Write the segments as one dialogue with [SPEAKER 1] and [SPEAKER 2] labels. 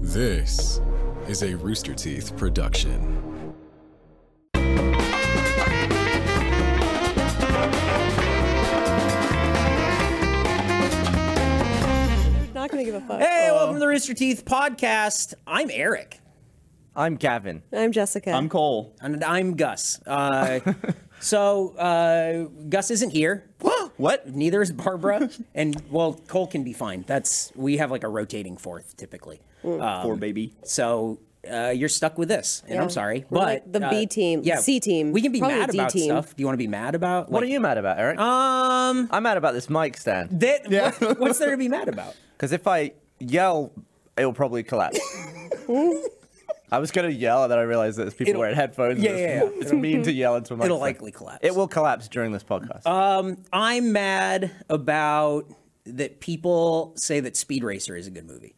[SPEAKER 1] This is a Rooster Teeth production.
[SPEAKER 2] Not gonna give a fuck.
[SPEAKER 3] Hey, welcome to the Rooster Teeth podcast. I'm Eric,
[SPEAKER 4] I'm Gavin.
[SPEAKER 2] I'm Jessica.
[SPEAKER 4] I'm Cole.
[SPEAKER 3] and I'm Gus. Uh, so uh, Gus isn't here.
[SPEAKER 4] What?
[SPEAKER 3] Neither is Barbara, and well, Cole can be fine. That's we have like a rotating fourth typically.
[SPEAKER 2] Mm.
[SPEAKER 3] Um,
[SPEAKER 4] Poor baby.
[SPEAKER 3] So uh, you're stuck with this, and
[SPEAKER 2] Yeah.
[SPEAKER 3] I'm sorry,
[SPEAKER 2] We're
[SPEAKER 3] but
[SPEAKER 2] like the
[SPEAKER 3] uh,
[SPEAKER 2] B team,
[SPEAKER 3] yeah,
[SPEAKER 2] C team,
[SPEAKER 3] We can be
[SPEAKER 2] probably
[SPEAKER 3] mad
[SPEAKER 2] D
[SPEAKER 3] about
[SPEAKER 2] team.
[SPEAKER 3] stuff. Do you want to be mad about?
[SPEAKER 4] What are you mad about, Eric?
[SPEAKER 3] Um,
[SPEAKER 4] I'm mad about this mic stand.
[SPEAKER 3] that, what- what's there to be mad about?
[SPEAKER 4] Because if I yell, it'll probably collapse. I was gonna yell, and then I realized that there's people
[SPEAKER 3] It'll-
[SPEAKER 4] wearing headphones. and
[SPEAKER 3] Yeah, yeah,
[SPEAKER 4] it's-
[SPEAKER 3] yeah.
[SPEAKER 4] It's mean to yell into a mic.
[SPEAKER 3] It'll
[SPEAKER 4] stand.
[SPEAKER 3] likely collapse.
[SPEAKER 4] It will collapse during this podcast.
[SPEAKER 3] I'm mad about that. People say that Speed Racer is a good movie.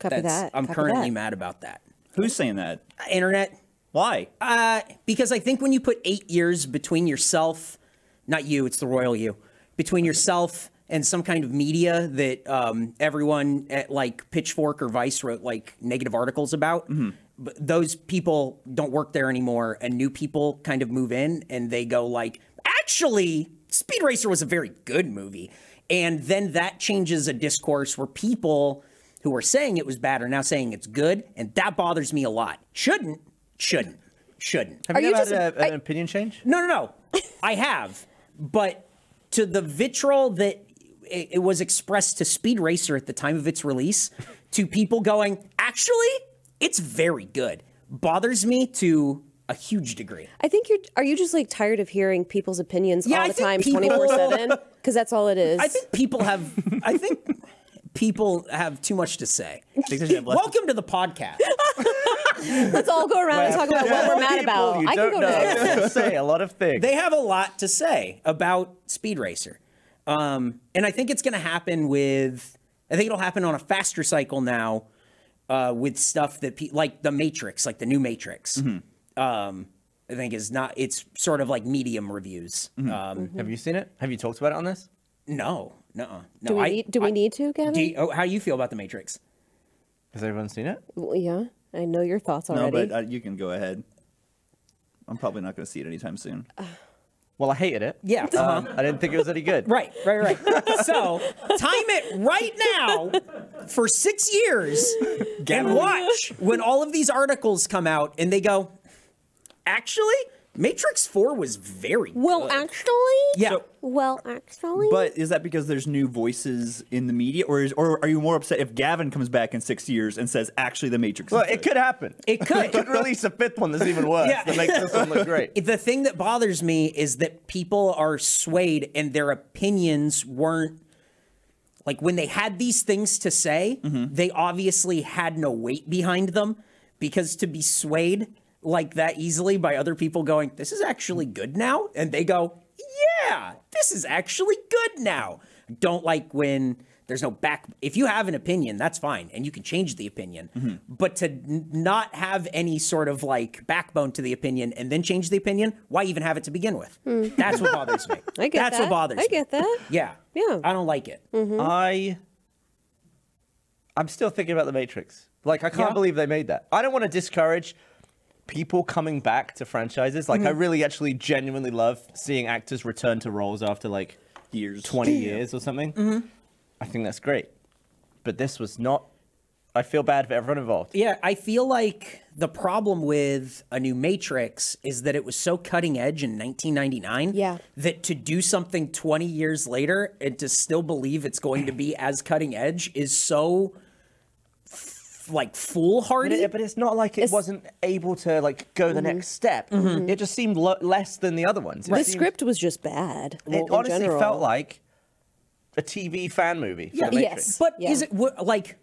[SPEAKER 2] Copy
[SPEAKER 3] That's-
[SPEAKER 2] that.
[SPEAKER 3] I'm
[SPEAKER 2] Copy
[SPEAKER 3] currently
[SPEAKER 2] that.
[SPEAKER 3] mad about that. Uh,
[SPEAKER 5] Who's saying that?
[SPEAKER 3] Internet,
[SPEAKER 5] Why?
[SPEAKER 3] uh, because I think when you put eight years between yourself, not you, it's the royal you, between yourself and some kind of media that um, everyone at like Pitchfork or Vice wrote like negative articles about. But those people don't work there anymore, and new people kind of move in, and they go like, actually, Speed Racer was a very good movie, and then that changes a discourse where people who were saying it was bad are now saying it's good, and that bothers me a lot. Shouldn't, shouldn't, shouldn't.
[SPEAKER 4] Have
[SPEAKER 2] are
[SPEAKER 4] you
[SPEAKER 2] you
[SPEAKER 4] ever
[SPEAKER 2] just-
[SPEAKER 4] had a, an opinion change?
[SPEAKER 3] No, no, no. I have, but to the vitriol that it, it was expressed to Speed Racer at the time of its release, to people going, actually, it's very good, bothers me to a huge degree.
[SPEAKER 2] I think you're. Are you just like tired of hearing people's opinions
[SPEAKER 3] Yeah,
[SPEAKER 2] all
[SPEAKER 3] I
[SPEAKER 2] the
[SPEAKER 3] think
[SPEAKER 2] time,
[SPEAKER 3] people-
[SPEAKER 2] twenty four seven? Because that's all it is.
[SPEAKER 3] I think people have. I think people have too much to say.
[SPEAKER 4] Because you have less-
[SPEAKER 3] Welcome to the podcast.
[SPEAKER 2] Let's all go around and talk about what we're mad
[SPEAKER 4] People
[SPEAKER 2] about.
[SPEAKER 4] You
[SPEAKER 2] I can
[SPEAKER 4] don't
[SPEAKER 2] go
[SPEAKER 4] know.
[SPEAKER 2] next.
[SPEAKER 4] say a lot of things.
[SPEAKER 3] They have a lot to say about Speed Racer. Um, and I think it's going to happen with, I think it'll happen on a faster cycle now uh, with stuff that, pe- like the Matrix, like the new Matrix, um, I think is not, it's sort of like medium reviews. Um,
[SPEAKER 4] have you seen it? Have you talked about it on this?
[SPEAKER 3] no, no, no.
[SPEAKER 2] Do we
[SPEAKER 3] I-
[SPEAKER 2] need? Do we
[SPEAKER 3] I-
[SPEAKER 2] need to, Gavin?
[SPEAKER 3] do you- oh, how you feel about the Matrix?
[SPEAKER 4] Has everyone seen it?
[SPEAKER 2] Well, yeah, I know your thoughts
[SPEAKER 5] No,
[SPEAKER 2] already.
[SPEAKER 5] but uh, you can go ahead. I'm probably not going to see it anytime soon.
[SPEAKER 2] Uh-huh.
[SPEAKER 4] Well, I hated it. Um,
[SPEAKER 3] Yeah. uh-huh.
[SPEAKER 4] I didn't think it was any good.
[SPEAKER 3] Right, right, right. so time it right now for six years and watch when all of these articles come out and they go, actually, Matrix 4 was very
[SPEAKER 2] well,
[SPEAKER 3] good."
[SPEAKER 2] actually,
[SPEAKER 3] Yeah.
[SPEAKER 2] Well, actually,
[SPEAKER 5] But is that because there's new voices in the media, or is, or are you more upset if Gavin comes back in six years and says actually the Matrix?
[SPEAKER 4] Well,
[SPEAKER 5] is
[SPEAKER 4] it
[SPEAKER 5] good?
[SPEAKER 4] could happen.
[SPEAKER 3] It could.
[SPEAKER 4] Could release a fifth one that's even worse
[SPEAKER 3] Yeah.
[SPEAKER 4] that makes this one look great.
[SPEAKER 3] the thing that bothers me is that people are swayed and their opinions weren't like when they had these things to say they obviously had no weight behind them because to be swayed like that easily by other people going this is actually good now and they go yeah this is actually good now I don't like when there's no back if you have an opinion that's fine and you can change the opinion but to n- not have any sort of like backbone to the opinion and then change the opinion why even have it to begin with that's what bothers me
[SPEAKER 2] Hmm. I get
[SPEAKER 3] that's
[SPEAKER 2] that.
[SPEAKER 3] what bothers
[SPEAKER 2] I
[SPEAKER 3] me
[SPEAKER 2] get that.
[SPEAKER 3] yeah
[SPEAKER 2] Yeah.
[SPEAKER 3] i don't like it
[SPEAKER 4] I I'm still thinking about the Matrix. Like I can't
[SPEAKER 3] Yeah.
[SPEAKER 4] believe they made that. I don't want to discourage people coming back to franchises. Like I
[SPEAKER 3] Mm-hmm.
[SPEAKER 4] really actually genuinely love seeing actors return to roles after like
[SPEAKER 5] Years.
[SPEAKER 4] 20 years or something.
[SPEAKER 3] Mm-hmm.
[SPEAKER 4] I think that's great. But this was not I feel bad for everyone involved.
[SPEAKER 3] Yeah, I feel like the problem with a new Matrix is that it was so cutting edge in 1999
[SPEAKER 2] Yeah.
[SPEAKER 3] that to do something 20 years later and to still believe it's going to be as cutting edge is so f- like
[SPEAKER 4] But,
[SPEAKER 3] foolhardy.
[SPEAKER 4] it, but it's not like it wasn't able to like go
[SPEAKER 3] Mm-hmm.
[SPEAKER 4] the next step. It just seemed lo- less than the other ones. It
[SPEAKER 2] the
[SPEAKER 4] seemed-
[SPEAKER 2] script was just bad.
[SPEAKER 4] it
[SPEAKER 2] in
[SPEAKER 4] honestly
[SPEAKER 2] general.
[SPEAKER 4] felt like a TV fan movie. For
[SPEAKER 3] Yeah.
[SPEAKER 4] the Matrix.
[SPEAKER 2] Yes.
[SPEAKER 3] But
[SPEAKER 2] Yeah.
[SPEAKER 3] is it wh- like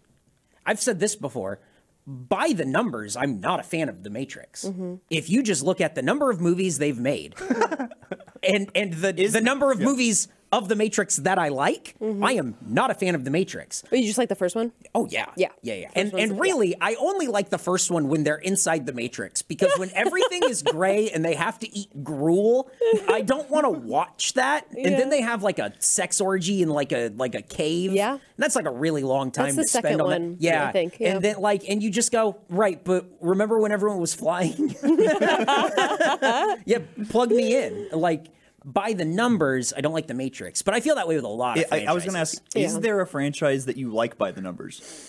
[SPEAKER 3] I've said this before? By the numbers, I'm not a fan of The Matrix.
[SPEAKER 2] Mm-hmm.
[SPEAKER 3] If you just look at the number of movies they've made, and and the the number of movies of the Matrix that I like.
[SPEAKER 2] Mm-hmm.
[SPEAKER 3] I am not a fan of the Matrix.
[SPEAKER 2] But you just like the first one?
[SPEAKER 3] Oh yeah,
[SPEAKER 2] Yeah.
[SPEAKER 3] yeah, yeah.
[SPEAKER 2] First
[SPEAKER 3] And
[SPEAKER 2] one's-
[SPEAKER 3] and really, I only like the first one when they're inside the Matrix because when everything is gray and they have to eat gruel, I don't want to watch that. And
[SPEAKER 2] Yeah.
[SPEAKER 3] then they have like a sex orgy in like a like a cave.
[SPEAKER 2] Yeah.
[SPEAKER 3] and that's like a really long time
[SPEAKER 2] the
[SPEAKER 3] to
[SPEAKER 2] second
[SPEAKER 3] spend on
[SPEAKER 2] one,
[SPEAKER 3] that. Yeah,
[SPEAKER 2] I think, yeah.
[SPEAKER 3] And then like, and you just go right. But remember when everyone was flying? yeah, plug me in. Like by the numbers, I don't like the Matrix, but I feel that way with a lot. of
[SPEAKER 5] I, I was going to
[SPEAKER 3] franchises.
[SPEAKER 5] ask: Is
[SPEAKER 2] Yeah.
[SPEAKER 5] there a franchise that you like by the numbers?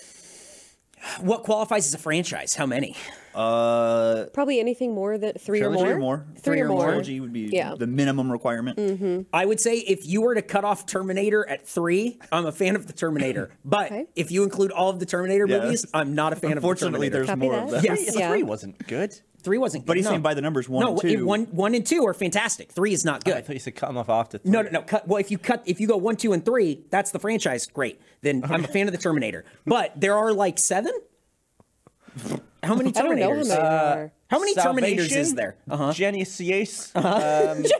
[SPEAKER 3] what qualifies as a franchise? How many?
[SPEAKER 2] Probably anything more than three or more.
[SPEAKER 5] Three or more.
[SPEAKER 2] Three, or, more.
[SPEAKER 5] Trilogy would be
[SPEAKER 2] Yeah. Mm-hmm.
[SPEAKER 5] the minimum requirement.
[SPEAKER 3] I would say if you were to cut off Terminator at three, I'm a fan of the Terminator. But
[SPEAKER 2] Okay.
[SPEAKER 3] if you include all of the Terminator
[SPEAKER 5] Yeah.
[SPEAKER 3] movies, I'm not a fan of the
[SPEAKER 5] Unfortunately,
[SPEAKER 3] Terminator.
[SPEAKER 5] there's
[SPEAKER 2] Copy
[SPEAKER 5] more of
[SPEAKER 2] that.
[SPEAKER 5] that.
[SPEAKER 3] Yes.
[SPEAKER 4] Yeah.
[SPEAKER 2] Yeah.
[SPEAKER 4] Three wasn't good.
[SPEAKER 3] three wasn't. Good.
[SPEAKER 5] But he's
[SPEAKER 3] no.
[SPEAKER 5] saying by the numbers, one
[SPEAKER 3] no,
[SPEAKER 5] and
[SPEAKER 3] it-
[SPEAKER 5] two.
[SPEAKER 3] one, one and two are fantastic. Three is not
[SPEAKER 4] I
[SPEAKER 3] good.
[SPEAKER 4] thought you said cut them off after. Three.
[SPEAKER 3] No, no, no. Cut, well, if you cut, if you go one, two, and three, that's the franchise. Great. Then I'm a fan of the Terminator. But there are like seven. How many
[SPEAKER 2] I don't know how many
[SPEAKER 3] Terminators?
[SPEAKER 2] there
[SPEAKER 3] Uh,
[SPEAKER 2] are.
[SPEAKER 3] how many Terminators is there? Uh-huh.
[SPEAKER 4] Uh-huh. Genesis.
[SPEAKER 5] Uh, is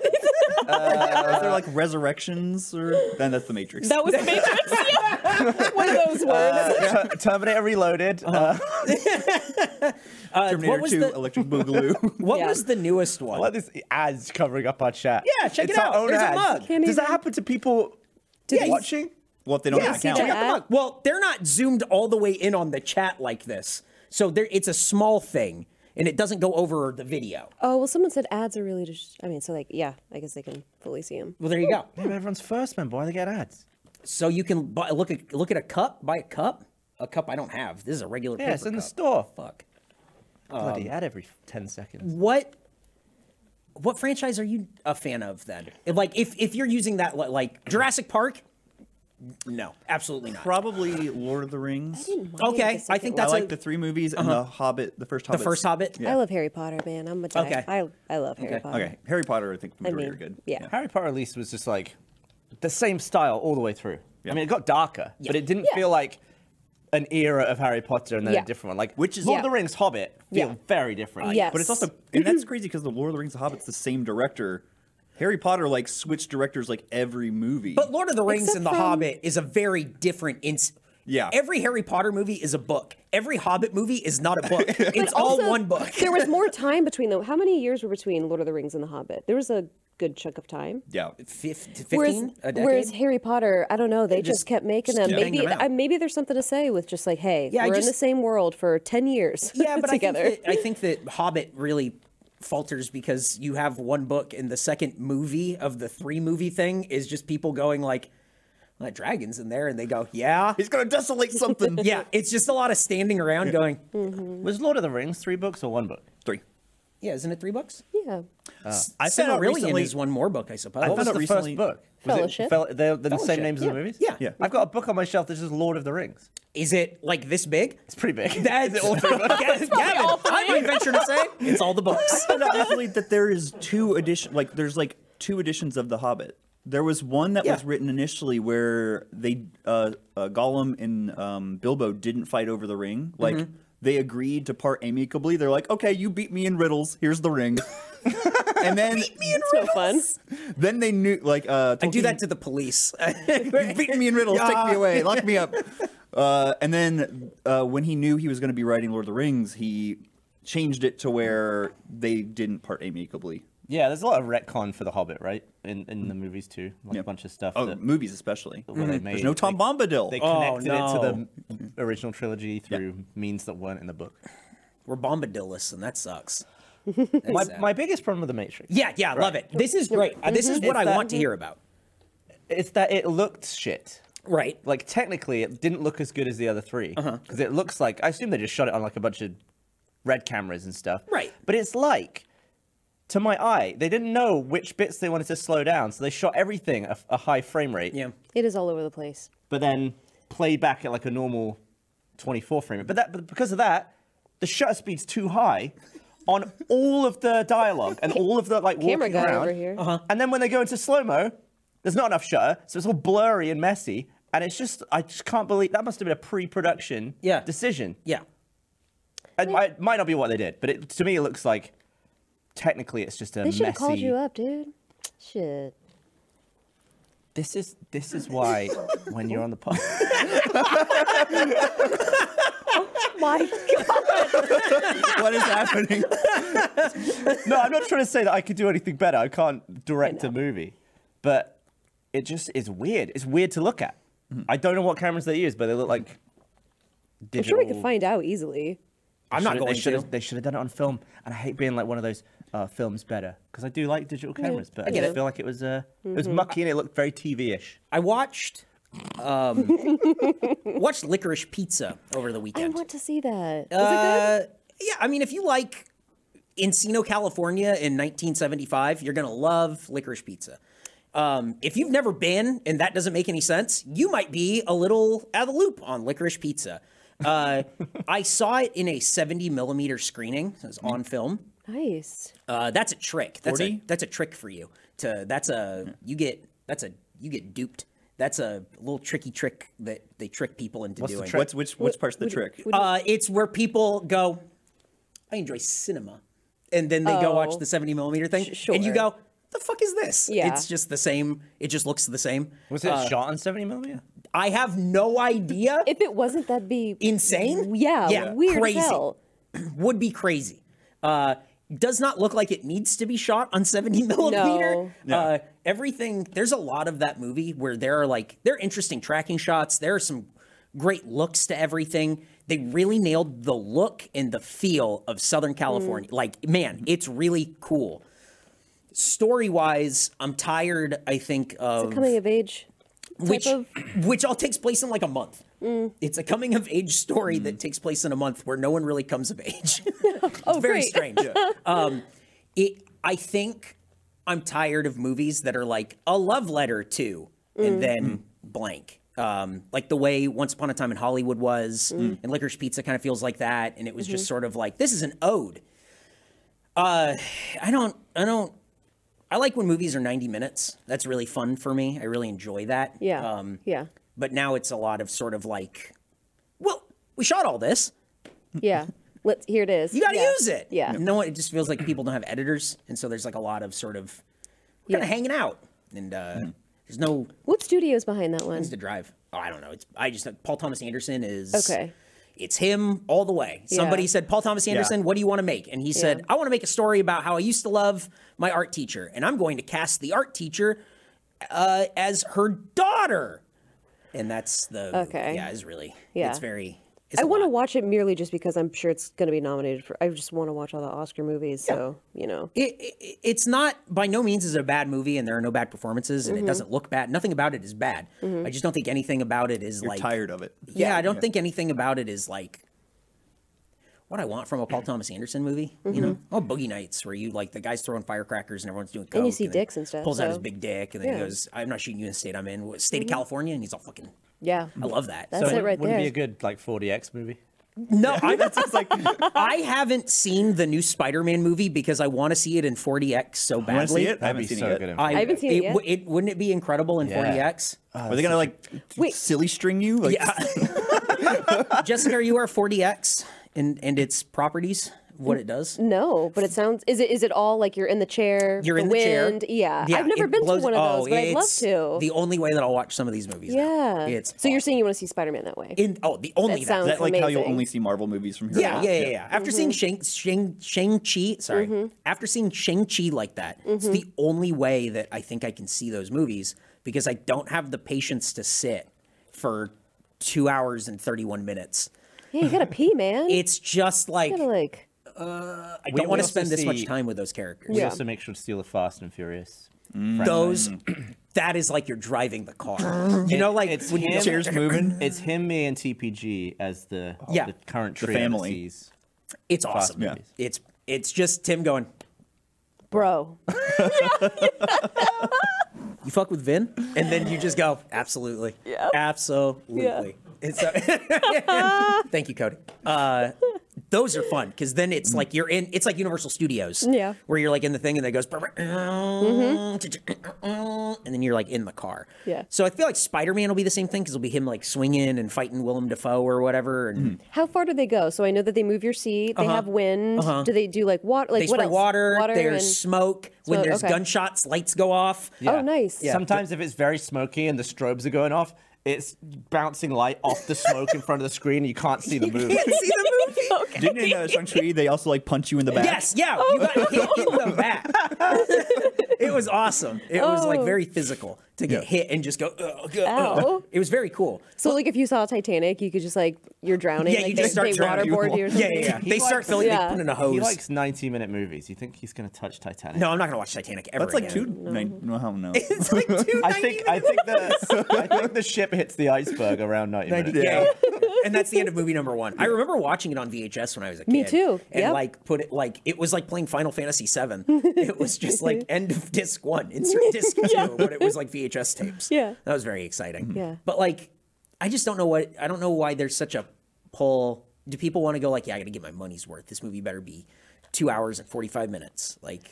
[SPEAKER 5] there like resurrections or then that's the Matrix.
[SPEAKER 2] That was the Matrix. yeah. One of those words.
[SPEAKER 4] Ter- Terminator Reloaded.
[SPEAKER 3] Uh-huh.
[SPEAKER 4] Uh,
[SPEAKER 5] Terminator
[SPEAKER 3] was
[SPEAKER 5] 2,
[SPEAKER 3] the-
[SPEAKER 5] Electric Boogaloo.
[SPEAKER 3] What
[SPEAKER 2] Yeah.
[SPEAKER 3] was the newest one?
[SPEAKER 4] I like this ads covering up our chat.
[SPEAKER 3] Yeah, check it
[SPEAKER 4] our
[SPEAKER 3] out.
[SPEAKER 4] own
[SPEAKER 3] There's a
[SPEAKER 4] ads.
[SPEAKER 3] mug.
[SPEAKER 2] Can't
[SPEAKER 4] Does that
[SPEAKER 2] even-
[SPEAKER 4] happen to people
[SPEAKER 2] they-
[SPEAKER 4] watching?
[SPEAKER 5] well, if they don't
[SPEAKER 3] Yeah,
[SPEAKER 5] have
[SPEAKER 2] see
[SPEAKER 5] an
[SPEAKER 3] check
[SPEAKER 5] account.
[SPEAKER 2] that?
[SPEAKER 3] out the mug. Well, they're not zoomed all the way in on the chat like this, so there it's a small thing, and it doesn't go over the video.
[SPEAKER 2] Oh well, someone said ads are really just. I mean, so like, yeah, I guess they can fully see them.
[SPEAKER 3] Well, there you go.
[SPEAKER 4] Maybe everyone's first, man. Why they get ads?
[SPEAKER 3] So you can buy, look at look at a cup, buy a cup. A cup I don't have. This is a regular.
[SPEAKER 4] Yeah, it's
[SPEAKER 3] paper
[SPEAKER 4] in the
[SPEAKER 3] cup.
[SPEAKER 4] store.
[SPEAKER 3] Fuck.
[SPEAKER 4] Bloody ad every ten seconds.
[SPEAKER 3] What? What franchise are you a fan of then? Like, if if you're using that li- like Jurassic Park, no, absolutely not.
[SPEAKER 5] Probably Lord of the Rings.
[SPEAKER 3] Okay, I think
[SPEAKER 5] I
[SPEAKER 3] that's
[SPEAKER 5] like
[SPEAKER 3] a- Uh-huh.
[SPEAKER 5] the three movies and the Hobbit, the first
[SPEAKER 3] the
[SPEAKER 5] Hobbit.
[SPEAKER 3] first Hobbit.
[SPEAKER 2] I love Harry Potter, man. I'm a giant.
[SPEAKER 3] Okay.
[SPEAKER 2] I I love Harry
[SPEAKER 3] Okay.
[SPEAKER 2] Potter.
[SPEAKER 5] Okay, Harry Potter. I think the
[SPEAKER 2] I
[SPEAKER 5] majority
[SPEAKER 2] mean,
[SPEAKER 5] are good.
[SPEAKER 2] yeah.
[SPEAKER 4] Harry Potter at least was just like the same style all the way through. I mean, it got darker, but it didn't
[SPEAKER 2] Yeah.
[SPEAKER 4] feel like an era of Harry Potter and then
[SPEAKER 2] Yeah.
[SPEAKER 4] a different one. Like
[SPEAKER 5] Which is-
[SPEAKER 4] Lord of
[SPEAKER 2] Yeah.
[SPEAKER 4] the Rings, Hobbit feel
[SPEAKER 2] Yeah.
[SPEAKER 4] very different.
[SPEAKER 2] Yes.
[SPEAKER 5] But it's also and that's crazy because the Lord of the Rings, the Hobbit's the same director. Harry Potter like switched directors like every movie.
[SPEAKER 3] But Lord of the Rings
[SPEAKER 2] Except
[SPEAKER 3] and The
[SPEAKER 2] from-
[SPEAKER 3] Hobbit is a very different. Ins-
[SPEAKER 5] Yeah.
[SPEAKER 3] Every Harry Potter movie is a book. Every Hobbit movie is not a book. it's all
[SPEAKER 2] Also,
[SPEAKER 3] one book.
[SPEAKER 2] there was more time between them. How many years were between Lord of the Rings and The Hobbit? There was a good chunk of time.
[SPEAKER 5] yeah,
[SPEAKER 3] Fif-
[SPEAKER 2] Whereas,
[SPEAKER 3] 15? A decade?
[SPEAKER 2] whereas Harry Potter, I don't know, they just,
[SPEAKER 3] just
[SPEAKER 2] kept making them.
[SPEAKER 3] yeah.
[SPEAKER 2] Maybe
[SPEAKER 3] banged them out.
[SPEAKER 2] I- maybe there's something to say with just like, hey,
[SPEAKER 3] Yeah, I
[SPEAKER 2] we're in the
[SPEAKER 3] just-
[SPEAKER 2] same world for ten years
[SPEAKER 3] yeah, but
[SPEAKER 2] together.
[SPEAKER 3] I think, that, I think that Hobbit really falters because you have one book and the second movie of the three movie thing is just people going like, "Well, that dragon's in there and they go, yeah.
[SPEAKER 5] he's gonna desolate something.
[SPEAKER 3] Yeah, it's just a lot of standing around going,
[SPEAKER 4] Was Lord of the Rings three books or one book?
[SPEAKER 5] three.
[SPEAKER 3] yeah, isn't it three books?
[SPEAKER 2] yeah.
[SPEAKER 5] I found out
[SPEAKER 3] Silmarillion
[SPEAKER 5] recently.
[SPEAKER 3] is one more book, I suppose.
[SPEAKER 5] I
[SPEAKER 4] What
[SPEAKER 5] found
[SPEAKER 4] was
[SPEAKER 5] out
[SPEAKER 4] the first
[SPEAKER 5] recently-
[SPEAKER 4] book? Was it
[SPEAKER 2] Fellowship.
[SPEAKER 4] Fel- they're, they're the
[SPEAKER 3] Fellowship,
[SPEAKER 4] same names
[SPEAKER 3] yeah.
[SPEAKER 4] as the movies.
[SPEAKER 3] Yeah. Yeah.
[SPEAKER 4] I've got a book on my shelf that's just Lord of the Rings.
[SPEAKER 3] Is it like this big?
[SPEAKER 4] It's pretty big.
[SPEAKER 3] That's all three books. Gavin, I might venture to say it's all the books.
[SPEAKER 5] found out recently that there is two edition like there's like two editions of the hobbit there was one that was
[SPEAKER 3] Yeah.
[SPEAKER 5] written initially where they uh, uh gollum and um bilbo didn't fight over the ring
[SPEAKER 3] Mm-hmm.
[SPEAKER 5] like they agreed to part amicably they're like okay you beat me in riddles here's the ring and then
[SPEAKER 2] So fun.
[SPEAKER 5] then they knew like uh
[SPEAKER 3] I do that to the police.
[SPEAKER 5] You've beaten me in riddles. Take me away. Lock me up. Uh, and then uh, when he knew he was going to be writing Lord of the Rings, he changed it to where they didn't part amicably.
[SPEAKER 4] Yeah, there's a lot of retcon for The Hobbit, right? In in the movies too, like
[SPEAKER 5] Yeah.
[SPEAKER 4] a bunch of stuff.
[SPEAKER 5] Oh,
[SPEAKER 4] that,
[SPEAKER 5] movies especially. Mm-hmm.
[SPEAKER 4] when they made,
[SPEAKER 5] There's no Tom
[SPEAKER 4] they,
[SPEAKER 5] Bombadil.
[SPEAKER 4] They
[SPEAKER 3] Oh,
[SPEAKER 4] connected
[SPEAKER 3] no.
[SPEAKER 4] it to the original trilogy through means that weren't in the book.
[SPEAKER 3] We're bombadillists, and that sucks.
[SPEAKER 4] My, my biggest problem with The Matrix
[SPEAKER 3] Yeah, yeah, love it. This is great. Uh, this is what I want to hear about.
[SPEAKER 4] is that it looked shit.
[SPEAKER 3] Right.
[SPEAKER 4] Like, technically, it didn't look as good as the other three. Because
[SPEAKER 3] Uh-huh.
[SPEAKER 4] it looks like, I assume they just shot it on like a bunch of red cameras and stuff.
[SPEAKER 3] Right.
[SPEAKER 4] But it's like, to my eye, they didn't know which bits they wanted to slow down. So they shot everything a, a high frame rate.
[SPEAKER 3] Yeah.
[SPEAKER 2] It is all over the place.
[SPEAKER 4] but then played back at like a normal 24 frame. But that, but because of that, the shutter speed's too high on all of the dialogue and all of the like
[SPEAKER 2] Camera
[SPEAKER 4] walking
[SPEAKER 2] guy
[SPEAKER 4] around.
[SPEAKER 2] over
[SPEAKER 3] Oh,
[SPEAKER 2] here. Uh-huh.
[SPEAKER 4] And then when they go into slow mo, there's not enough shutter, so it's all blurry and messy. And it's just, I just can't believe that must have been a pre-production
[SPEAKER 3] Yeah.
[SPEAKER 4] decision.
[SPEAKER 3] Yeah.
[SPEAKER 4] And I- it might not be what they did, but it, to me, it looks like technically it's just a
[SPEAKER 2] They should
[SPEAKER 4] messy.
[SPEAKER 2] have called you up, dude. Shit.
[SPEAKER 4] This is this is why when you're on the pod.
[SPEAKER 2] My God.
[SPEAKER 5] what is happening?
[SPEAKER 4] no, I'm not trying to say that I could do anything better. I can't direct
[SPEAKER 2] I
[SPEAKER 4] a movie, but it just is weird. It's weird to look at. I don't know what cameras they use, but they look like.
[SPEAKER 2] I'm
[SPEAKER 4] Digital.
[SPEAKER 2] sure we could find out easily.
[SPEAKER 4] I'm
[SPEAKER 3] not going
[SPEAKER 4] They should
[SPEAKER 3] to.
[SPEAKER 4] have. They should have done it on film, and I hate being like one of those uh, films better because I do like digital cameras, but I,
[SPEAKER 3] get
[SPEAKER 4] just
[SPEAKER 3] it.
[SPEAKER 4] feel like it was uh, it
[SPEAKER 2] Mm-hmm.
[SPEAKER 4] was mucky and it looked very TV-ish.
[SPEAKER 3] I watched um, watched Licorice Pizza over the
[SPEAKER 2] I
[SPEAKER 3] weekend.
[SPEAKER 2] want to see that. Was it
[SPEAKER 3] Uh, yeah, I mean, if you like Encino, California in 1975, you're gonna love Licorice Pizza. Um, if you've never been and that doesn't make any sense, you might be a little out of the loop on Licorice Pizza. Uh, I saw it in a 70 millimeter screening. So it was on film.
[SPEAKER 2] good? Nice.
[SPEAKER 3] Uh, that's a trick. That's
[SPEAKER 5] 40?
[SPEAKER 3] a that's a trick for you. To that's a you get that's a you get duped. That's a little tricky trick that they trick people into doing.
[SPEAKER 5] What's which which part's the
[SPEAKER 2] Would-
[SPEAKER 5] trick?
[SPEAKER 2] would-
[SPEAKER 3] Uh, it's where people go, I enjoy cinema. And then they go watch
[SPEAKER 2] Oh.
[SPEAKER 3] the 70 millimeter thing.
[SPEAKER 2] Sh-
[SPEAKER 3] And you
[SPEAKER 2] sure.
[SPEAKER 3] go, the fuck is this?
[SPEAKER 2] Yeah.
[SPEAKER 3] It's just the same. It just looks the same.
[SPEAKER 4] Was it
[SPEAKER 2] Uh,
[SPEAKER 4] shot on 70 millimeter?
[SPEAKER 3] I have no idea.
[SPEAKER 2] If it wasn't, that'd be
[SPEAKER 3] Insane?
[SPEAKER 2] Yeah,
[SPEAKER 3] Yeah,
[SPEAKER 2] weird as
[SPEAKER 3] crazy.
[SPEAKER 2] hell.
[SPEAKER 3] Would be crazy. Uh, does not look like it needs to be shot on 70 millimeter. Uh, everything, there's a lot of that movie where there are like, there are interesting tracking shots. There are some great looks to everything. They really nailed the look and the feel of Southern California. Like, man, it's really cool. Story wise, I'm tired, I think, of
[SPEAKER 2] Coming of age. type
[SPEAKER 3] which
[SPEAKER 2] of- Mm.
[SPEAKER 3] which all takes place in like a month. It's a coming of age story that takes place in a month where no one really comes of age. oh, very
[SPEAKER 2] great.
[SPEAKER 3] strange. Um, it, I think I'm tired of movies that are like a love letter to
[SPEAKER 2] Mm.
[SPEAKER 3] and then blank. Um, like the way Once Upon a Time in Hollywood was,
[SPEAKER 2] Mm.
[SPEAKER 3] and Licorice Pizza kind of feels like that, and it was
[SPEAKER 2] Mm-hmm.
[SPEAKER 3] just sort of like this is an ode. Uh, I don't, I don't I like when movies are 90 minutes. That's really fun for me. I really enjoy that.
[SPEAKER 2] Yeah.
[SPEAKER 3] Um,
[SPEAKER 2] yeah.
[SPEAKER 3] but now it's a lot of sort of like, well, we shot all this.
[SPEAKER 2] Yeah. Let's. Here it is.
[SPEAKER 3] You got to
[SPEAKER 2] Yeah.
[SPEAKER 3] use it.
[SPEAKER 2] Yeah.
[SPEAKER 3] No one, it just feels like people don't have editors. And so there's like a lot of sort of kind
[SPEAKER 2] Yeah.
[SPEAKER 3] of hanging out. And uh, there's no
[SPEAKER 2] What studio's behind that one?
[SPEAKER 3] to drive. Oh, I don't know. It's I just Paul Thomas Anderson is
[SPEAKER 2] Okay.
[SPEAKER 3] It's him all the way. Somebody
[SPEAKER 2] Yeah.
[SPEAKER 3] said, Paul Thomas Anderson, what do you want to make? And he said, I want to make a story about how I used to love my art teacher, and I'm going to cast the art teacher uh, as her daughter. And that's the
[SPEAKER 2] Okay.
[SPEAKER 3] Yeah, it's really
[SPEAKER 2] Yeah.
[SPEAKER 3] it's very. It's
[SPEAKER 2] I want to
[SPEAKER 3] watch.
[SPEAKER 2] watch it merely just because I'm sure it's going to be nominated for. I just want to watch all the Oscar movies. So you know.
[SPEAKER 3] It, it, it's not by no means is it a bad movie, and there are no bad performances, and it
[SPEAKER 2] Mm-hmm.
[SPEAKER 3] doesn't look bad. Nothing about it is bad. I just don't think anything about it is
[SPEAKER 5] You're
[SPEAKER 3] like
[SPEAKER 5] tired of it.
[SPEAKER 3] Yeah, I don't think anything about it is like what I want from a Paul Thomas Anderson movie. You know, oh Boogie Nights, where you like the guy's throwing firecrackers and everyone's doing coke.
[SPEAKER 2] you see
[SPEAKER 3] then
[SPEAKER 2] dicks Mm-hmm. and stuff,
[SPEAKER 3] Pulls out his
[SPEAKER 2] so-
[SPEAKER 3] big dick and then he
[SPEAKER 2] Yeah. Mm-hmm.
[SPEAKER 3] goes, "I'm not shooting you in the state I'm in, What, state of California," and he's all fucking.
[SPEAKER 2] Yeah.
[SPEAKER 3] I love that.
[SPEAKER 2] That's
[SPEAKER 3] so,
[SPEAKER 2] it right
[SPEAKER 4] Wouldn't
[SPEAKER 2] there.
[SPEAKER 4] be a good like 4DX movie.
[SPEAKER 3] no, I, I haven't seen the new Spider-Man movie because I want to see it in 40x so
[SPEAKER 5] Want to
[SPEAKER 3] badly.
[SPEAKER 5] see it? I haven't seen it yet.
[SPEAKER 3] I,
[SPEAKER 2] I haven't seen it yet.
[SPEAKER 3] w- It, wouldn't it be incredible in
[SPEAKER 4] Yeah.
[SPEAKER 3] 40x?
[SPEAKER 5] Are they gonna like
[SPEAKER 2] Wait.
[SPEAKER 5] silly string you? Like,
[SPEAKER 3] Yeah. Jessica, are you aware of 40x and and its properties, what
[SPEAKER 2] Mm.
[SPEAKER 3] it does?
[SPEAKER 2] No, but it sounds. Is it? Is it all like you're in the chair?
[SPEAKER 3] You're
[SPEAKER 2] the
[SPEAKER 3] in the chair.
[SPEAKER 2] wind, Yeah. I've never
[SPEAKER 3] it
[SPEAKER 2] been
[SPEAKER 3] blows-
[SPEAKER 2] to one
[SPEAKER 3] oh,
[SPEAKER 2] of those, but I'd love
[SPEAKER 3] it's
[SPEAKER 2] to.
[SPEAKER 3] The only way that I'll watch some of these movies.
[SPEAKER 2] yeah.
[SPEAKER 3] now. it's
[SPEAKER 2] so you're
[SPEAKER 3] awesome.
[SPEAKER 2] saying you want to see Spider-Man that way?
[SPEAKER 3] in oh the only
[SPEAKER 2] That
[SPEAKER 5] is
[SPEAKER 2] sounds-
[SPEAKER 5] that like how you'll
[SPEAKER 2] amazing.
[SPEAKER 5] only see Marvel movies from here? on
[SPEAKER 3] yeah,
[SPEAKER 5] out?
[SPEAKER 3] yeah, yeah, yeah. After
[SPEAKER 2] Mm-hmm.
[SPEAKER 3] seeing Shang Shang Shang Chi, sorry, after seeing Shang Chi like that,
[SPEAKER 2] Mm-hmm.
[SPEAKER 3] it's the only way that I think I can see those movies because I don't have the patience to sit for two hours and thirty one minutes.
[SPEAKER 2] yeah, you gotta pee, man.
[SPEAKER 3] It's just like
[SPEAKER 2] gotta like.
[SPEAKER 3] I
[SPEAKER 4] We-
[SPEAKER 3] don't want
[SPEAKER 4] we
[SPEAKER 3] to spend
[SPEAKER 4] also
[SPEAKER 3] this much
[SPEAKER 4] see-
[SPEAKER 3] time with those characters.
[SPEAKER 4] We
[SPEAKER 2] Yeah.
[SPEAKER 4] also make sure to steal the Fast and Furious.
[SPEAKER 3] Those. That is like you're driving the car. You know, like
[SPEAKER 4] it's
[SPEAKER 3] when you
[SPEAKER 4] him-
[SPEAKER 5] Chairs moving.
[SPEAKER 4] It's him, me, and TPG as the,
[SPEAKER 3] Yeah.
[SPEAKER 4] Oh, the current
[SPEAKER 5] The
[SPEAKER 4] trio that
[SPEAKER 5] family.
[SPEAKER 4] sees-
[SPEAKER 3] It's
[SPEAKER 4] Fast
[SPEAKER 3] awesome.
[SPEAKER 4] Yeah. movies.
[SPEAKER 3] It's it's just Tim going.
[SPEAKER 2] Bro,
[SPEAKER 3] You fuck with Vin, and then you just go absolutely, absolutely. It's a- Thank you, Cody. Uh, Those are fun because then it's like you're in. It's like Universal Studios.
[SPEAKER 2] Yeah. Mm-hmm.
[SPEAKER 3] Where you're like in the thing and it goes, and then you're like in the car.
[SPEAKER 2] Yeah.
[SPEAKER 3] So I feel like Spider Man will be the same thing because it'll be him like swinging and fighting Willem Dafoe or whatever. And
[SPEAKER 2] How far do they go? So I know that they move your seat. They have wind. Do they do like water? Like
[SPEAKER 3] Uh-huh. they
[SPEAKER 2] what
[SPEAKER 3] spray
[SPEAKER 2] else?
[SPEAKER 3] water, There's
[SPEAKER 2] and-
[SPEAKER 3] smoke. When
[SPEAKER 2] Smoke,
[SPEAKER 3] there's
[SPEAKER 2] okay.
[SPEAKER 3] gunshots, lights go off.
[SPEAKER 2] Oh, nice. Yeah.
[SPEAKER 4] Sometimes if it's very smoky and the strobes are going off, it's bouncing light off the smoke in front of the screen. and You can't see the movie.
[SPEAKER 3] Can't see the movie.
[SPEAKER 5] Didn't in uh, Shang Chi they also like punch you in the back?
[SPEAKER 3] Yes, yeah, you got hit in the back. it was awesome. It was like
[SPEAKER 2] Oh.
[SPEAKER 3] very physical to get hit and just go. "Ugh, ugh, ugh."
[SPEAKER 2] Ow.
[SPEAKER 3] It was very cool.
[SPEAKER 2] So like if you saw Titanic, you could just like you're drowning.
[SPEAKER 3] Yeah,
[SPEAKER 2] like,
[SPEAKER 3] you
[SPEAKER 2] they,
[SPEAKER 3] just start
[SPEAKER 2] they
[SPEAKER 3] drowning.
[SPEAKER 2] waterboard you. Or
[SPEAKER 3] Yeah,
[SPEAKER 2] something.
[SPEAKER 3] yeah, yeah. They start
[SPEAKER 4] likes-
[SPEAKER 3] filling.
[SPEAKER 2] Yeah.
[SPEAKER 3] They put in a
[SPEAKER 4] He
[SPEAKER 3] hose.
[SPEAKER 4] likes 90-minute movies. You think he's going to touch Titanic?
[SPEAKER 3] no, I'm not gonna watch Titanic ever.
[SPEAKER 5] That's like two.
[SPEAKER 3] again.
[SPEAKER 5] nine- No, how no.
[SPEAKER 3] It's like two.
[SPEAKER 4] I think I think the I think the ship hits the iceberg around 90 minutes.
[SPEAKER 3] Yeah. and that's the end of movie number one. I remember watching it on VHS when I was a kid.
[SPEAKER 2] Me too,
[SPEAKER 3] And
[SPEAKER 2] yep.
[SPEAKER 3] like put it like it was like playing Final Fantasy VII. it was just like end of disc one, insert disc two, but it was like VHS tapes.
[SPEAKER 2] Yeah.
[SPEAKER 3] that was very exciting.
[SPEAKER 2] Yeah.
[SPEAKER 3] but like I just don't know what I don't know why there's such a pull. Do people want to go like, yeah, I got to get my money's worth. This movie better be two hours and forty five minutes. Like,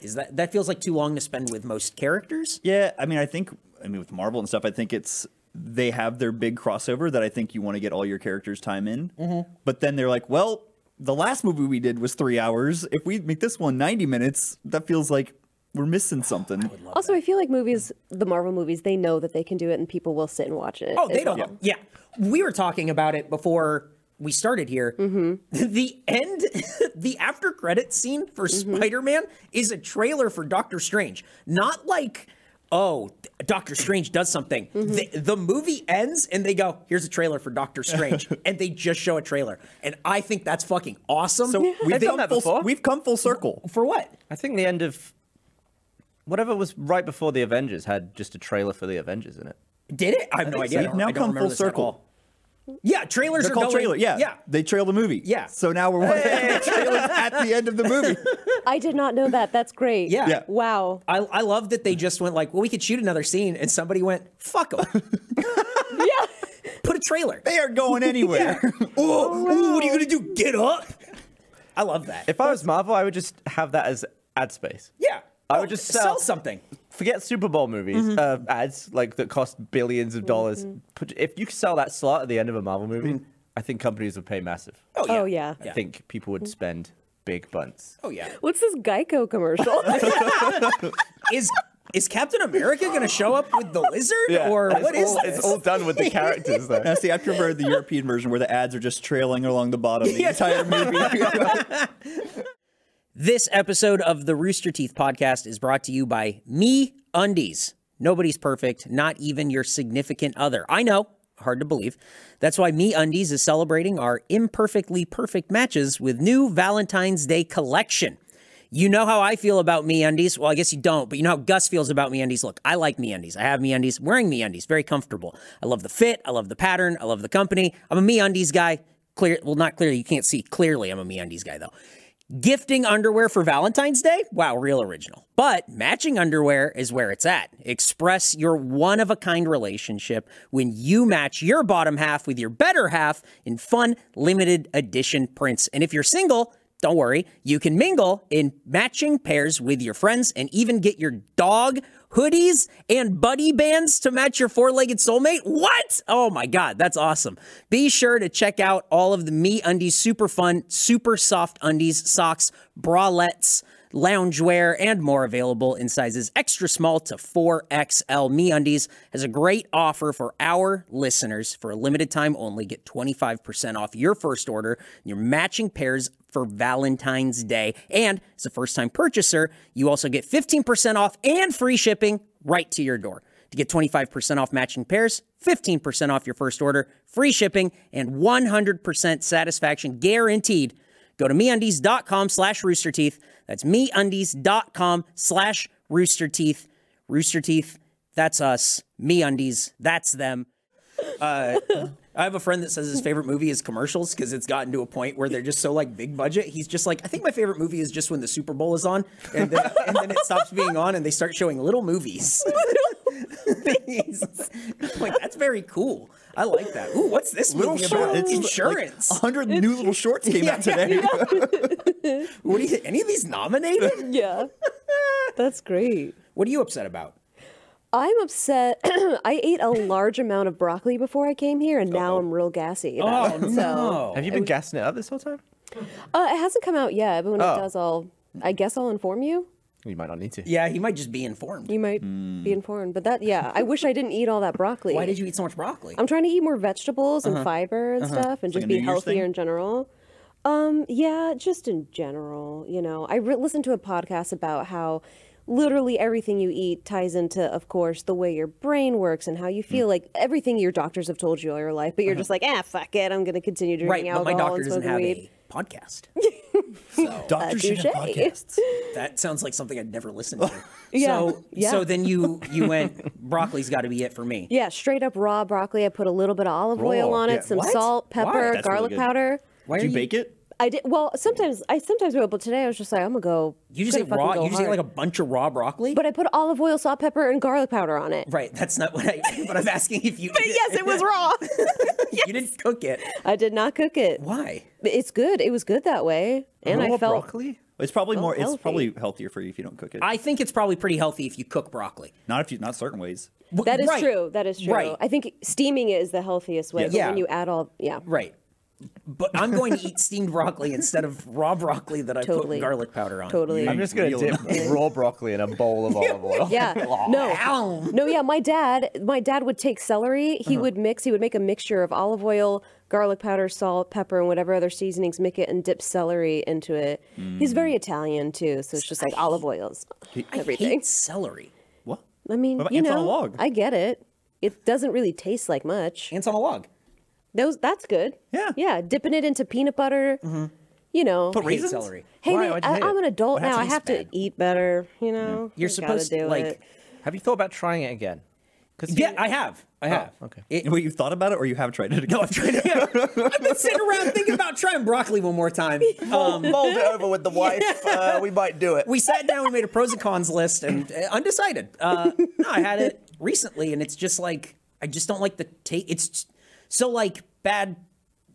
[SPEAKER 3] is that that feels like too long to spend with most characters?
[SPEAKER 5] Yeah, I mean, I think, I mean, with Marvel and stuff, I think it's they have their big crossover that I think you want to get all your characters' time in.
[SPEAKER 3] Mm-hmm.
[SPEAKER 5] But then they're like, well, the last movie we did was three hours. If we make this one 90 minutes, that feels like we're missing something.
[SPEAKER 2] Also, I feel like movies, the Marvel movies, they know that they can do it, and people will sit and watch it.
[SPEAKER 3] Oh, they
[SPEAKER 2] as
[SPEAKER 3] don't.
[SPEAKER 2] well.
[SPEAKER 3] Yeah. we were talking about it before we started here.
[SPEAKER 5] Mm-hmm.
[SPEAKER 3] The end, the after credit scene for
[SPEAKER 5] Mm-hmm.
[SPEAKER 3] Spider Man is a trailer for Doctor Strange. Not like, oh, Doctor Strange does something.
[SPEAKER 5] Mm-hmm.
[SPEAKER 3] The, the movie ends and they go, here's a trailer for Doctor Strange, and they just show a trailer. And I think that's fucking awesome.
[SPEAKER 5] So we've,
[SPEAKER 3] They've done
[SPEAKER 5] come
[SPEAKER 3] that
[SPEAKER 5] full,
[SPEAKER 3] before.
[SPEAKER 5] we've come full circle.
[SPEAKER 3] for what?
[SPEAKER 4] I think the end of whatever was right before the Avengers had just a trailer for the Avengers in it.
[SPEAKER 3] Did it? I have no
[SPEAKER 5] think
[SPEAKER 3] idea.
[SPEAKER 5] so.
[SPEAKER 3] I
[SPEAKER 5] We've
[SPEAKER 3] don't-
[SPEAKER 5] now
[SPEAKER 3] I don't
[SPEAKER 5] come
[SPEAKER 3] remember
[SPEAKER 5] full
[SPEAKER 3] this at
[SPEAKER 5] circle.
[SPEAKER 3] all. Yeah, trailers
[SPEAKER 5] They're
[SPEAKER 3] are
[SPEAKER 5] called
[SPEAKER 3] going-
[SPEAKER 5] trailer. Yeah.
[SPEAKER 3] yeah.
[SPEAKER 5] They trail the movie.
[SPEAKER 3] Yeah.
[SPEAKER 5] So now we're one of the trailers at the end of the movie.
[SPEAKER 2] I did not know that. That's great.
[SPEAKER 3] Yeah. Yeah.
[SPEAKER 2] Wow.
[SPEAKER 3] I, I love that they just went like, well, we could shoot another scene, and somebody went, fuck 'em.
[SPEAKER 2] Yeah.
[SPEAKER 3] put a trailer.
[SPEAKER 5] They are going anywhere.
[SPEAKER 3] Oh, ooh, what are you gonna do? Get up! I love that.
[SPEAKER 4] If I was Marvel, I would just have that as ad space.
[SPEAKER 3] yeah,
[SPEAKER 4] I
[SPEAKER 3] Oh,
[SPEAKER 4] would just
[SPEAKER 3] sell,
[SPEAKER 4] sell-
[SPEAKER 3] something.
[SPEAKER 4] Forget Super Bowl movies, uh, ads like that cost billions of dollars. Put, if you could sell that slot at the end of a Marvel movie, I think companies would pay massive.
[SPEAKER 3] Oh yeah.
[SPEAKER 2] Oh yeah.
[SPEAKER 4] I think people would spend big bunts.
[SPEAKER 3] Oh yeah.
[SPEAKER 2] What's this Geico commercial?
[SPEAKER 3] Is is Captain America gonna show up with the lizard or
[SPEAKER 4] It's
[SPEAKER 3] what is
[SPEAKER 4] all,
[SPEAKER 3] this?
[SPEAKER 4] It's all done with the characters though.
[SPEAKER 5] Now, see, I prefer the European version where the ads are just trailing along the bottom the entire movie.
[SPEAKER 3] This episode of the Rooster Teeth podcast is brought to you by Me Undies. Nobody's perfect, not even your significant other. I know, hard to believe. That's why Me Undies is celebrating our imperfectly perfect matches with new Valentine's Day collection. You know how I feel about me undies. Well, I guess you don't, but you know how Gus feels about me undies. Look, I like me undies. I have me undies. Wearing me undies, very comfortable. I love the fit. I love the pattern. I love the company. I'm a me undies guy. Clear, well, not clearly. You can't see clearly. I'm a me undies guy though. Gifting underwear for Valentine's Day? Wow, real original. But matching underwear is where it's at. Express your one of a kind relationship when you match your bottom half with your better half in fun, limited edition prints. And if you're single, don't worry, you can mingle in matching pairs with your friends and even get your dog hoodies and buddy bands to match your four legged soulmate. What? Oh my God, that's awesome. Be sure to check out all of the Me Undies Super Fun, Super Soft Undies, Socks, Bralettes loungewear, and more available in sizes extra small to 4XL. MeUndies has a great offer for our listeners for a limited time only. Get 25% off your first order, your matching pairs for Valentine's Day. And as a first-time purchaser, you also get 15% off and free shipping right to your door. To get 25% off matching pairs, 15% off your first order, free shipping, and 100% satisfaction guaranteed. Go to meundies.com slash roosterteeth. That's meundies.com slash roosterteeth. Roosterteeth, that's us. Meundies, that's them. Uh, I have a friend that says his favorite movie is commercials because it's gotten to a point where they're just so like big budget. He's just like, I think my favorite movie is just when the Super Bowl is on, and then, and then it stops being on, and they start showing little movies. Jesus. like that's very cool. I like that. Ooh, what's this
[SPEAKER 5] Little
[SPEAKER 3] movie
[SPEAKER 5] short
[SPEAKER 3] about?
[SPEAKER 5] it's like
[SPEAKER 3] insurance.
[SPEAKER 5] 100 new little shorts came out today.
[SPEAKER 3] what do you? Any of these nominated?
[SPEAKER 2] Yeah. That's great.
[SPEAKER 3] what are you upset about?
[SPEAKER 2] I'm upset. I ate a large amount of broccoli before I came here, and now I'm real gassy.
[SPEAKER 3] Oh,
[SPEAKER 2] about it. So,
[SPEAKER 4] Have you been gassing it up this whole time?
[SPEAKER 2] uh, it hasn't come out yet, but when
[SPEAKER 4] Oh.
[SPEAKER 2] it does, I'll. I guess I'll inform you.
[SPEAKER 4] You might not need to.
[SPEAKER 3] Yeah, he might just be informed.
[SPEAKER 2] You might be informed. But that, yeah, I wish I didn't eat all that broccoli.
[SPEAKER 3] Hmm. Why did you eat so much broccoli?
[SPEAKER 2] I'm trying to eat more vegetables and fiber and stuff, and
[SPEAKER 5] Like
[SPEAKER 2] just
[SPEAKER 5] a New
[SPEAKER 2] be
[SPEAKER 5] Year's
[SPEAKER 2] healthier
[SPEAKER 5] thing?
[SPEAKER 2] in general. Um, yeah, just in general, you know. I re- listened to a podcast about how literally everything you eat ties into, of course, the way your brain works and how you feel. Like everything your doctors have told you all your life, but you're just like, ah, fuck it, I'm gonna continue
[SPEAKER 3] right,
[SPEAKER 2] drinking
[SPEAKER 3] but my
[SPEAKER 2] alcohol
[SPEAKER 3] doctor
[SPEAKER 2] and
[SPEAKER 3] doesn't
[SPEAKER 2] smoking
[SPEAKER 3] have
[SPEAKER 2] weed. Uh,
[SPEAKER 3] a podcast.
[SPEAKER 5] Doctors should have
[SPEAKER 2] touche.
[SPEAKER 5] podcasts.
[SPEAKER 3] That sounds like something I'd never listened to.
[SPEAKER 2] Yeah,
[SPEAKER 3] So
[SPEAKER 2] yeah.
[SPEAKER 3] so then you you went broccoli's got to be it for me.
[SPEAKER 2] Yeah, straight up raw broccoli. I put a little bit of olive oil
[SPEAKER 4] Raw,
[SPEAKER 2] on it,
[SPEAKER 4] yeah.
[SPEAKER 2] some
[SPEAKER 3] What?
[SPEAKER 2] salt,
[SPEAKER 3] Why?
[SPEAKER 2] pepper,
[SPEAKER 5] That's really
[SPEAKER 2] garlic
[SPEAKER 5] good.
[SPEAKER 2] powder.
[SPEAKER 3] Why
[SPEAKER 5] Did
[SPEAKER 3] are
[SPEAKER 5] you bake it?
[SPEAKER 2] I did well. Sometimes I sometimes will, but today I was just like, I'm gonna go.
[SPEAKER 3] You just
[SPEAKER 2] gonna
[SPEAKER 3] ate
[SPEAKER 2] fucking
[SPEAKER 3] raw.
[SPEAKER 2] go
[SPEAKER 3] You just ate
[SPEAKER 2] hard.
[SPEAKER 3] like a bunch of raw broccoli.
[SPEAKER 2] But I put olive oil, salt, pepper, and garlic powder on it.
[SPEAKER 3] right, that's not what I. But I'm asking if you.
[SPEAKER 2] But yes, it was raw.
[SPEAKER 3] You didn't cook it.
[SPEAKER 2] I did not cook it.
[SPEAKER 3] Why?
[SPEAKER 2] But It's good. It was good that way, and I
[SPEAKER 4] Raw
[SPEAKER 2] felt
[SPEAKER 4] broccoli?
[SPEAKER 5] It's probably more.
[SPEAKER 2] Oh, healthy.
[SPEAKER 5] It's probably healthier for you if you don't cook it.
[SPEAKER 3] I think it's probably pretty healthy if you cook broccoli.
[SPEAKER 5] not if you, not certain ways.
[SPEAKER 3] W-
[SPEAKER 2] that is
[SPEAKER 3] right,
[SPEAKER 2] true. That is true.
[SPEAKER 3] Right.
[SPEAKER 2] I think steaming it is the healthiest way.
[SPEAKER 5] Yeah.
[SPEAKER 2] But
[SPEAKER 3] Yeah.
[SPEAKER 2] when you add all, yeah,
[SPEAKER 3] Right. But I'm going to eat steamed broccoli instead of raw broccoli that I
[SPEAKER 2] Totally.
[SPEAKER 3] put garlic powder on.
[SPEAKER 2] totally.
[SPEAKER 5] I'm
[SPEAKER 4] just gonna dip raw broccoli in a bowl of olive oil.
[SPEAKER 2] Yeah. No.
[SPEAKER 3] Ow.
[SPEAKER 2] No, yeah, my dad, my dad would take celery. He would mix, he would make a mixture of olive oil, garlic powder, salt, pepper, and whatever other seasonings, make it and dip celery into it. He's very Italian too, so it's just like olive oils, everything.
[SPEAKER 3] I hate celery.
[SPEAKER 5] What?
[SPEAKER 2] I mean,
[SPEAKER 5] What about
[SPEAKER 2] you
[SPEAKER 5] ants on a
[SPEAKER 2] know,
[SPEAKER 5] log?
[SPEAKER 2] I get it. It doesn't really taste like much.
[SPEAKER 3] Ants on a log.
[SPEAKER 2] Those that's good.
[SPEAKER 5] Yeah.
[SPEAKER 2] Yeah, dipping it into peanut butter. You know.
[SPEAKER 3] Put
[SPEAKER 5] raisins?
[SPEAKER 3] celery.
[SPEAKER 2] hey,
[SPEAKER 4] Why?
[SPEAKER 2] man,
[SPEAKER 4] Why'd you
[SPEAKER 2] I,
[SPEAKER 4] hate
[SPEAKER 2] I'm
[SPEAKER 4] it?
[SPEAKER 2] an adult
[SPEAKER 3] Well,
[SPEAKER 2] now.
[SPEAKER 3] that
[SPEAKER 2] I
[SPEAKER 3] tastes
[SPEAKER 2] have to
[SPEAKER 3] bad.
[SPEAKER 2] eat better. You know.
[SPEAKER 3] You're
[SPEAKER 2] I gotta
[SPEAKER 3] supposed
[SPEAKER 2] do
[SPEAKER 3] to like.
[SPEAKER 2] it.
[SPEAKER 4] Have you thought about trying it again? Because
[SPEAKER 3] Yeah, I have. I
[SPEAKER 2] Oh,
[SPEAKER 3] have.
[SPEAKER 4] okay.
[SPEAKER 3] It-
[SPEAKER 5] Wait, you've thought about it or you have tried it?
[SPEAKER 3] no, I've tried. I've been sitting around thinking about trying broccoli one more time. Um,
[SPEAKER 4] mulled it over with the wife. Uh, we might do it.
[SPEAKER 3] we sat down, we made a pros and cons list, and uh, undecided. Uh, no, I had it recently, and it's just like I just don't like the taste. It's just- so like bad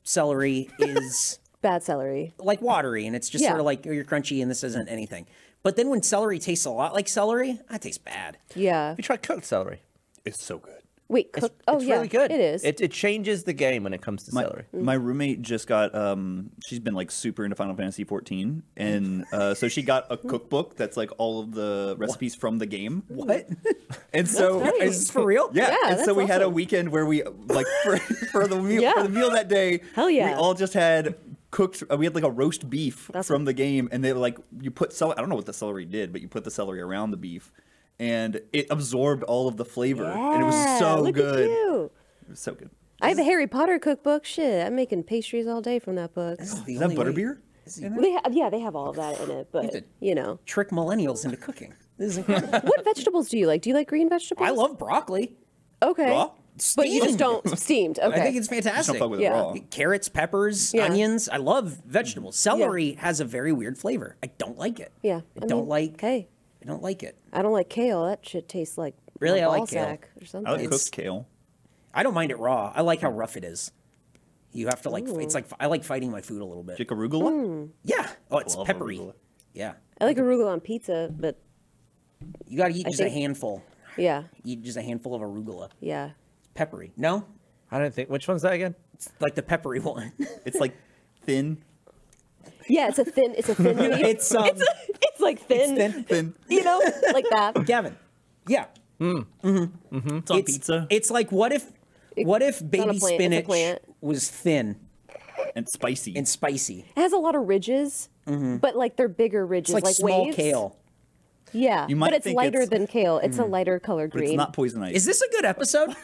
[SPEAKER 3] celery is
[SPEAKER 2] Bad celery.
[SPEAKER 3] like watery, and it's just
[SPEAKER 2] Yeah.
[SPEAKER 3] sort of like oh, you're crunchy, and this isn't anything. But then when celery tastes a lot like celery, that tastes bad.
[SPEAKER 2] Yeah.
[SPEAKER 4] Have you tried cooked celery? It's so good.
[SPEAKER 2] Wait. Cook. oh
[SPEAKER 4] it's
[SPEAKER 2] yeah.
[SPEAKER 4] really good.
[SPEAKER 2] It is.
[SPEAKER 4] It, it changes the game when it comes to
[SPEAKER 5] My,
[SPEAKER 4] celery.
[SPEAKER 5] my roommate just got um she's been like super into Final Fantasy 14 and uh, so she got a cookbook that's like all of the recipes from the game.
[SPEAKER 3] What?
[SPEAKER 5] And so
[SPEAKER 3] Is this for real?
[SPEAKER 5] Yeah,
[SPEAKER 2] Oh, Yeah,
[SPEAKER 5] and so
[SPEAKER 2] that's
[SPEAKER 5] we had a
[SPEAKER 2] awesome.
[SPEAKER 5] weekend where we like for, for the meal
[SPEAKER 2] Yeah.
[SPEAKER 5] for the meal that day.
[SPEAKER 2] Hell yeah.
[SPEAKER 5] We all just had cooked. uh, We had like a roast beef
[SPEAKER 2] That's-
[SPEAKER 5] from the game, and they were like you put celery. I don't know what the celery did, but you put the celery around the beef, and it absorbed all of the flavor, and it was
[SPEAKER 2] Yeah,
[SPEAKER 5] so
[SPEAKER 2] look
[SPEAKER 5] good.
[SPEAKER 2] At you.
[SPEAKER 5] It was so good.
[SPEAKER 2] I have a Harry Potter cookbook. Shit, I'm making pastries all day from that book.
[SPEAKER 5] Is that butterbeer?
[SPEAKER 2] They have, yeah, they have all of that in it, but
[SPEAKER 3] did-
[SPEAKER 2] you know,
[SPEAKER 3] Trick millennials into cooking. This is incredible.
[SPEAKER 2] what vegetables do you like? Do you like green vegetables?
[SPEAKER 3] I love broccoli.
[SPEAKER 2] Okay,
[SPEAKER 5] Raw?
[SPEAKER 2] but you just
[SPEAKER 3] Steamed.
[SPEAKER 2] don't steamed. Okay,
[SPEAKER 3] I think it's fantastic.
[SPEAKER 5] Just don't fuck with
[SPEAKER 2] Yeah.
[SPEAKER 5] it Oh. raw.
[SPEAKER 3] carrots, peppers,
[SPEAKER 2] Yeah.
[SPEAKER 3] onions. I love vegetables. Celery has a very weird flavor. I don't like it.
[SPEAKER 2] Yeah, I
[SPEAKER 3] I, don't
[SPEAKER 2] mean,
[SPEAKER 3] like.
[SPEAKER 2] hey.
[SPEAKER 3] I don't like it.
[SPEAKER 2] I don't like kale. That shit tastes like
[SPEAKER 3] Really?
[SPEAKER 2] my
[SPEAKER 3] I like
[SPEAKER 2] ball
[SPEAKER 3] kale.
[SPEAKER 2] sack or something.
[SPEAKER 5] I like
[SPEAKER 3] It's-
[SPEAKER 5] cooked kale.
[SPEAKER 3] I don't mind it raw. I like how rough it is. You have to like. It's like I like fighting my food a little bit.
[SPEAKER 5] Like arugula.
[SPEAKER 2] Mm.
[SPEAKER 3] Yeah. Oh, it's
[SPEAKER 5] love
[SPEAKER 3] peppery.
[SPEAKER 5] arugula.
[SPEAKER 3] Yeah.
[SPEAKER 2] I like arugula on pizza, but
[SPEAKER 3] You got to eat just
[SPEAKER 2] think-
[SPEAKER 3] a handful.
[SPEAKER 2] yeah,
[SPEAKER 3] Eat just a handful of arugula.
[SPEAKER 2] yeah.
[SPEAKER 3] Peppery. No,
[SPEAKER 4] I don't think. Which one's that again?
[SPEAKER 3] it's like the peppery one.
[SPEAKER 5] It's like thin,
[SPEAKER 2] Yeah, it's a thin, it's a thin leaf.
[SPEAKER 3] it's um,
[SPEAKER 2] it's like thin,
[SPEAKER 5] thin.
[SPEAKER 2] you know, like that.
[SPEAKER 3] Gavin. Yeah.
[SPEAKER 5] Hmm.
[SPEAKER 3] Mm-hmm.
[SPEAKER 5] Mm-hmm. It's on
[SPEAKER 3] it's, It's like what if, what if
[SPEAKER 2] not a
[SPEAKER 3] baby
[SPEAKER 2] plant, it's a
[SPEAKER 3] spinach
[SPEAKER 2] plant.
[SPEAKER 3] was thin
[SPEAKER 5] and spicy.
[SPEAKER 3] and spicy?
[SPEAKER 2] It has a lot of ridges, but like they're bigger ridges,
[SPEAKER 3] Mm-hmm. It's like, small
[SPEAKER 2] waves.
[SPEAKER 3] kale.
[SPEAKER 2] Yeah,
[SPEAKER 5] You might
[SPEAKER 2] but it's
[SPEAKER 5] think
[SPEAKER 2] lighter
[SPEAKER 5] it's-
[SPEAKER 2] than kale. It's
[SPEAKER 3] Mm-hmm.
[SPEAKER 2] a lighter color
[SPEAKER 5] but
[SPEAKER 2] green.
[SPEAKER 5] it's not poison ivy.
[SPEAKER 3] Is this a good episode?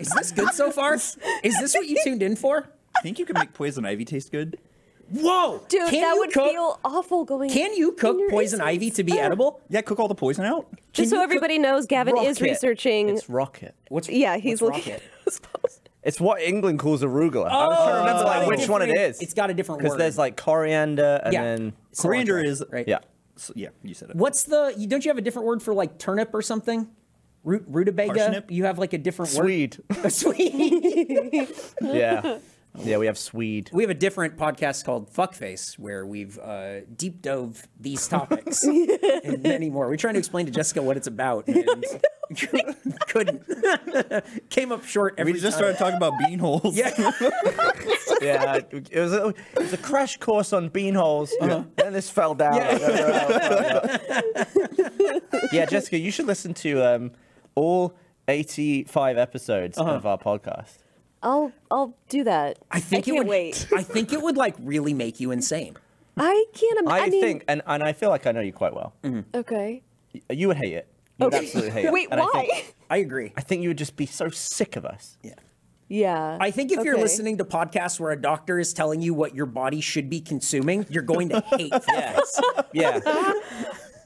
[SPEAKER 3] Is this good so far? Is this what you tuned in for?
[SPEAKER 5] I think you can make poison ivy taste good.
[SPEAKER 3] Whoa,
[SPEAKER 2] Dude,
[SPEAKER 3] Can
[SPEAKER 2] that
[SPEAKER 3] you
[SPEAKER 2] would
[SPEAKER 3] cook,
[SPEAKER 2] feel awful going.
[SPEAKER 3] Can you cook
[SPEAKER 2] in your
[SPEAKER 3] poison
[SPEAKER 2] insides.
[SPEAKER 3] ivy to be edible?
[SPEAKER 5] Yeah, cook all the poison out.
[SPEAKER 2] Just so
[SPEAKER 3] you cook
[SPEAKER 2] everybody knows, Gavin is
[SPEAKER 3] rocket?
[SPEAKER 2] researching.
[SPEAKER 4] It's rocket.
[SPEAKER 3] What's
[SPEAKER 2] yeah, he's
[SPEAKER 3] what's
[SPEAKER 2] looking.
[SPEAKER 3] rocket?
[SPEAKER 4] It's what England calls arugula. I was trying to remember like,
[SPEAKER 3] Oh.
[SPEAKER 4] which one it
[SPEAKER 3] Different-
[SPEAKER 4] is.
[SPEAKER 3] it's got a different
[SPEAKER 4] Because
[SPEAKER 3] word.
[SPEAKER 4] there's like coriander and
[SPEAKER 3] Yeah.
[SPEAKER 4] then.
[SPEAKER 3] Cilantro,
[SPEAKER 5] Coriander is
[SPEAKER 3] right.
[SPEAKER 4] Yeah.
[SPEAKER 5] So, yeah, you said it.
[SPEAKER 3] What's the? You, don't you have a different word for like turnip or something? Root, rutabaga.
[SPEAKER 5] Parsnip?
[SPEAKER 3] You have like a different
[SPEAKER 4] Swede.
[SPEAKER 3] word. A Swede.
[SPEAKER 4] yeah. Yeah, we have Swede.
[SPEAKER 3] we have a different podcast called Fuckface where we've uh, deep dove these topics and many more. We're trying to explain to Jessica what it's about. And couldn't. Came up short every
[SPEAKER 5] We just
[SPEAKER 3] time.
[SPEAKER 5] started talking about bean holes.
[SPEAKER 3] Yeah.
[SPEAKER 4] yeah, it was, a, it was a crash course on bean holes.
[SPEAKER 2] Uh-huh.
[SPEAKER 4] Then this fell down. yeah, Jessica, you should listen to um, all 85 episodes
[SPEAKER 2] Uh-huh.
[SPEAKER 4] of our podcast.
[SPEAKER 2] I'll I'll do that.
[SPEAKER 3] I think
[SPEAKER 2] I
[SPEAKER 3] it
[SPEAKER 2] can't
[SPEAKER 3] would.
[SPEAKER 2] wait.
[SPEAKER 3] I think it would like really make you insane.
[SPEAKER 2] I can't
[SPEAKER 4] I,
[SPEAKER 2] imagine. I mean,
[SPEAKER 4] think, and, and I feel like I know you quite well.
[SPEAKER 2] okay.
[SPEAKER 4] Y- You would hate it. You would
[SPEAKER 2] Okay.
[SPEAKER 4] absolutely hate it.
[SPEAKER 2] Wait,
[SPEAKER 4] And I think-
[SPEAKER 2] why?
[SPEAKER 3] I agree.
[SPEAKER 4] I think you would just be so sick of us.
[SPEAKER 2] Yeah.
[SPEAKER 3] I think if you're
[SPEAKER 2] Okay.
[SPEAKER 3] listening to podcasts where a doctor is telling you what your body should be consuming, you're going to hate this.
[SPEAKER 4] Yeah.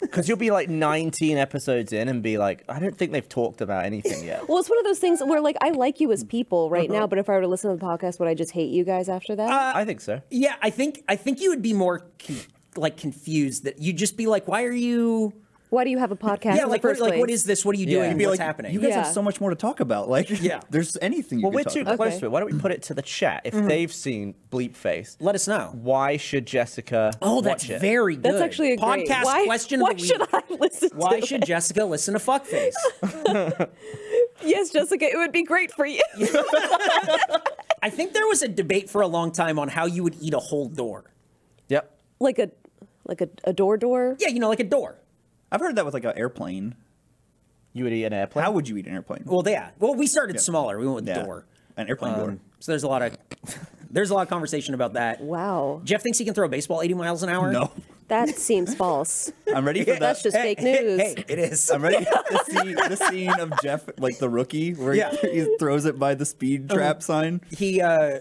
[SPEAKER 4] Because you'll be like 19 episodes in and be like, I don't think they've talked about anything yet.
[SPEAKER 2] Well, it's one of those things where, like, I like you
[SPEAKER 3] Mm-hmm.
[SPEAKER 2] as people right
[SPEAKER 3] Uh-huh.
[SPEAKER 2] now, but if I were to listen to the podcast, would I just hate you guys after that?
[SPEAKER 3] Uh,
[SPEAKER 4] I think so.
[SPEAKER 3] Yeah, I think I think you would be more con- like confused that you'd just be like, why are you?
[SPEAKER 2] Why do you have a podcast?
[SPEAKER 3] Yeah,
[SPEAKER 2] in the
[SPEAKER 3] like, what,
[SPEAKER 2] first
[SPEAKER 3] like what
[SPEAKER 2] place?
[SPEAKER 3] is this? What are you
[SPEAKER 4] Yeah.
[SPEAKER 3] doing?
[SPEAKER 4] You'd
[SPEAKER 5] Be
[SPEAKER 3] What's
[SPEAKER 5] like,
[SPEAKER 3] happening?
[SPEAKER 5] You guys
[SPEAKER 2] Yeah.
[SPEAKER 5] have so much more to talk about. Like,
[SPEAKER 3] Yeah.
[SPEAKER 5] there's anything. You
[SPEAKER 4] Well,
[SPEAKER 5] could
[SPEAKER 4] we're
[SPEAKER 5] talk
[SPEAKER 4] too
[SPEAKER 5] about.
[SPEAKER 4] close
[SPEAKER 2] Okay.
[SPEAKER 4] to it. Why don't we put it to the chat? If they've seen Bleepface,
[SPEAKER 3] Let us know.
[SPEAKER 4] why should Jessica?
[SPEAKER 3] Oh, that's
[SPEAKER 4] watch it?
[SPEAKER 3] very good.
[SPEAKER 2] That's actually a great
[SPEAKER 3] podcast
[SPEAKER 2] why,
[SPEAKER 3] question
[SPEAKER 2] Why
[SPEAKER 3] of the week.
[SPEAKER 2] should I listen?
[SPEAKER 3] why
[SPEAKER 2] to
[SPEAKER 3] should
[SPEAKER 2] it?
[SPEAKER 3] Jessica listen to Fuckface?
[SPEAKER 2] Yes, Jessica, it would be great for you.
[SPEAKER 3] I think there was a debate for a long time on how you would eat a whole door.
[SPEAKER 4] Yep.
[SPEAKER 2] like a, like a, a door door.
[SPEAKER 3] Yeah, you know, like a door.
[SPEAKER 5] I've heard that with like an airplane.
[SPEAKER 4] You would eat an airplane.
[SPEAKER 5] How would you eat an airplane?
[SPEAKER 3] Well, yeah. Well, we started smaller. We went with
[SPEAKER 5] Yeah.
[SPEAKER 3] door. Um,
[SPEAKER 5] An airplane door.
[SPEAKER 3] So there's a lot of there's a lot of conversation about that.
[SPEAKER 2] Wow,
[SPEAKER 3] Jeff thinks he can throw a baseball 80 miles an hour.
[SPEAKER 5] No,
[SPEAKER 2] that seems false.
[SPEAKER 5] I'm ready for that.
[SPEAKER 2] That's just fake news.
[SPEAKER 3] Hey, it is.
[SPEAKER 5] I'm ready for the scene, the scene of Jeff, like the rookie, where
[SPEAKER 3] Yeah.
[SPEAKER 5] he, he throws it by the speed trap sign.
[SPEAKER 3] He uh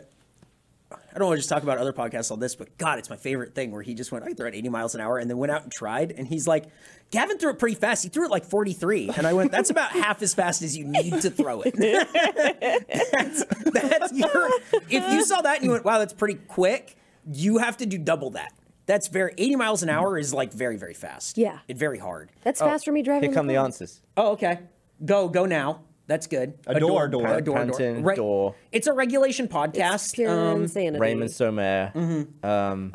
[SPEAKER 3] I don't want to just talk about other podcasts on this, but God, it's my favorite thing where he just went, I throw it 80 miles an hour and then went out and tried. And he's like, Gavin threw it pretty fast. He threw it like 43. And I went, that's about half as fast as you need to throw it. that's, that's your, if you saw that and you went, wow, that's pretty quick, you have to do double that. That's very, 80 miles an hour is like very, very fast.
[SPEAKER 2] Yeah.
[SPEAKER 3] And very hard.
[SPEAKER 2] That's fast for me driving.
[SPEAKER 4] Here
[SPEAKER 2] in
[SPEAKER 4] come the
[SPEAKER 2] car.
[SPEAKER 4] answers.
[SPEAKER 3] Oh, okay. Go, go now. That's good.
[SPEAKER 5] A door, door.
[SPEAKER 3] A door, door.
[SPEAKER 4] Pantin,
[SPEAKER 3] Right.
[SPEAKER 4] door.
[SPEAKER 3] It's a regulation podcast.
[SPEAKER 2] It's pure
[SPEAKER 3] Um,
[SPEAKER 2] insanity.
[SPEAKER 4] Raymond Somer,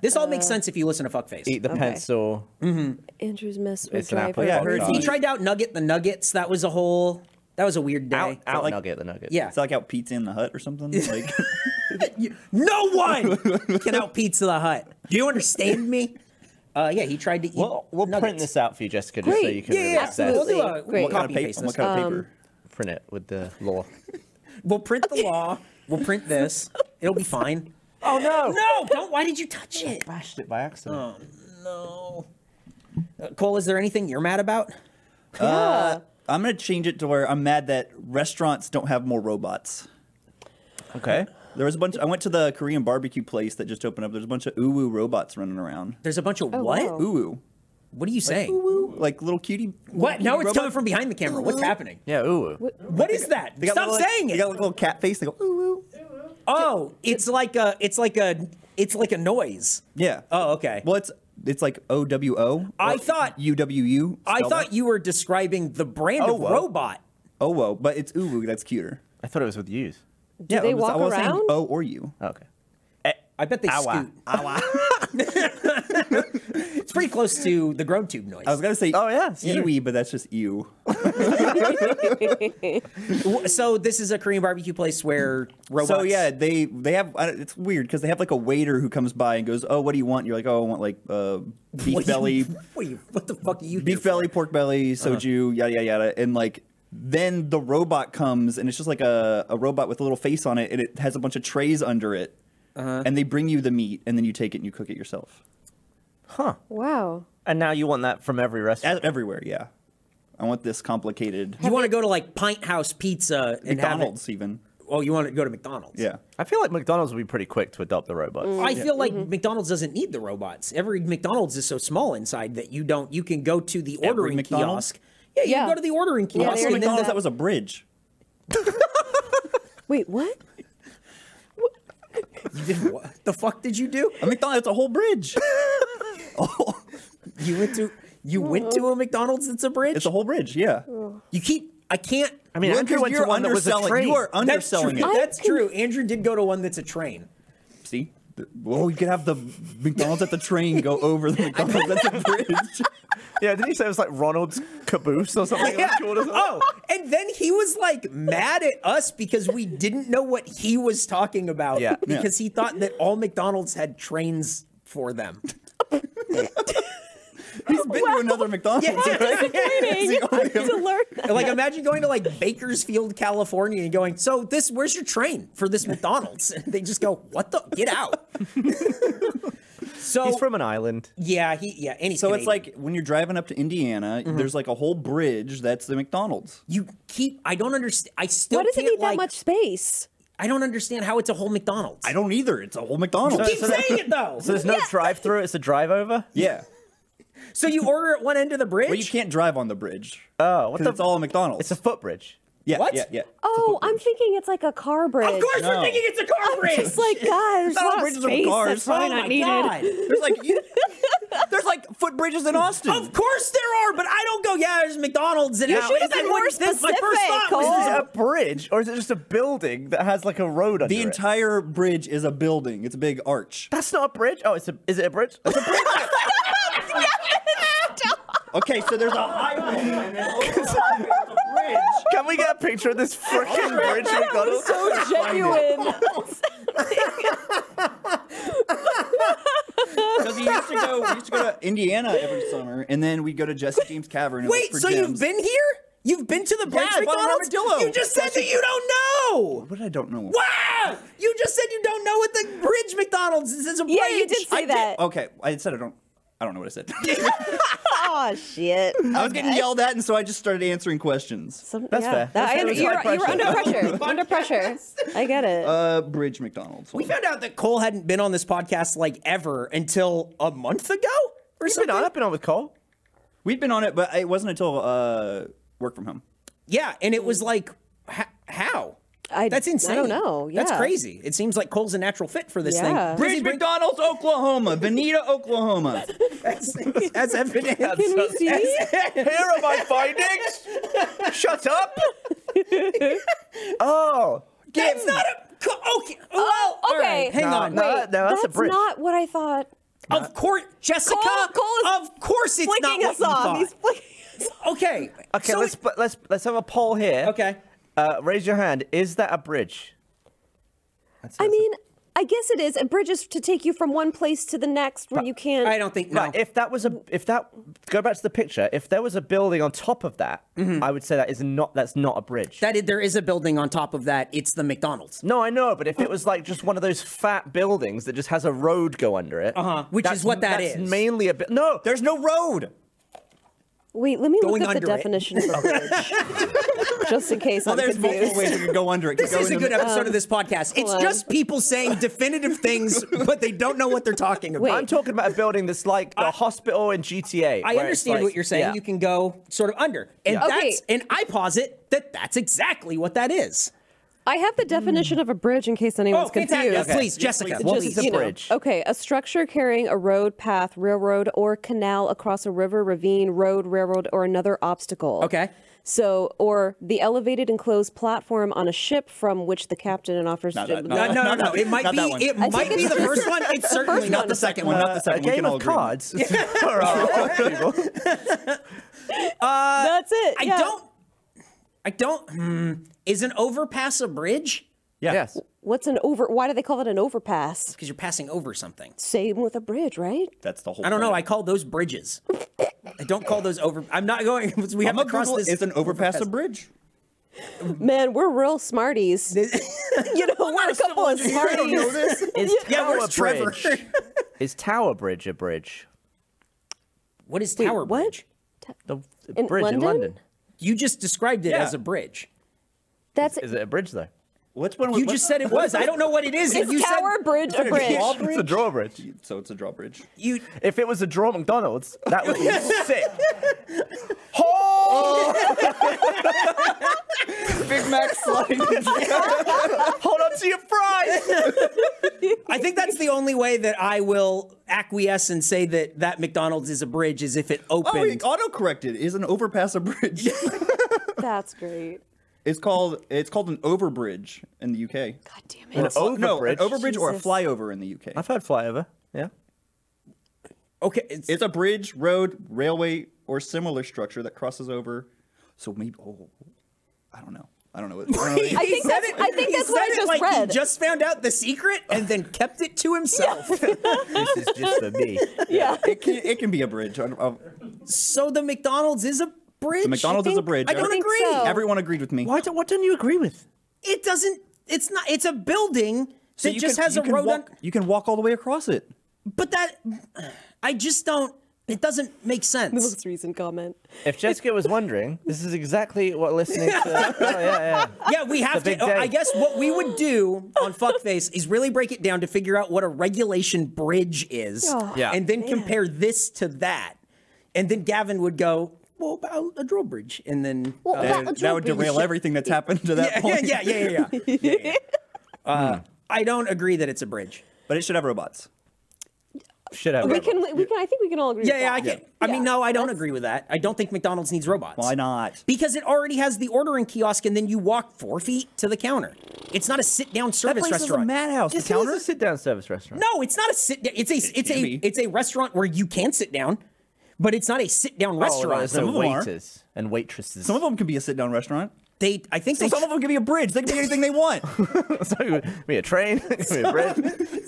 [SPEAKER 3] this all
[SPEAKER 5] Uh,
[SPEAKER 3] makes sense if you listen to Fuckface.
[SPEAKER 4] eat the
[SPEAKER 2] Okay.
[SPEAKER 4] pencil.
[SPEAKER 2] Andrew's mess with
[SPEAKER 4] It's an apple.
[SPEAKER 2] driver.
[SPEAKER 4] Yeah, I heard
[SPEAKER 3] he
[SPEAKER 5] Uh,
[SPEAKER 3] tried out Nugget the Nuggets. That was a whole. That was a weird day.
[SPEAKER 4] Out, out
[SPEAKER 5] like-
[SPEAKER 4] nugget, the nugget.
[SPEAKER 3] Yeah.
[SPEAKER 5] It's like out pizza in the hut or something. Like,
[SPEAKER 3] No one can out Pizza the Hut. Do you understand me? Uh, yeah, he tried to eat.
[SPEAKER 4] We'll, we'll
[SPEAKER 3] nuggets.
[SPEAKER 4] print this out for you, Jessica, just so
[SPEAKER 2] Great.
[SPEAKER 4] you can
[SPEAKER 3] Yeah, yeah,
[SPEAKER 4] really assess.
[SPEAKER 3] We'll do a
[SPEAKER 2] Absolutely.
[SPEAKER 3] we'll
[SPEAKER 2] Great.
[SPEAKER 5] what kind
[SPEAKER 3] copy and
[SPEAKER 5] of paper?
[SPEAKER 3] paste
[SPEAKER 5] What
[SPEAKER 3] this.
[SPEAKER 5] kind of paper?
[SPEAKER 4] Print it with the law.
[SPEAKER 3] we'll print the law. We'll print this. It'll be fine.
[SPEAKER 4] Oh no!
[SPEAKER 3] No, don't. Why did you touch it? Uh,
[SPEAKER 4] Bashed it by accident.
[SPEAKER 3] No. Uh, Cole, is there anything you're mad about?
[SPEAKER 2] Yeah.
[SPEAKER 5] I'm gonna change it to where I'm mad that restaurants don't have more robots.
[SPEAKER 4] Okay.
[SPEAKER 5] There was a bunch. I went to the Korean barbecue place that just opened up. There's a bunch of uwu robots running around.
[SPEAKER 3] There's a bunch of what?
[SPEAKER 2] wow.
[SPEAKER 5] Uwu,
[SPEAKER 3] What are you saying?
[SPEAKER 5] like little cutie.
[SPEAKER 3] what? Now it's
[SPEAKER 5] robot.
[SPEAKER 3] coming from behind the camera. What's happening?
[SPEAKER 4] Yeah. Ooh.
[SPEAKER 3] What is that?
[SPEAKER 5] They got
[SPEAKER 3] Stop
[SPEAKER 5] little, like-
[SPEAKER 3] saying
[SPEAKER 5] They
[SPEAKER 3] it.
[SPEAKER 5] got like a little cat face. They go uwu.
[SPEAKER 3] Oh, it's like a, it's like a, it's like a noise.
[SPEAKER 5] Yeah.
[SPEAKER 3] Oh, okay.
[SPEAKER 5] Well, it's it's like O W O.
[SPEAKER 3] I
[SPEAKER 5] Or
[SPEAKER 3] thought-
[SPEAKER 5] U W U.
[SPEAKER 3] I
[SPEAKER 5] spelled
[SPEAKER 3] thought
[SPEAKER 5] out.
[SPEAKER 3] you were describing the brand
[SPEAKER 5] Oh,
[SPEAKER 3] of
[SPEAKER 5] well.
[SPEAKER 3] robot.
[SPEAKER 5] Oh whoa, but it's uwu. That's cuter.
[SPEAKER 4] I thought it was with yous. Oh,
[SPEAKER 2] Do
[SPEAKER 5] yeah,
[SPEAKER 2] they
[SPEAKER 5] I was,
[SPEAKER 2] walk
[SPEAKER 5] I was
[SPEAKER 2] around?
[SPEAKER 5] saying O or U.
[SPEAKER 4] Okay.
[SPEAKER 3] I bet they scoot.
[SPEAKER 5] Awa.
[SPEAKER 3] It's pretty close to the grow tube noise.
[SPEAKER 5] I was gonna say
[SPEAKER 4] Oh, yeah, sure.
[SPEAKER 5] iwi, but that's just ew.
[SPEAKER 3] W- so this is a Korean barbecue place where robots.
[SPEAKER 5] So yeah, they they have I don't- it's weird because they have like a waiter who comes by and goes, "Oh, what do you want?" You're like, "Oh, I want like uh,
[SPEAKER 3] What
[SPEAKER 5] beef
[SPEAKER 3] do you-
[SPEAKER 5] belly,
[SPEAKER 3] What, do you, what the fuck are you? here
[SPEAKER 5] beef
[SPEAKER 3] for?
[SPEAKER 5] belly, pork belly,
[SPEAKER 3] Uh-huh.
[SPEAKER 5] soju, yada yada yada." And like then the robot comes and it's just like a, a robot with a little face on it and it has a bunch of trays under it.
[SPEAKER 3] Uh-huh.
[SPEAKER 5] And they bring you the meat and then you take it and you cook it yourself.
[SPEAKER 2] Wow.
[SPEAKER 4] And now you want that from every restaurant.
[SPEAKER 5] As, everywhere, yeah. I want this complicated
[SPEAKER 3] You want to go to like Pint House Pizza and have it-
[SPEAKER 5] McDonald's even.
[SPEAKER 3] Oh, you want to go to McDonald's?
[SPEAKER 5] Yeah.
[SPEAKER 4] I feel like McDonald's would be pretty quick to adopt the robots.
[SPEAKER 3] I feel like
[SPEAKER 2] Mm-hmm.
[SPEAKER 3] McDonald's doesn't need the robots. Every McDonald's is so small inside that you don't. You can go to the ordering
[SPEAKER 5] McDonald's?
[SPEAKER 3] kiosk. Yeah, you can
[SPEAKER 2] Yeah.
[SPEAKER 3] go to the ordering
[SPEAKER 2] Yeah,
[SPEAKER 3] kiosk.
[SPEAKER 2] they
[SPEAKER 5] Also,
[SPEAKER 2] already
[SPEAKER 3] and
[SPEAKER 2] did
[SPEAKER 5] McDonald's
[SPEAKER 2] that.
[SPEAKER 5] that was a bridge.
[SPEAKER 2] Wait, what?
[SPEAKER 3] then- what the fuck did you do?
[SPEAKER 5] A McDonald's that's a whole bridge.
[SPEAKER 3] You went to you went to a McDonald's that's a bridge.
[SPEAKER 5] It's a whole bridge, yeah.
[SPEAKER 3] you keep I can't.
[SPEAKER 4] I mean,
[SPEAKER 5] Well,
[SPEAKER 4] Andrew
[SPEAKER 5] 'cause
[SPEAKER 4] went to
[SPEAKER 5] you're
[SPEAKER 4] one that was a
[SPEAKER 5] underselling.
[SPEAKER 4] train.
[SPEAKER 5] You are
[SPEAKER 3] that's
[SPEAKER 5] underselling
[SPEAKER 3] true.
[SPEAKER 5] it.
[SPEAKER 3] That's true. Andrew did go to one that's a train.
[SPEAKER 5] See? The- Well, you could have the McDonald's at the train go over the McDonald's at the bridge.
[SPEAKER 4] Yeah, didn't he say it was like Ronald's caboose or something?
[SPEAKER 3] Yeah.
[SPEAKER 4] Like, called or something?
[SPEAKER 3] Oh, and then he was like mad at us because we didn't know what he was talking about.
[SPEAKER 4] Yeah.
[SPEAKER 5] Yeah.
[SPEAKER 3] Because he thought that all McDonald's had trains for them.
[SPEAKER 5] He's been to another McDonald's. right?
[SPEAKER 2] Disappointing to learn that.
[SPEAKER 3] Like imagine going to like Bakersfield, California and going, "So this where's your train for this McDonald's?" And they just go, "What the? Get out." so
[SPEAKER 4] He's from an island.
[SPEAKER 3] Yeah, he yeah, and he's
[SPEAKER 5] So it's
[SPEAKER 3] Canadian.
[SPEAKER 5] like when you're driving up to Indiana,
[SPEAKER 4] Mm-hmm.
[SPEAKER 5] there's like a whole bridge that's the McDonald's.
[SPEAKER 3] you keep I don't understand I still
[SPEAKER 2] Why does it
[SPEAKER 3] can't
[SPEAKER 2] need
[SPEAKER 3] like
[SPEAKER 2] that much space?
[SPEAKER 3] I don't understand how it's a whole McDonald's.
[SPEAKER 5] I don't either. It's a whole McDonald's.
[SPEAKER 3] keep saying it though.
[SPEAKER 4] So
[SPEAKER 3] So,
[SPEAKER 4] there's no drive through, it's a drive over?
[SPEAKER 5] yeah.
[SPEAKER 3] you order at one end of the bridge?
[SPEAKER 5] Well, you can't drive on the bridge.
[SPEAKER 4] Oh, what
[SPEAKER 5] 'Cause
[SPEAKER 4] the?
[SPEAKER 5] it's all a McDonald's.
[SPEAKER 4] It's a footbridge.
[SPEAKER 5] yeah,
[SPEAKER 3] What?
[SPEAKER 5] yeah, yeah.
[SPEAKER 2] Oh, I'm thinking it's like a car bridge.
[SPEAKER 3] Of course, we're
[SPEAKER 5] No.
[SPEAKER 3] thinking it's a Oh car bridge.
[SPEAKER 2] It's like, God, there's a
[SPEAKER 5] Not all
[SPEAKER 2] lot of
[SPEAKER 5] bridges are
[SPEAKER 2] space.
[SPEAKER 5] cars.
[SPEAKER 2] That's probably
[SPEAKER 5] Oh
[SPEAKER 2] not
[SPEAKER 5] my
[SPEAKER 2] needed.
[SPEAKER 5] There's like there's like footbridges in Austin.
[SPEAKER 3] Of course there are, but I don't go. Yeah, there's McDonald's and
[SPEAKER 2] You
[SPEAKER 3] now
[SPEAKER 2] should have
[SPEAKER 3] it's
[SPEAKER 2] been
[SPEAKER 3] like,
[SPEAKER 2] more
[SPEAKER 3] what is this? My first
[SPEAKER 2] specific,
[SPEAKER 3] thought was
[SPEAKER 2] Cole.
[SPEAKER 3] this
[SPEAKER 4] Is
[SPEAKER 3] is
[SPEAKER 4] it
[SPEAKER 3] a-
[SPEAKER 4] a bridge or is it just a building that has like a road under
[SPEAKER 5] the
[SPEAKER 4] it?
[SPEAKER 5] entire bridge is a building. It's a big arch.
[SPEAKER 4] That's not a bridge. Oh, it's a. Is it a bridge? It's a bridge.
[SPEAKER 5] Okay, so there's a highway and then over the highway is a bridge.
[SPEAKER 4] Can we get a picture of this
[SPEAKER 3] Oh
[SPEAKER 4] freaking bridge we got?
[SPEAKER 2] I'm so genuine.
[SPEAKER 5] Because we used to go, we used to go to Indiana every summer, and then we'd go to Jesse James Cavern. And look
[SPEAKER 3] Wait,
[SPEAKER 5] for
[SPEAKER 3] so
[SPEAKER 5] gems.
[SPEAKER 3] you've been here? You've been to the bridge
[SPEAKER 5] I've gone to
[SPEAKER 3] McDonald's?
[SPEAKER 5] Armadillo.
[SPEAKER 3] You just said
[SPEAKER 5] That's
[SPEAKER 3] that you don't know.
[SPEAKER 5] What I don't know.
[SPEAKER 3] Wow! You just said you don't know what the bridge McDonald's is. It's a bridge.
[SPEAKER 2] Yeah, you did say
[SPEAKER 3] I Oh.
[SPEAKER 2] that.
[SPEAKER 5] Okay, I said I don't. I don't know what I said.
[SPEAKER 2] Oh, shit.
[SPEAKER 5] I was getting yelled at, and so I just started answering questions.
[SPEAKER 2] Some,
[SPEAKER 4] That's
[SPEAKER 2] yeah,
[SPEAKER 4] fair.
[SPEAKER 2] That,
[SPEAKER 4] That's
[SPEAKER 2] I,
[SPEAKER 4] fair.
[SPEAKER 2] you,
[SPEAKER 4] It's
[SPEAKER 2] were,
[SPEAKER 4] high
[SPEAKER 2] you were under pressure. under pressure. I get it.
[SPEAKER 5] Uh, Bridge McDonald's.
[SPEAKER 3] We found out that Cole hadn't been on this podcast like ever until a month ago or
[SPEAKER 4] You've
[SPEAKER 3] something.
[SPEAKER 4] been on. I've been on with Cole.
[SPEAKER 5] We'd been on it, but it wasn't until uh, work from home.
[SPEAKER 3] Yeah, and it was like, h- how?
[SPEAKER 2] Mm. I-
[SPEAKER 3] That's
[SPEAKER 2] I
[SPEAKER 3] insane.
[SPEAKER 2] don't know,
[SPEAKER 3] That's
[SPEAKER 2] yeah.
[SPEAKER 3] crazy. It seems like Cole's a natural fit for this
[SPEAKER 2] Yeah.
[SPEAKER 3] thing. Does he
[SPEAKER 5] Bridge
[SPEAKER 3] bring-
[SPEAKER 5] McDonald's, Oklahoma, Benita, Oklahoma.
[SPEAKER 3] That's, that's evident.
[SPEAKER 2] Can we see?
[SPEAKER 4] Here are my findings. Shut up. oh,
[SPEAKER 3] That's not a. co- Okay. Well,
[SPEAKER 2] Oh,
[SPEAKER 3] all
[SPEAKER 2] okay.
[SPEAKER 3] right, Hang
[SPEAKER 2] No,
[SPEAKER 3] on.
[SPEAKER 4] no,
[SPEAKER 3] Wait.
[SPEAKER 2] Wait,
[SPEAKER 4] that's a bridge.
[SPEAKER 2] not what I thought.
[SPEAKER 3] Of course, Jessica.
[SPEAKER 2] Cole- Cole is
[SPEAKER 3] of course, it's not
[SPEAKER 2] Flicking
[SPEAKER 3] what
[SPEAKER 2] us
[SPEAKER 3] you
[SPEAKER 2] off.
[SPEAKER 3] thought.
[SPEAKER 2] He's flicking us off.
[SPEAKER 3] Okay.
[SPEAKER 4] Okay,
[SPEAKER 3] so
[SPEAKER 4] let's
[SPEAKER 3] it-
[SPEAKER 4] put- let's let's have a poll here.
[SPEAKER 3] Okay.
[SPEAKER 4] Uh, raise your hand. Is that a bridge?
[SPEAKER 2] I mean, I guess it is. A bridge is to take you from one place to the next where you can't.
[SPEAKER 3] I don't think no.
[SPEAKER 4] Right, if that was a if that go back to the picture, if there was a building on top of that, I would say that is not that's not a bridge.
[SPEAKER 3] Mm-hmm. that is, there is a building on top of that. It's the McDonald's,
[SPEAKER 4] no, I know, but if it was like just one of those fat buildings that just has a road go under it, uh-huh.
[SPEAKER 3] which is what that
[SPEAKER 4] that's
[SPEAKER 3] is.
[SPEAKER 4] Mainly a bit. No,
[SPEAKER 5] There's no road.
[SPEAKER 2] Wait, let me look
[SPEAKER 3] Going
[SPEAKER 2] up the
[SPEAKER 3] under it. Oh,
[SPEAKER 2] definition of a bridge. Just in case
[SPEAKER 5] Well,
[SPEAKER 2] I'm
[SPEAKER 5] there's
[SPEAKER 2] confused.
[SPEAKER 5] multiple ways you can go under it.
[SPEAKER 3] This
[SPEAKER 5] Go
[SPEAKER 3] is a
[SPEAKER 5] in
[SPEAKER 3] good
[SPEAKER 5] the-
[SPEAKER 3] episode of this podcast. It's
[SPEAKER 2] Um, on.
[SPEAKER 3] just people saying definitive things, but they don't know what they're talking about.
[SPEAKER 2] Wait.
[SPEAKER 4] I'm talking about a building that's like the hospital in
[SPEAKER 3] I
[SPEAKER 4] GTA. where it's
[SPEAKER 3] understand
[SPEAKER 4] like-
[SPEAKER 3] what you're saying.
[SPEAKER 4] yeah.
[SPEAKER 3] You can go sort of under, and
[SPEAKER 4] Yeah. Okay.
[SPEAKER 3] that's and I posit that that's exactly what that is.
[SPEAKER 2] I have the definition of a bridge in case anyone's
[SPEAKER 3] oh, fantastic!
[SPEAKER 2] confused.
[SPEAKER 3] Please, Jessica.
[SPEAKER 5] Just-
[SPEAKER 3] what
[SPEAKER 2] Just,
[SPEAKER 3] was-
[SPEAKER 4] is a
[SPEAKER 2] you know,
[SPEAKER 4] bridge?
[SPEAKER 2] okay, a structure carrying a road, path, railroad, or canal across a river, ravine, road, railroad, or another obstacle.
[SPEAKER 3] Okay.
[SPEAKER 2] So, or the elevated enclosed platform on a ship from which the captain and officers.
[SPEAKER 5] Not that- not
[SPEAKER 3] No,
[SPEAKER 5] that-
[SPEAKER 3] no, no, no.
[SPEAKER 5] that
[SPEAKER 3] It might
[SPEAKER 5] Not
[SPEAKER 3] be.
[SPEAKER 5] that one.
[SPEAKER 3] It
[SPEAKER 2] I
[SPEAKER 3] might
[SPEAKER 2] think
[SPEAKER 3] be
[SPEAKER 2] it's
[SPEAKER 3] the
[SPEAKER 2] just-
[SPEAKER 3] first one. It's certainly
[SPEAKER 5] Not the second one. Not the
[SPEAKER 4] a
[SPEAKER 5] second one. We
[SPEAKER 4] game
[SPEAKER 5] can all
[SPEAKER 4] of
[SPEAKER 5] agree.
[SPEAKER 4] cards for our people.
[SPEAKER 2] That's it.
[SPEAKER 3] I
[SPEAKER 2] yeah.
[SPEAKER 3] don't. I don't. Hmm, is an overpass a bridge?
[SPEAKER 4] Yes.
[SPEAKER 2] What's an over? Why do they call it an overpass?
[SPEAKER 3] Because you're passing over something.
[SPEAKER 2] Same with a bridge, right?
[SPEAKER 5] That's the whole.
[SPEAKER 3] I don't know. I
[SPEAKER 5] point.
[SPEAKER 3] call those bridges. I don't call those over. I'm not going. We have
[SPEAKER 5] I'm
[SPEAKER 3] to
[SPEAKER 5] gonna
[SPEAKER 3] cross
[SPEAKER 5] Google.
[SPEAKER 3] this.
[SPEAKER 5] Is an overpass a bridge?
[SPEAKER 2] Man, we're real smarties. you know, we're a couple of smarties.
[SPEAKER 4] Is
[SPEAKER 3] Yeah,
[SPEAKER 4] Tower
[SPEAKER 3] where's Trevor?
[SPEAKER 4] Bridge? Is Tower Bridge a bridge?
[SPEAKER 3] what is
[SPEAKER 2] Wait,
[SPEAKER 3] tower
[SPEAKER 2] what?
[SPEAKER 3] bridge?
[SPEAKER 4] The the
[SPEAKER 2] In
[SPEAKER 4] bridge
[SPEAKER 2] London?
[SPEAKER 4] in London.
[SPEAKER 3] You just described it
[SPEAKER 5] Yeah.
[SPEAKER 3] as a bridge.
[SPEAKER 2] That's
[SPEAKER 4] Is it a bridge though?
[SPEAKER 5] What's one?
[SPEAKER 3] You just said it was. I don't know what it is.
[SPEAKER 2] Is
[SPEAKER 3] you said-
[SPEAKER 2] tower bridge a bridge?
[SPEAKER 4] It's a drawbridge.
[SPEAKER 5] So it's a drawbridge.
[SPEAKER 3] You
[SPEAKER 4] If it was a draw McDonald's, that would be sick. Ho!
[SPEAKER 5] Big Mac slide.
[SPEAKER 4] Hold on to your fries.
[SPEAKER 3] I think that's the only way that I will acquiesce and say that that McDonald's is a bridge is if it
[SPEAKER 5] oh, he
[SPEAKER 3] opened.
[SPEAKER 5] autocorrected. Is an overpass a bridge?
[SPEAKER 2] That's great.
[SPEAKER 5] it's called it's called an overbridge in the UK.
[SPEAKER 2] God damn
[SPEAKER 4] An
[SPEAKER 2] it.
[SPEAKER 5] Fl- No, Oh,
[SPEAKER 4] overbridge?
[SPEAKER 5] an overbridge or a
[SPEAKER 2] Jesus.
[SPEAKER 5] flyover in the UK.
[SPEAKER 4] I've heard flyover. Yeah.
[SPEAKER 3] okay, it's,
[SPEAKER 5] It's a bridge, road, railway, or similar structure that crosses over. So maybe, oh, I don't know. I don't know. What, I don't know what-
[SPEAKER 2] I think
[SPEAKER 3] He
[SPEAKER 2] that's-
[SPEAKER 3] said
[SPEAKER 2] I think
[SPEAKER 3] he
[SPEAKER 2] that's what I
[SPEAKER 3] said it
[SPEAKER 2] just
[SPEAKER 3] like
[SPEAKER 2] read.
[SPEAKER 3] He just found out the secret and then kept it to himself.
[SPEAKER 4] This is just for me.
[SPEAKER 2] yeah.
[SPEAKER 5] it, can, it can be a bridge. Uh, I don't- I-
[SPEAKER 3] so the McDonald's is a bridge.
[SPEAKER 5] the McDonald's is a
[SPEAKER 2] think-
[SPEAKER 5] bridge.
[SPEAKER 3] I don't
[SPEAKER 5] Everyone-
[SPEAKER 2] think
[SPEAKER 3] agree.
[SPEAKER 2] so.
[SPEAKER 5] Everyone agreed with me.
[SPEAKER 4] Why don't, what don't you agree with?
[SPEAKER 3] It doesn't. It's not. It's a building
[SPEAKER 5] So
[SPEAKER 3] that
[SPEAKER 5] you
[SPEAKER 3] just
[SPEAKER 5] can-
[SPEAKER 3] has
[SPEAKER 5] you
[SPEAKER 3] a
[SPEAKER 5] can
[SPEAKER 3] road.
[SPEAKER 5] Walk,
[SPEAKER 3] on,
[SPEAKER 5] you can walk all the way across it.
[SPEAKER 3] but that, I just don't. It doesn't make sense.
[SPEAKER 2] Most recent comment.
[SPEAKER 4] If Jessica was wondering, this is exactly what listening to. Oh, yeah, yeah.
[SPEAKER 3] Yeah, we have
[SPEAKER 4] It's a
[SPEAKER 3] to. oh,
[SPEAKER 4] big day.
[SPEAKER 3] I guess what we would do on Fuckface is really break it down to figure out what a regulation bridge is,
[SPEAKER 2] Oh,
[SPEAKER 4] Yeah.
[SPEAKER 3] and then
[SPEAKER 2] man.
[SPEAKER 3] compare this to that, and then Gavin would go, "Well, about a drawbridge," and then
[SPEAKER 2] Well,
[SPEAKER 3] uh,
[SPEAKER 2] that-
[SPEAKER 5] That, that would
[SPEAKER 2] drawbridge.
[SPEAKER 5] derail everything that's happened to
[SPEAKER 3] yeah,
[SPEAKER 5] that
[SPEAKER 3] yeah,
[SPEAKER 5] point.
[SPEAKER 3] yeah, yeah, yeah, yeah. yeah, yeah.
[SPEAKER 4] Hmm.
[SPEAKER 3] Uh, I don't agree that it's a bridge.
[SPEAKER 5] But it should have robots.
[SPEAKER 4] Should have.
[SPEAKER 2] We can, we can, I think we can all agree.
[SPEAKER 3] Yeah,
[SPEAKER 2] with
[SPEAKER 3] yeah, I
[SPEAKER 2] that.
[SPEAKER 3] can. I mean,
[SPEAKER 2] Yeah.
[SPEAKER 3] no, I don't agree with that. I don't think McDonald's needs robots.
[SPEAKER 5] Why not?
[SPEAKER 3] Because it already has the ordering kiosk, and then you walk four feet to the counter. It's not a sit-down service restaurant.
[SPEAKER 5] madhouse.
[SPEAKER 4] Just tell a sit down service restaurant.
[SPEAKER 3] No, it's not a sit. down. It's a it's
[SPEAKER 5] can
[SPEAKER 3] a
[SPEAKER 5] be.
[SPEAKER 3] it's a restaurant where you can sit down, but it's not a sit
[SPEAKER 5] Oh,
[SPEAKER 3] down restaurant.
[SPEAKER 4] Restaurants
[SPEAKER 5] some
[SPEAKER 4] are
[SPEAKER 5] of them are.
[SPEAKER 4] Oh, waiters and waitresses.
[SPEAKER 5] Some of them can be a sit-down restaurant.
[SPEAKER 3] They I think they
[SPEAKER 5] Some of them can be a bridge. They can be anything they want.
[SPEAKER 4] so, we a train, we a bread.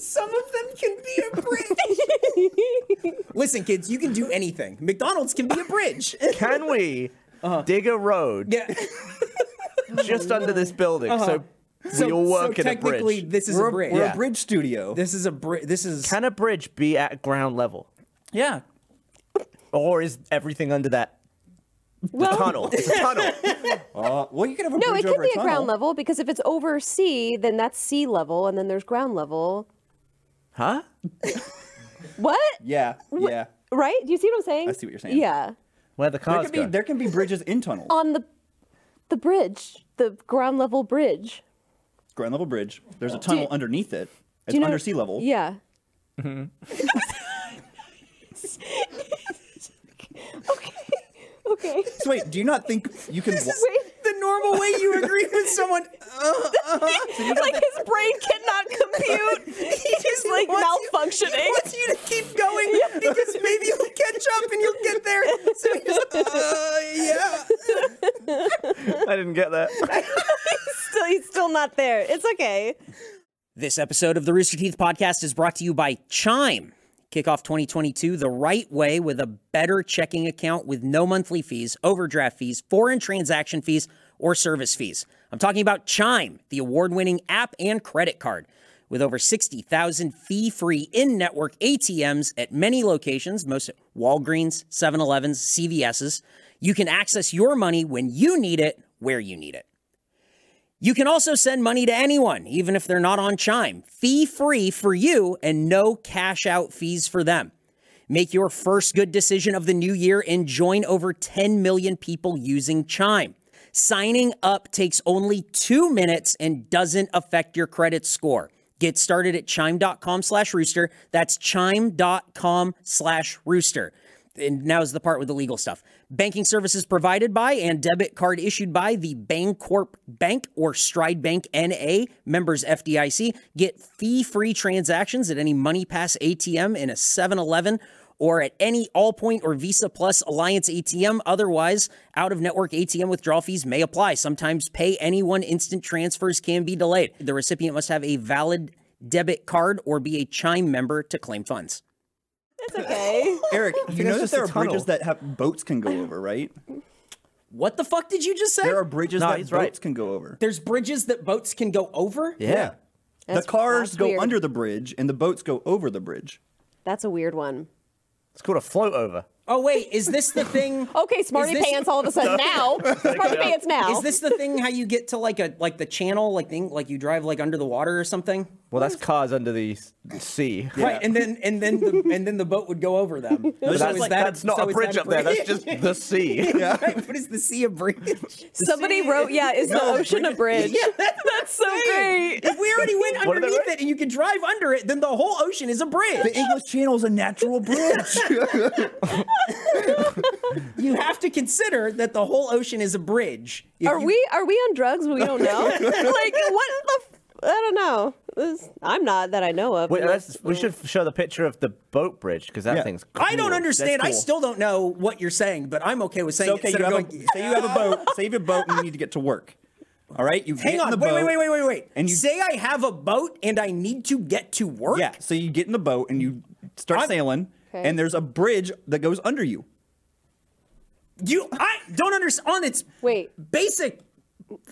[SPEAKER 3] some of them can be a bridge. Listen, kids, you can do anything. McDonald's can be a bridge.
[SPEAKER 4] Can we dig a road
[SPEAKER 3] yeah.
[SPEAKER 4] just under this building so, we all work
[SPEAKER 3] Uh-huh. so
[SPEAKER 4] in a
[SPEAKER 3] technically,
[SPEAKER 4] bridge?
[SPEAKER 3] this is
[SPEAKER 5] We're
[SPEAKER 3] a bridge.
[SPEAKER 5] we're
[SPEAKER 4] Yeah.
[SPEAKER 5] a bridge studio.
[SPEAKER 3] This is a bridge. This is
[SPEAKER 4] Can a bridge be at ground level?
[SPEAKER 5] yeah.
[SPEAKER 4] Or is everything under that
[SPEAKER 2] Well,
[SPEAKER 4] tunnel? It's a tunnel.
[SPEAKER 5] Uh, well, you can have a
[SPEAKER 2] No,
[SPEAKER 5] bridge
[SPEAKER 2] it can
[SPEAKER 5] over
[SPEAKER 2] be
[SPEAKER 5] a
[SPEAKER 2] at
[SPEAKER 5] tunnel.
[SPEAKER 2] ground level because if it's over sea, then that's sea level, and then there's ground level.
[SPEAKER 4] huh?
[SPEAKER 2] What?
[SPEAKER 5] Yeah, yeah. Oh,
[SPEAKER 2] Right? Do you see what I'm saying?
[SPEAKER 5] I see what you're saying.
[SPEAKER 2] Yeah.
[SPEAKER 4] Where the
[SPEAKER 5] There
[SPEAKER 4] cars
[SPEAKER 5] can, be,
[SPEAKER 4] go.
[SPEAKER 5] there can be bridges in tunnels.
[SPEAKER 2] On the the bridge, the ground level bridge.
[SPEAKER 5] Ground level bridge. There's a tunnel underneath it. It's
[SPEAKER 2] you know-
[SPEAKER 5] under sea level.
[SPEAKER 2] Yeah. okay. Okay.
[SPEAKER 5] So wait, do you not think you can? wa-
[SPEAKER 2] Wait.
[SPEAKER 3] the normal way you agree with someone.
[SPEAKER 2] like his brain cannot compute. He's just like malfunctioning.
[SPEAKER 3] He wants you to keep going because maybe you'll catch up and you'll get there. So you just, uh, yeah.
[SPEAKER 4] I didn't get that.
[SPEAKER 2] still, he's still not there. It's okay.
[SPEAKER 3] This episode of the Rooster Teeth podcast is brought to you by Chime. Kick off 2022 the right way with a better checking account with no monthly fees, overdraft fees, foreign transaction fees, or service fees. I'm talking about Chime, the award winning app and credit card. With over 60,000 fee free in network ATMs at many locations, most at Walgreens, 7 Elevens, CVS's, you can access your money when you need it, where you need it. You can also send money to anyone, even if they're not on Chime. Fee free for you and no cash out fees for them. Make your first good decision of the new year and join over 10 million people using Chime. Signing up takes only two minutes and doesn't affect your credit score. Get started at chime.com slash rooster. That's chime.com slash rooster. And now is the part with the legal stuff. Banking services provided by and debit card issued by the Bancorp Bank or Stride Bank NA, members FDIC. Get fee free transactions at any MoneyPass ATM in a 7 Eleven or at any Allpoint or Visa Plus Alliance ATM. Otherwise, out of network ATM withdrawal fees may apply. Sometimes pay anyone instant transfers can be delayed. The recipient must have a valid debit card or be a Chime member to claim funds.
[SPEAKER 2] It's okay.
[SPEAKER 5] Eric, you
[SPEAKER 4] it's
[SPEAKER 5] know that
[SPEAKER 4] just
[SPEAKER 5] there
[SPEAKER 4] a
[SPEAKER 5] are
[SPEAKER 4] tunnel.
[SPEAKER 5] bridges that have boats can go over, right?
[SPEAKER 3] What the fuck did you just say?
[SPEAKER 5] There are bridges
[SPEAKER 4] No,
[SPEAKER 5] that
[SPEAKER 4] he's
[SPEAKER 5] boats
[SPEAKER 4] right.
[SPEAKER 5] can go over.
[SPEAKER 3] There's bridges that boats can go over?
[SPEAKER 4] Yeah.
[SPEAKER 2] That's-
[SPEAKER 5] the cars
[SPEAKER 2] that's
[SPEAKER 5] go
[SPEAKER 2] weird.
[SPEAKER 5] under the bridge and the boats go over the bridge.
[SPEAKER 2] That's a weird one.
[SPEAKER 4] It's called a float over.
[SPEAKER 3] Oh wait, is this the thing?
[SPEAKER 2] Okay, smarty
[SPEAKER 3] is this-
[SPEAKER 2] pants all of a sudden now. smarty pants now.
[SPEAKER 3] Is this the thing how you get to like a like the channel like thing like you drive like under the water or something?
[SPEAKER 4] Well, that's cars under the s- sea.
[SPEAKER 3] Right, and then and then the, and then the boat would go over them. So
[SPEAKER 4] But
[SPEAKER 3] is
[SPEAKER 4] that's, like,
[SPEAKER 3] that-
[SPEAKER 4] that's not
[SPEAKER 3] so
[SPEAKER 4] a
[SPEAKER 3] is
[SPEAKER 4] bridge
[SPEAKER 3] that
[SPEAKER 4] up there. That's just the sea.
[SPEAKER 3] right, what is the sea a bridge?
[SPEAKER 2] Somebody wrote, yeah, is the ocean a bridge? That's so great.
[SPEAKER 3] If we already went
[SPEAKER 4] What are they
[SPEAKER 3] underneath
[SPEAKER 4] writing?
[SPEAKER 3] it and you could drive under it, then the whole ocean is a bridge.
[SPEAKER 5] The English Channel is a natural bridge.
[SPEAKER 3] You have to consider that the whole ocean is a bridge. If
[SPEAKER 2] Are
[SPEAKER 3] you-
[SPEAKER 2] we are we on drugs? We don't know. like what the? F- I don't know. This, I'm not that I know of.
[SPEAKER 4] Wait,
[SPEAKER 2] but
[SPEAKER 4] let's, we should show the picture of the boat bridge because that
[SPEAKER 5] Yeah.
[SPEAKER 4] thing's. Cool.
[SPEAKER 3] I don't understand. I
[SPEAKER 5] cool.
[SPEAKER 3] still don't know what you're saying, but I'm okay with saying
[SPEAKER 5] It's okay,
[SPEAKER 3] it. instead
[SPEAKER 5] you have
[SPEAKER 3] of
[SPEAKER 5] a,
[SPEAKER 3] going,
[SPEAKER 5] say you have a boat, save your boat, and you need to get to work. All right, you
[SPEAKER 3] Hang
[SPEAKER 5] get
[SPEAKER 3] on,
[SPEAKER 5] in the
[SPEAKER 3] wait,
[SPEAKER 5] boat.
[SPEAKER 3] wait, wait, wait, wait, wait.
[SPEAKER 5] And you
[SPEAKER 3] say I have a boat and I need to get to work.
[SPEAKER 5] yeah, so you get in the boat and you start
[SPEAKER 3] I'm-
[SPEAKER 5] sailing,
[SPEAKER 2] Okay.
[SPEAKER 5] and there's a bridge that goes under you.
[SPEAKER 3] You, I don't understand. On its
[SPEAKER 2] Wait.
[SPEAKER 3] basic,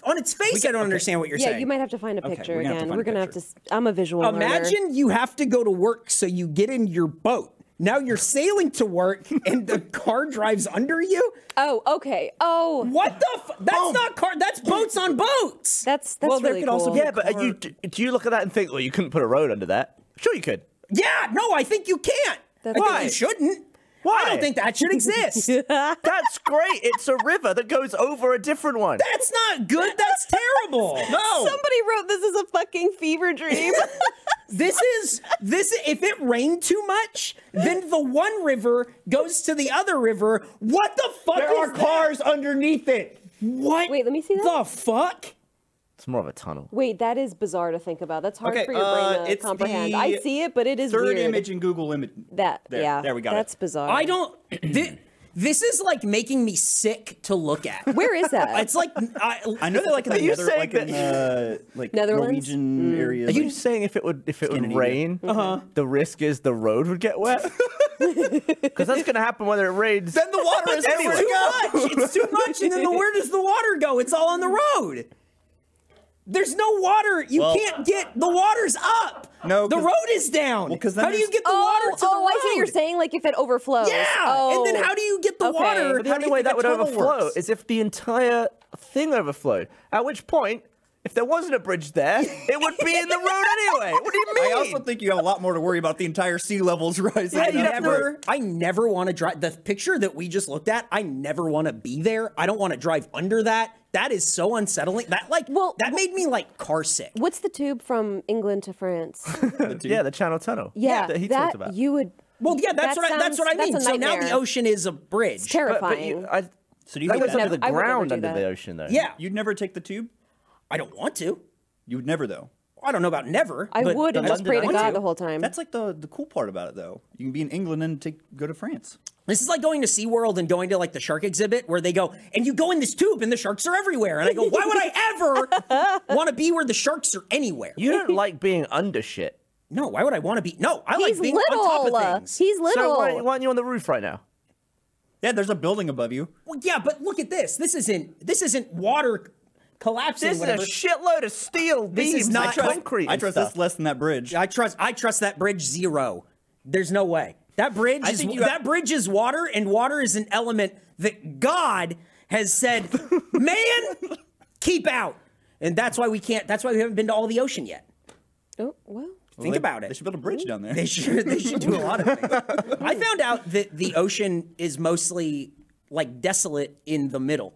[SPEAKER 3] on its face, I don't understand what you're
[SPEAKER 2] Yeah,
[SPEAKER 3] saying.
[SPEAKER 2] you might have to find a picture
[SPEAKER 5] we're gonna have to
[SPEAKER 2] again.
[SPEAKER 5] find
[SPEAKER 2] We're
[SPEAKER 5] a
[SPEAKER 2] gonna have to.
[SPEAKER 5] picture.
[SPEAKER 2] s- I'm a visual. learner.
[SPEAKER 3] Imagine you have to go to work, so you get in your boat. Now you're sailing to work, and the car drives under you.
[SPEAKER 2] Oh, okay. Oh,
[SPEAKER 3] What the? F- that's not car. That's boats on boats.
[SPEAKER 2] That's that's
[SPEAKER 5] Well, there
[SPEAKER 2] really
[SPEAKER 5] could
[SPEAKER 2] cool.
[SPEAKER 5] also be
[SPEAKER 4] Yeah, but are you, do do you look at that and think, well, you couldn't put a road under that? Sure, you could.
[SPEAKER 3] yeah. No, I think you can't.
[SPEAKER 2] That's-
[SPEAKER 3] I think
[SPEAKER 2] Why?
[SPEAKER 3] you shouldn't.
[SPEAKER 4] Why?
[SPEAKER 3] I don't think that should exist.
[SPEAKER 4] That's great. It's a river that goes over a different one.
[SPEAKER 3] that's not good. That's terrible. No.
[SPEAKER 2] Somebody wrote this is a fucking fever dream.
[SPEAKER 3] This is this. If it rained too much, then the one river goes to the other river. What the fuck?
[SPEAKER 4] There are
[SPEAKER 3] is that?
[SPEAKER 4] cars underneath it.
[SPEAKER 3] What?
[SPEAKER 2] Wait, let me see that.
[SPEAKER 3] The fuck?
[SPEAKER 4] It's more of a tunnel.
[SPEAKER 2] Wait, that is bizarre to think about. That's hard
[SPEAKER 5] Okay,
[SPEAKER 2] for your
[SPEAKER 5] uh,
[SPEAKER 2] brain to
[SPEAKER 5] it's
[SPEAKER 2] comprehend.
[SPEAKER 5] the
[SPEAKER 2] I see it, but it is
[SPEAKER 5] Third
[SPEAKER 2] weird.
[SPEAKER 5] image in Google image.
[SPEAKER 2] that
[SPEAKER 5] There,
[SPEAKER 2] yeah,
[SPEAKER 5] there we got
[SPEAKER 2] That's
[SPEAKER 5] it.
[SPEAKER 2] bizarre.
[SPEAKER 3] I don't. Thi- this is like making me sick to look at.
[SPEAKER 2] Where is that?
[SPEAKER 3] It's like I,
[SPEAKER 5] I know they're like in the
[SPEAKER 4] Are you
[SPEAKER 5] nether,
[SPEAKER 4] saying
[SPEAKER 5] like in uh, like
[SPEAKER 2] Netherlands? Hmm.
[SPEAKER 5] Norwegian area.
[SPEAKER 4] Are you
[SPEAKER 5] like-
[SPEAKER 4] saying if it would if it would
[SPEAKER 5] Scandinavia.
[SPEAKER 4] rain,
[SPEAKER 2] Uh-huh.
[SPEAKER 4] Uh-huh. the risk is the road would get wet? Because that's gonna happen whether it rains.
[SPEAKER 5] then the water is
[SPEAKER 3] It's
[SPEAKER 5] everywhere.
[SPEAKER 3] too much. It's too much, and then the, where does the water go? It's all on the road. There's no water. You
[SPEAKER 5] Well-
[SPEAKER 3] can't get the water's up.
[SPEAKER 5] No,
[SPEAKER 3] the
[SPEAKER 5] 'cause-
[SPEAKER 3] road is down.
[SPEAKER 5] Well, 'cause then
[SPEAKER 3] how do you
[SPEAKER 5] there's-
[SPEAKER 3] get the
[SPEAKER 2] oh,
[SPEAKER 3] water to
[SPEAKER 2] oh,
[SPEAKER 3] the road?
[SPEAKER 2] I see what you're saying. Like if it overflows.
[SPEAKER 3] Yeah,
[SPEAKER 2] Oh.
[SPEAKER 3] and then how do you get the
[SPEAKER 2] Okay.
[SPEAKER 3] water?
[SPEAKER 2] But
[SPEAKER 4] the
[SPEAKER 3] How do
[SPEAKER 4] only
[SPEAKER 3] you
[SPEAKER 4] way
[SPEAKER 3] think
[SPEAKER 4] that
[SPEAKER 3] a
[SPEAKER 4] would
[SPEAKER 3] tunnel
[SPEAKER 4] overflow
[SPEAKER 3] works?
[SPEAKER 4] is if the entire thing overflowed. At which point, if there wasn't a bridge there, it would be in the road anyway. What do you mean?
[SPEAKER 5] I also think you have a lot more to worry about the entire sea levels rising.
[SPEAKER 3] I
[SPEAKER 5] than that road.
[SPEAKER 3] never, I never want to drive. The picture that we just looked at, I never want to be there. I don't want to drive under that. That is so unsettling. That like,
[SPEAKER 2] Well,
[SPEAKER 3] that
[SPEAKER 2] wh-
[SPEAKER 3] made me like car sick.
[SPEAKER 2] What's the tube from England to France?
[SPEAKER 4] yeah, the Channel Tunnel.
[SPEAKER 2] Yeah,
[SPEAKER 4] that he
[SPEAKER 2] that
[SPEAKER 4] talked about.
[SPEAKER 2] you would.
[SPEAKER 3] Well, yeah, that's
[SPEAKER 2] That
[SPEAKER 3] what I, that's what I
[SPEAKER 2] sounds-
[SPEAKER 3] mean.
[SPEAKER 2] that's a
[SPEAKER 3] So now the
[SPEAKER 2] nightmare.
[SPEAKER 3] ocean is a bridge.
[SPEAKER 2] It's
[SPEAKER 4] but, but
[SPEAKER 2] terrifying.
[SPEAKER 4] you, I,
[SPEAKER 5] So do you
[SPEAKER 4] that
[SPEAKER 5] think
[SPEAKER 4] goes
[SPEAKER 5] that's-
[SPEAKER 4] under the
[SPEAKER 2] I would never
[SPEAKER 4] ground
[SPEAKER 2] do
[SPEAKER 4] under the
[SPEAKER 2] that.
[SPEAKER 4] ocean, though.
[SPEAKER 3] yeah,
[SPEAKER 5] You'd never take the tube.
[SPEAKER 3] I don't want to.
[SPEAKER 5] You would never though.
[SPEAKER 3] I don't know about never.
[SPEAKER 2] I
[SPEAKER 3] but
[SPEAKER 2] would and
[SPEAKER 4] the
[SPEAKER 2] just
[SPEAKER 4] London
[SPEAKER 2] pray to
[SPEAKER 4] Eye
[SPEAKER 2] God
[SPEAKER 4] tube,
[SPEAKER 2] the whole time.
[SPEAKER 5] That's like the the cool part about it though. You can be in England and take go to France.
[SPEAKER 3] This is like going to SeaWorld and going to like the shark exhibit where they go, and you go in this tube and the sharks are everywhere. And I go, why would I ever want to be where the sharks are anywhere?
[SPEAKER 4] You don't like being under shit.
[SPEAKER 3] No, why would I want to be? No, I
[SPEAKER 2] He's
[SPEAKER 3] like being
[SPEAKER 2] little.
[SPEAKER 3] on top of things.
[SPEAKER 2] He's little.
[SPEAKER 4] So why, why aren't you on the roof right now?
[SPEAKER 5] Yeah, there's a building above you.
[SPEAKER 3] Well, yeah, but look at this. This isn't this isn't water collapsing.
[SPEAKER 4] This is a
[SPEAKER 3] whatever.
[SPEAKER 4] shitload of steel
[SPEAKER 3] This is
[SPEAKER 4] beams,
[SPEAKER 3] not-
[SPEAKER 4] and concrete.
[SPEAKER 5] I
[SPEAKER 4] and
[SPEAKER 5] trust
[SPEAKER 4] stuff.
[SPEAKER 5] this less than that bridge.
[SPEAKER 3] I trust I trust that bridge zero. There's no way. That bridge
[SPEAKER 5] I
[SPEAKER 3] is
[SPEAKER 5] think you
[SPEAKER 3] that
[SPEAKER 5] have-
[SPEAKER 3] bridge is water, and water is an element that God has said, man, keep out. And that's why we can't that's why we haven't been to all the ocean yet.
[SPEAKER 2] oh well.
[SPEAKER 3] Think
[SPEAKER 5] They-
[SPEAKER 3] about it.
[SPEAKER 5] They should build a bridge down there.
[SPEAKER 3] They should. They should do a lot of things. I found out that the ocean is mostly like desolate in the middle,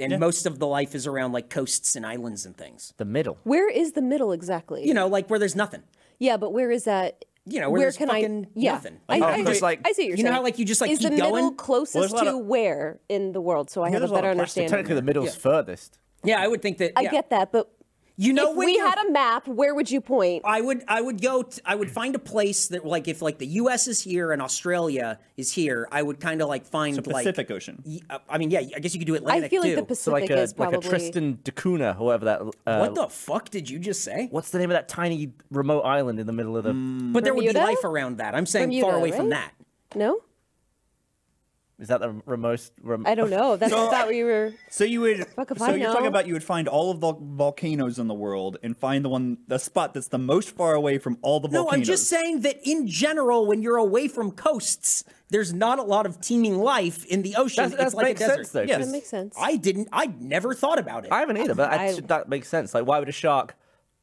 [SPEAKER 3] and most of the life is around like coasts and islands and things.
[SPEAKER 4] The middle.
[SPEAKER 2] Where is the middle exactly?
[SPEAKER 3] You know, like where there's nothing.
[SPEAKER 2] yeah, but where is that?
[SPEAKER 3] You know, where there's fucking
[SPEAKER 2] I? Yeah,
[SPEAKER 3] nothing.
[SPEAKER 2] I,
[SPEAKER 4] Oh,
[SPEAKER 2] I,
[SPEAKER 4] just
[SPEAKER 2] I-
[SPEAKER 4] like-
[SPEAKER 2] I see what you're
[SPEAKER 3] you know
[SPEAKER 2] saying.
[SPEAKER 3] how, like, you just, like,
[SPEAKER 2] is the
[SPEAKER 3] keep
[SPEAKER 2] middle
[SPEAKER 3] going?
[SPEAKER 5] Well,
[SPEAKER 2] closest
[SPEAKER 5] there's a lot
[SPEAKER 2] to
[SPEAKER 5] of-
[SPEAKER 2] where in the world? So I have a
[SPEAKER 5] there's a lot
[SPEAKER 2] better
[SPEAKER 5] of plastic.
[SPEAKER 2] understanding.
[SPEAKER 4] Technically, the middle's furthest.
[SPEAKER 3] Yeah, I would think that.
[SPEAKER 2] I
[SPEAKER 3] yeah.
[SPEAKER 2] get that, but
[SPEAKER 3] You know,
[SPEAKER 2] if
[SPEAKER 3] when
[SPEAKER 2] we
[SPEAKER 3] you're-
[SPEAKER 2] had a map, where would you point?
[SPEAKER 3] I would I would go t- I would find a place that like if like the US is here and Australia is here I would kind of like find like
[SPEAKER 5] Pacific Ocean.
[SPEAKER 3] y- uh, I mean yeah I guess you could do Atlantic
[SPEAKER 2] I feel like the
[SPEAKER 3] too.
[SPEAKER 2] Pacific
[SPEAKER 4] So like a
[SPEAKER 2] is
[SPEAKER 4] like
[SPEAKER 2] probably
[SPEAKER 4] a Tristan da Cunha, however that. Uh,
[SPEAKER 3] What the fuck did you just say?
[SPEAKER 4] What's the name of that tiny remote island in the middle of the?
[SPEAKER 3] Mm. But there would be
[SPEAKER 2] Bermuda?
[SPEAKER 3] life around that. I'm saying
[SPEAKER 2] Bermuda,
[SPEAKER 3] far away from
[SPEAKER 2] right?
[SPEAKER 3] that.
[SPEAKER 2] no.
[SPEAKER 4] Is that the r- most? Rem-
[SPEAKER 2] I don't know. That's
[SPEAKER 5] No.
[SPEAKER 2] about what you were.
[SPEAKER 5] So you would.
[SPEAKER 2] Fuck if
[SPEAKER 5] so
[SPEAKER 2] I
[SPEAKER 5] you're talking
[SPEAKER 2] know.
[SPEAKER 5] about you would find all of the volcanoes in the world and find the one, the spot that's the most far away from all the
[SPEAKER 3] No,
[SPEAKER 5] volcanoes.
[SPEAKER 3] I'm just saying that in general, when you're away from coasts, there's not a lot of teeming life in the ocean.
[SPEAKER 4] That's- that
[SPEAKER 3] it's like
[SPEAKER 4] makes
[SPEAKER 3] a desert.
[SPEAKER 4] sense, though,
[SPEAKER 3] Yes.
[SPEAKER 4] because-
[SPEAKER 2] That makes sense.
[SPEAKER 3] I didn't. I never thought about it.
[SPEAKER 4] I haven't either, but that,
[SPEAKER 2] I-
[SPEAKER 4] that makes sense. Like, why would a shark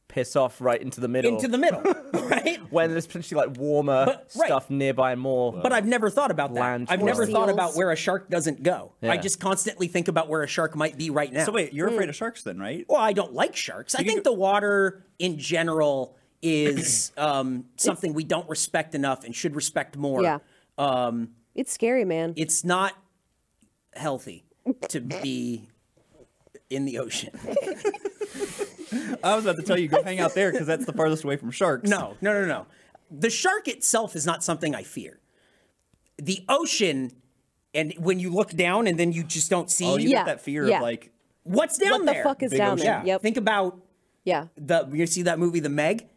[SPEAKER 4] piss off right into the middle?
[SPEAKER 3] Into the middle, right?
[SPEAKER 4] when there's potentially like warmer
[SPEAKER 3] But- right.
[SPEAKER 4] stuff nearby and more.
[SPEAKER 3] But I've never thought about that.
[SPEAKER 4] Land
[SPEAKER 3] I've never
[SPEAKER 2] towards-
[SPEAKER 3] thought
[SPEAKER 2] Seals.
[SPEAKER 3] about where a shark doesn't go. I
[SPEAKER 4] Yeah.
[SPEAKER 3] just constantly think about where a shark might be right now.
[SPEAKER 5] So wait, you're
[SPEAKER 3] Mm.
[SPEAKER 5] afraid of sharks then, right?
[SPEAKER 3] Well, I don't like sharks. I think the water in general is um, something we don't respect enough and should respect more.
[SPEAKER 2] Yeah. It's scary, man.
[SPEAKER 3] It's not healthy to be in the ocean.
[SPEAKER 5] I was about to tell you go hang out there because that's the farthest away from sharks.
[SPEAKER 3] No, no, no, no. The shark itself is not something I fear. The ocean, and when you look down and then you just don't see
[SPEAKER 5] Oh, you
[SPEAKER 2] Yeah,
[SPEAKER 5] get that fear
[SPEAKER 2] yeah.
[SPEAKER 5] of like.
[SPEAKER 3] what's down
[SPEAKER 2] what the
[SPEAKER 3] there.
[SPEAKER 2] fuck is
[SPEAKER 5] Big
[SPEAKER 2] down
[SPEAKER 5] ocean.
[SPEAKER 2] there?
[SPEAKER 3] yeah.
[SPEAKER 2] Yep.
[SPEAKER 3] Think about
[SPEAKER 2] yeah.
[SPEAKER 3] the. You see that movie, The Meg?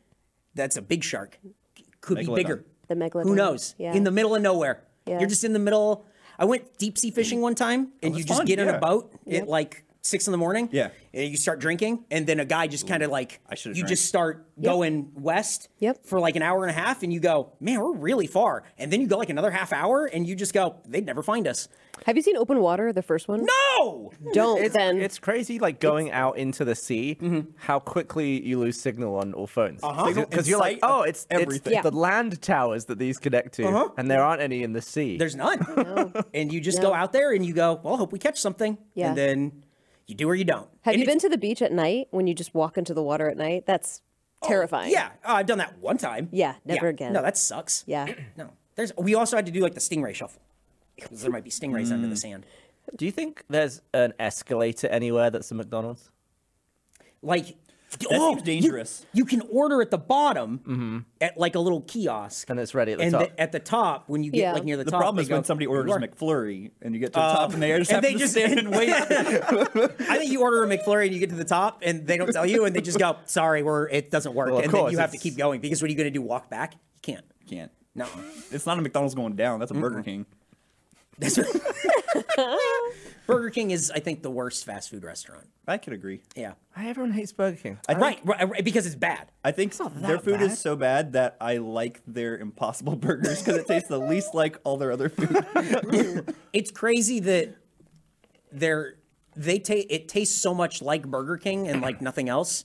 [SPEAKER 3] That's a big shark. Could be
[SPEAKER 5] Megalodon.
[SPEAKER 3] bigger.
[SPEAKER 2] The megalodon.
[SPEAKER 3] Who knows?
[SPEAKER 2] Yeah.
[SPEAKER 3] In the middle of nowhere.
[SPEAKER 2] Yeah.
[SPEAKER 3] You're just in the middle. I went deep sea fishing one time, and you
[SPEAKER 5] Oh, that's
[SPEAKER 3] just
[SPEAKER 5] fun,
[SPEAKER 3] get in
[SPEAKER 5] yeah.
[SPEAKER 3] a boat at like six in the morning.
[SPEAKER 5] Yeah.
[SPEAKER 3] And you start drinking, and then a guy just kind of like
[SPEAKER 5] I
[SPEAKER 3] you
[SPEAKER 5] should've drank.
[SPEAKER 3] just start going west.
[SPEAKER 2] Yep.
[SPEAKER 3] For like an hour and a half, and you go, man, we're really far. And then you go like another half hour, and you just go, they'd never find us.
[SPEAKER 2] Have you seen Open Water, the first one?
[SPEAKER 3] No.
[SPEAKER 2] Don't
[SPEAKER 4] it's,
[SPEAKER 2] then.
[SPEAKER 4] it's crazy, like going out into the sea, how quickly you lose signal on all phones. Because
[SPEAKER 5] Signal in
[SPEAKER 4] you're like,
[SPEAKER 5] sight of
[SPEAKER 4] oh, it's, it's
[SPEAKER 5] everything.
[SPEAKER 2] Yeah.
[SPEAKER 4] the land towers that these connect to, and there aren't any in the sea.
[SPEAKER 3] There's none. And you just
[SPEAKER 2] No.
[SPEAKER 3] go out there and you go, well, I hope we catch something.
[SPEAKER 2] Yeah.
[SPEAKER 3] And then you do or you don't.
[SPEAKER 2] Have
[SPEAKER 3] And
[SPEAKER 2] you been to the beach at night when you just walk into the water at night? That's terrifying.
[SPEAKER 3] Yeah, oh, I've done that one time.
[SPEAKER 2] Yeah, never again.
[SPEAKER 3] No, that sucks.
[SPEAKER 2] Yeah.
[SPEAKER 3] No, there's. We also had to do like the stingray shuffle because there might be stingrays under the sand.
[SPEAKER 4] Do you think there's an escalator anywhere that's a McDonald's?
[SPEAKER 3] Like, oh,
[SPEAKER 5] seems
[SPEAKER 3] you-
[SPEAKER 5] dangerous.
[SPEAKER 3] You, can order at the bottom at like a little kiosk,
[SPEAKER 4] And it's ready at the
[SPEAKER 3] and
[SPEAKER 4] top.
[SPEAKER 3] at the top, when you get
[SPEAKER 2] Yeah.
[SPEAKER 3] like near the,
[SPEAKER 5] The
[SPEAKER 3] top,
[SPEAKER 5] problem
[SPEAKER 3] they
[SPEAKER 5] is when
[SPEAKER 3] go,
[SPEAKER 5] somebody
[SPEAKER 3] "You
[SPEAKER 5] orders
[SPEAKER 3] are-" Uh,
[SPEAKER 5] McFlurry and you get to the top and they just
[SPEAKER 3] and
[SPEAKER 5] have
[SPEAKER 3] they
[SPEAKER 5] to
[SPEAKER 3] just-
[SPEAKER 5] stand and wait.
[SPEAKER 3] I think you order a McFlurry and you get to the top, and they don't tell you, and they just go, "Sorry, we're it doesn't work,"
[SPEAKER 4] Well, of
[SPEAKER 3] and then
[SPEAKER 4] course,
[SPEAKER 3] you have to
[SPEAKER 4] it's-
[SPEAKER 3] keep going because what are you going to do? Walk back? You can't.
[SPEAKER 5] Can't.
[SPEAKER 3] No.
[SPEAKER 5] It's not a McDonald's going down. That's a Burger King.
[SPEAKER 3] That's right. Burger King is, I think, the worst fast food restaurant.
[SPEAKER 5] I could agree.
[SPEAKER 3] Yeah.
[SPEAKER 4] Why everyone hates Burger King?
[SPEAKER 3] Right, right, right, because it's bad.
[SPEAKER 5] I think their food is so bad that I like their Impossible Burgers because it tastes the least like all their other food.
[SPEAKER 3] It's crazy that they're they ta- it tastes so much like Burger King and like nothing else.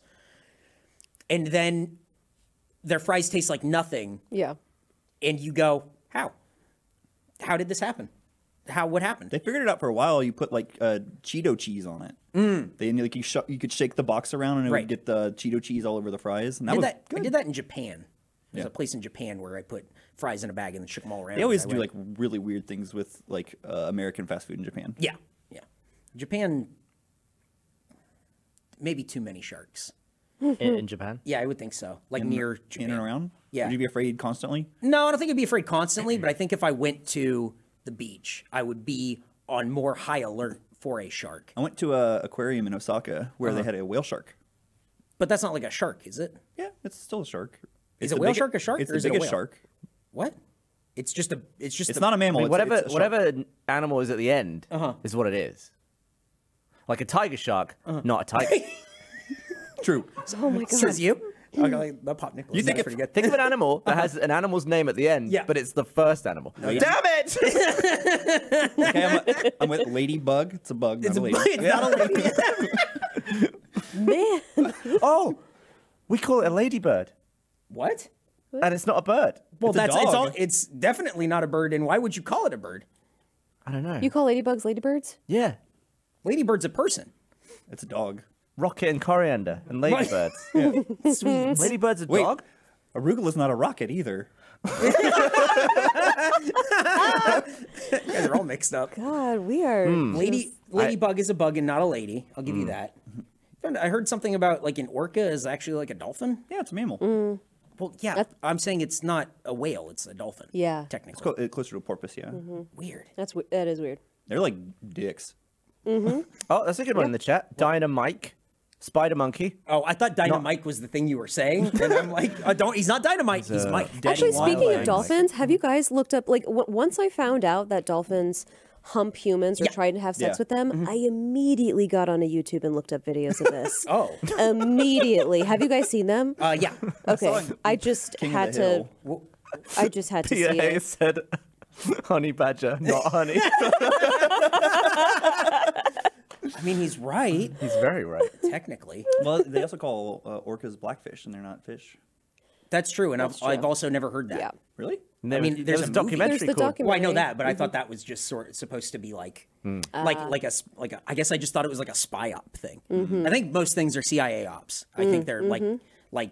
[SPEAKER 3] And then their fries taste like nothing
[SPEAKER 2] Yeah.
[SPEAKER 3] and you go, "How? How did this happen? How what happened?"
[SPEAKER 5] They figured it out for a while. You put like uh, Cheeto cheese on it. Mm. They and like you, sh- you could shake the box around and it
[SPEAKER 3] Right.
[SPEAKER 5] would get the Cheeto cheese all over the fries. And that
[SPEAKER 3] I did
[SPEAKER 5] was
[SPEAKER 3] that, I
[SPEAKER 5] good.
[SPEAKER 3] did that in Japan. There's
[SPEAKER 5] Yeah.
[SPEAKER 3] a place in Japan where I put fries in a bag and then shook them all around.
[SPEAKER 5] They always
[SPEAKER 3] I
[SPEAKER 5] do like
[SPEAKER 3] went,
[SPEAKER 5] really weird things with like uh, American fast food in Japan.
[SPEAKER 3] Yeah. Yeah. Japan maybe too many sharks.
[SPEAKER 4] in, in Japan?
[SPEAKER 3] Yeah, I would think so. Like near Japan.
[SPEAKER 5] in and around.
[SPEAKER 3] Yeah.
[SPEAKER 5] would you be afraid constantly?
[SPEAKER 3] No, I don't think I'd be afraid constantly, but I think if I went to the beach, I would be on more high alert for a shark.
[SPEAKER 5] I went to a aquarium in Osaka where
[SPEAKER 3] Uh-huh.
[SPEAKER 5] they had a whale shark.
[SPEAKER 3] But that's not like a shark, is it?
[SPEAKER 5] Yeah, it's still a shark.
[SPEAKER 3] Is
[SPEAKER 5] It's
[SPEAKER 3] a
[SPEAKER 5] the
[SPEAKER 3] whale
[SPEAKER 5] big-
[SPEAKER 3] shark a shark,
[SPEAKER 5] It's
[SPEAKER 3] or
[SPEAKER 5] the
[SPEAKER 3] is it a
[SPEAKER 5] biggest
[SPEAKER 3] whale?
[SPEAKER 5] shark.
[SPEAKER 3] What? It's just a. It's just.
[SPEAKER 5] It's not a mammal.
[SPEAKER 4] I mean,
[SPEAKER 5] Oh, it's-
[SPEAKER 4] whatever
[SPEAKER 5] it's a shark.
[SPEAKER 4] whatever animal is at the end is what it is. Like a tiger shark, not a tiger.
[SPEAKER 5] True.
[SPEAKER 2] Oh my god.
[SPEAKER 3] Says you. I got like, that pop Nicholas.
[SPEAKER 5] You think
[SPEAKER 3] That's
[SPEAKER 5] it's-
[SPEAKER 3] pretty good?
[SPEAKER 4] Think of an animal that has an animal's name at the end,
[SPEAKER 3] Yeah.
[SPEAKER 4] but it's the first animal. Damn it!
[SPEAKER 5] Okay, I'm, I'm with ladybug. It's a bug. Not
[SPEAKER 3] It's,
[SPEAKER 5] a
[SPEAKER 3] a,
[SPEAKER 5] lady.
[SPEAKER 3] it's not a lady.
[SPEAKER 2] Man.
[SPEAKER 4] oh, we call it a ladybird,
[SPEAKER 3] what?
[SPEAKER 4] and it's not a bird.
[SPEAKER 3] Well,
[SPEAKER 5] It's a
[SPEAKER 3] that's it's all.
[SPEAKER 5] dog.
[SPEAKER 3] It's definitely not a bird. And why would you call it a bird?
[SPEAKER 4] I don't know.
[SPEAKER 2] You call ladybugs ladybirds?
[SPEAKER 4] yeah,
[SPEAKER 3] Ladybird's a person.
[SPEAKER 5] It's a dog.
[SPEAKER 4] rocket and coriander and ladybirds. Ladybirds a
[SPEAKER 5] Wait.
[SPEAKER 4] dog?
[SPEAKER 5] Arugula's not a rocket either.
[SPEAKER 3] You guys are all mixed up.
[SPEAKER 2] God, we are.
[SPEAKER 3] Lady ladybug is a bug and not a lady. I'll
[SPEAKER 5] Mm.
[SPEAKER 3] give you that. And I heard something about like an orca is actually like a dolphin.
[SPEAKER 5] Yeah, it's a mammal.
[SPEAKER 3] Well, yeah, I'm saying it's not a whale; it's a dolphin.
[SPEAKER 2] Yeah.
[SPEAKER 3] technically.
[SPEAKER 5] It's clo- uh, closer to a porpoise. Yeah,
[SPEAKER 3] Weird.
[SPEAKER 2] That's we- that is weird.
[SPEAKER 5] they're like dicks.
[SPEAKER 4] Oh, that's a good one in the chat. Diner Mike, Spider Monkey.
[SPEAKER 3] Oh, I thought dynamite was the thing you were saying, and I'm like, oh, don't. He's not dynamite. He's Mike.
[SPEAKER 2] Actually,
[SPEAKER 5] Daddy
[SPEAKER 2] speaking
[SPEAKER 5] Wildlands.
[SPEAKER 2] of dolphins, have you guys looked up like w- once I found out that dolphins hump humans or try to have sex
[SPEAKER 5] Yeah.
[SPEAKER 2] with them, I immediately got onto YouTube and looked up videos of this.
[SPEAKER 3] Oh.
[SPEAKER 2] Immediately. Have you guys seen them?
[SPEAKER 3] Uh, yeah.
[SPEAKER 2] Okay. I just
[SPEAKER 5] King of
[SPEAKER 2] had
[SPEAKER 5] the
[SPEAKER 2] to
[SPEAKER 5] Hill.
[SPEAKER 2] I just had to see
[SPEAKER 4] PA
[SPEAKER 2] it.
[SPEAKER 4] said honey badger, not honey.
[SPEAKER 3] I mean, he's right,
[SPEAKER 6] He's very right.
[SPEAKER 3] technically.
[SPEAKER 5] Well, they also call uh, orcas blackfish, and they're not fish.
[SPEAKER 3] That's true, and I've,
[SPEAKER 2] true.
[SPEAKER 3] I've also never heard that.
[SPEAKER 2] Yeah.
[SPEAKER 5] Really?
[SPEAKER 3] I mean, there's, a movie.
[SPEAKER 6] documentary
[SPEAKER 2] There's the
[SPEAKER 6] called-
[SPEAKER 2] docu-
[SPEAKER 3] Well, I know
[SPEAKER 2] Documentary.
[SPEAKER 3] that, but I thought that was just sort of supposed to be like,
[SPEAKER 5] Hmm.
[SPEAKER 3] like,
[SPEAKER 2] Uh.
[SPEAKER 3] like a, s- like a. I guess I just thought it was like a spy op thing.
[SPEAKER 2] Mm-hmm.
[SPEAKER 3] I think most things are CIA ops. I
[SPEAKER 2] Mm,
[SPEAKER 3] think they're like, like,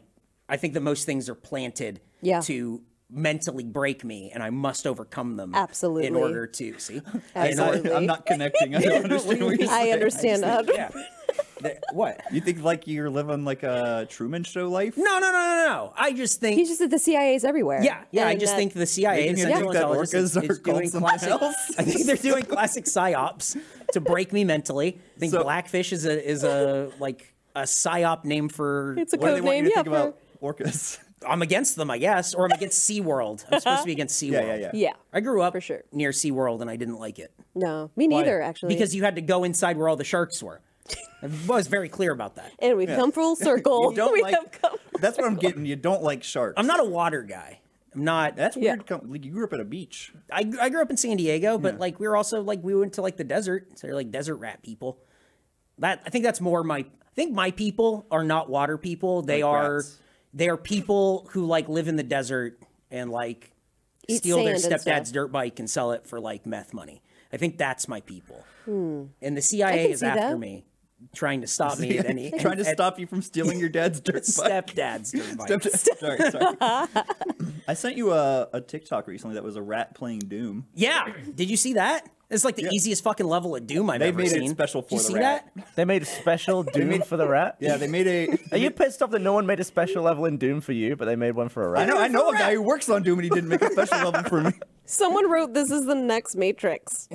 [SPEAKER 3] I think that most things are planted
[SPEAKER 2] Yeah.
[SPEAKER 3] to mentally break me, and I must overcome them in
[SPEAKER 2] Absolutely.
[SPEAKER 3] order to see. In order-
[SPEAKER 2] Absolutely.
[SPEAKER 5] I'm not connecting. I don't understand what you're
[SPEAKER 2] I
[SPEAKER 5] saying.
[SPEAKER 2] understand that.
[SPEAKER 3] yeah. The- what?
[SPEAKER 5] You think like you're living like a Truman Show life?
[SPEAKER 3] No, no, no, no, no. I just think.
[SPEAKER 2] He's just that the CIA's everywhere.
[SPEAKER 3] yeah, yeah. I
[SPEAKER 2] And
[SPEAKER 3] just
[SPEAKER 2] that-
[SPEAKER 3] think the CIA
[SPEAKER 5] Making
[SPEAKER 3] and
[SPEAKER 5] it
[SPEAKER 3] Central
[SPEAKER 5] think that
[SPEAKER 3] Intelligence is,
[SPEAKER 5] orcas
[SPEAKER 3] is
[SPEAKER 5] are called
[SPEAKER 3] doing
[SPEAKER 5] something
[SPEAKER 3] classic.
[SPEAKER 5] else?
[SPEAKER 3] I think they're doing classic psyops to break me mentally. I think
[SPEAKER 5] So-
[SPEAKER 3] Blackfish is a is a like a psyop name for.
[SPEAKER 2] it's a
[SPEAKER 5] What do they
[SPEAKER 2] code
[SPEAKER 5] want
[SPEAKER 2] name.
[SPEAKER 5] you to
[SPEAKER 2] Yeah,
[SPEAKER 5] think
[SPEAKER 2] for,
[SPEAKER 5] about orcas?
[SPEAKER 3] I'm against them, I guess, or I'm against SeaWorld. I'm supposed to be against SeaWorld.
[SPEAKER 5] Yeah, yeah, yeah.
[SPEAKER 2] yeah.
[SPEAKER 3] I grew up
[SPEAKER 2] For sure.
[SPEAKER 3] near SeaWorld and I didn't like it
[SPEAKER 2] No, me neither actually.
[SPEAKER 3] because you had to go inside where all the sharks were. I was very clear about that.
[SPEAKER 2] and we've come full circle.
[SPEAKER 5] You don't
[SPEAKER 2] we
[SPEAKER 5] like.
[SPEAKER 2] have come.
[SPEAKER 5] That's what I'm getting. You don't like sharks.
[SPEAKER 3] I'm not a water guy. I'm not.
[SPEAKER 5] That's
[SPEAKER 2] Yeah.
[SPEAKER 5] weird. com- Like you grew up at a beach.
[SPEAKER 3] I, I grew up in San Diego, but like we were also like we went to like the desert, so they're like desert rat people. That I think that's more my I think my people are not water people. They
[SPEAKER 5] Like
[SPEAKER 3] are
[SPEAKER 5] rats.
[SPEAKER 3] they are people who like live in the desert and like
[SPEAKER 2] Eat
[SPEAKER 3] steal their
[SPEAKER 2] sand and stuff.
[SPEAKER 3] stepdad's dirt bike and sell it for like meth money. I think that's my people. And the
[SPEAKER 2] Hmm. I
[SPEAKER 3] CIA
[SPEAKER 2] can
[SPEAKER 3] is
[SPEAKER 2] see
[SPEAKER 3] after
[SPEAKER 2] that.
[SPEAKER 3] me, trying to stop me at any
[SPEAKER 5] Trying to
[SPEAKER 3] at-
[SPEAKER 5] stop you from stealing your dad's dirt bike.
[SPEAKER 3] stepdad's dirt bike.
[SPEAKER 5] sorry, sorry. I sent you a, a TikTok recently that was a rat playing Doom.
[SPEAKER 3] Yeah, did you see that? It's like the easiest fucking level of Doom I've
[SPEAKER 5] They
[SPEAKER 3] ever
[SPEAKER 5] made it
[SPEAKER 3] seen.
[SPEAKER 5] special
[SPEAKER 3] Did you
[SPEAKER 5] for the
[SPEAKER 3] see
[SPEAKER 5] rat.
[SPEAKER 3] that?
[SPEAKER 6] They made a special Doom for the rat.
[SPEAKER 5] Yeah, they made a.
[SPEAKER 6] Are you pissed off that no one made a special level in Doom for you, but they made one for a
[SPEAKER 5] I
[SPEAKER 6] rat?
[SPEAKER 5] know, I know a guy who works on Doom and he didn't make a special level for me.
[SPEAKER 2] Someone wrote this is the next Matrix.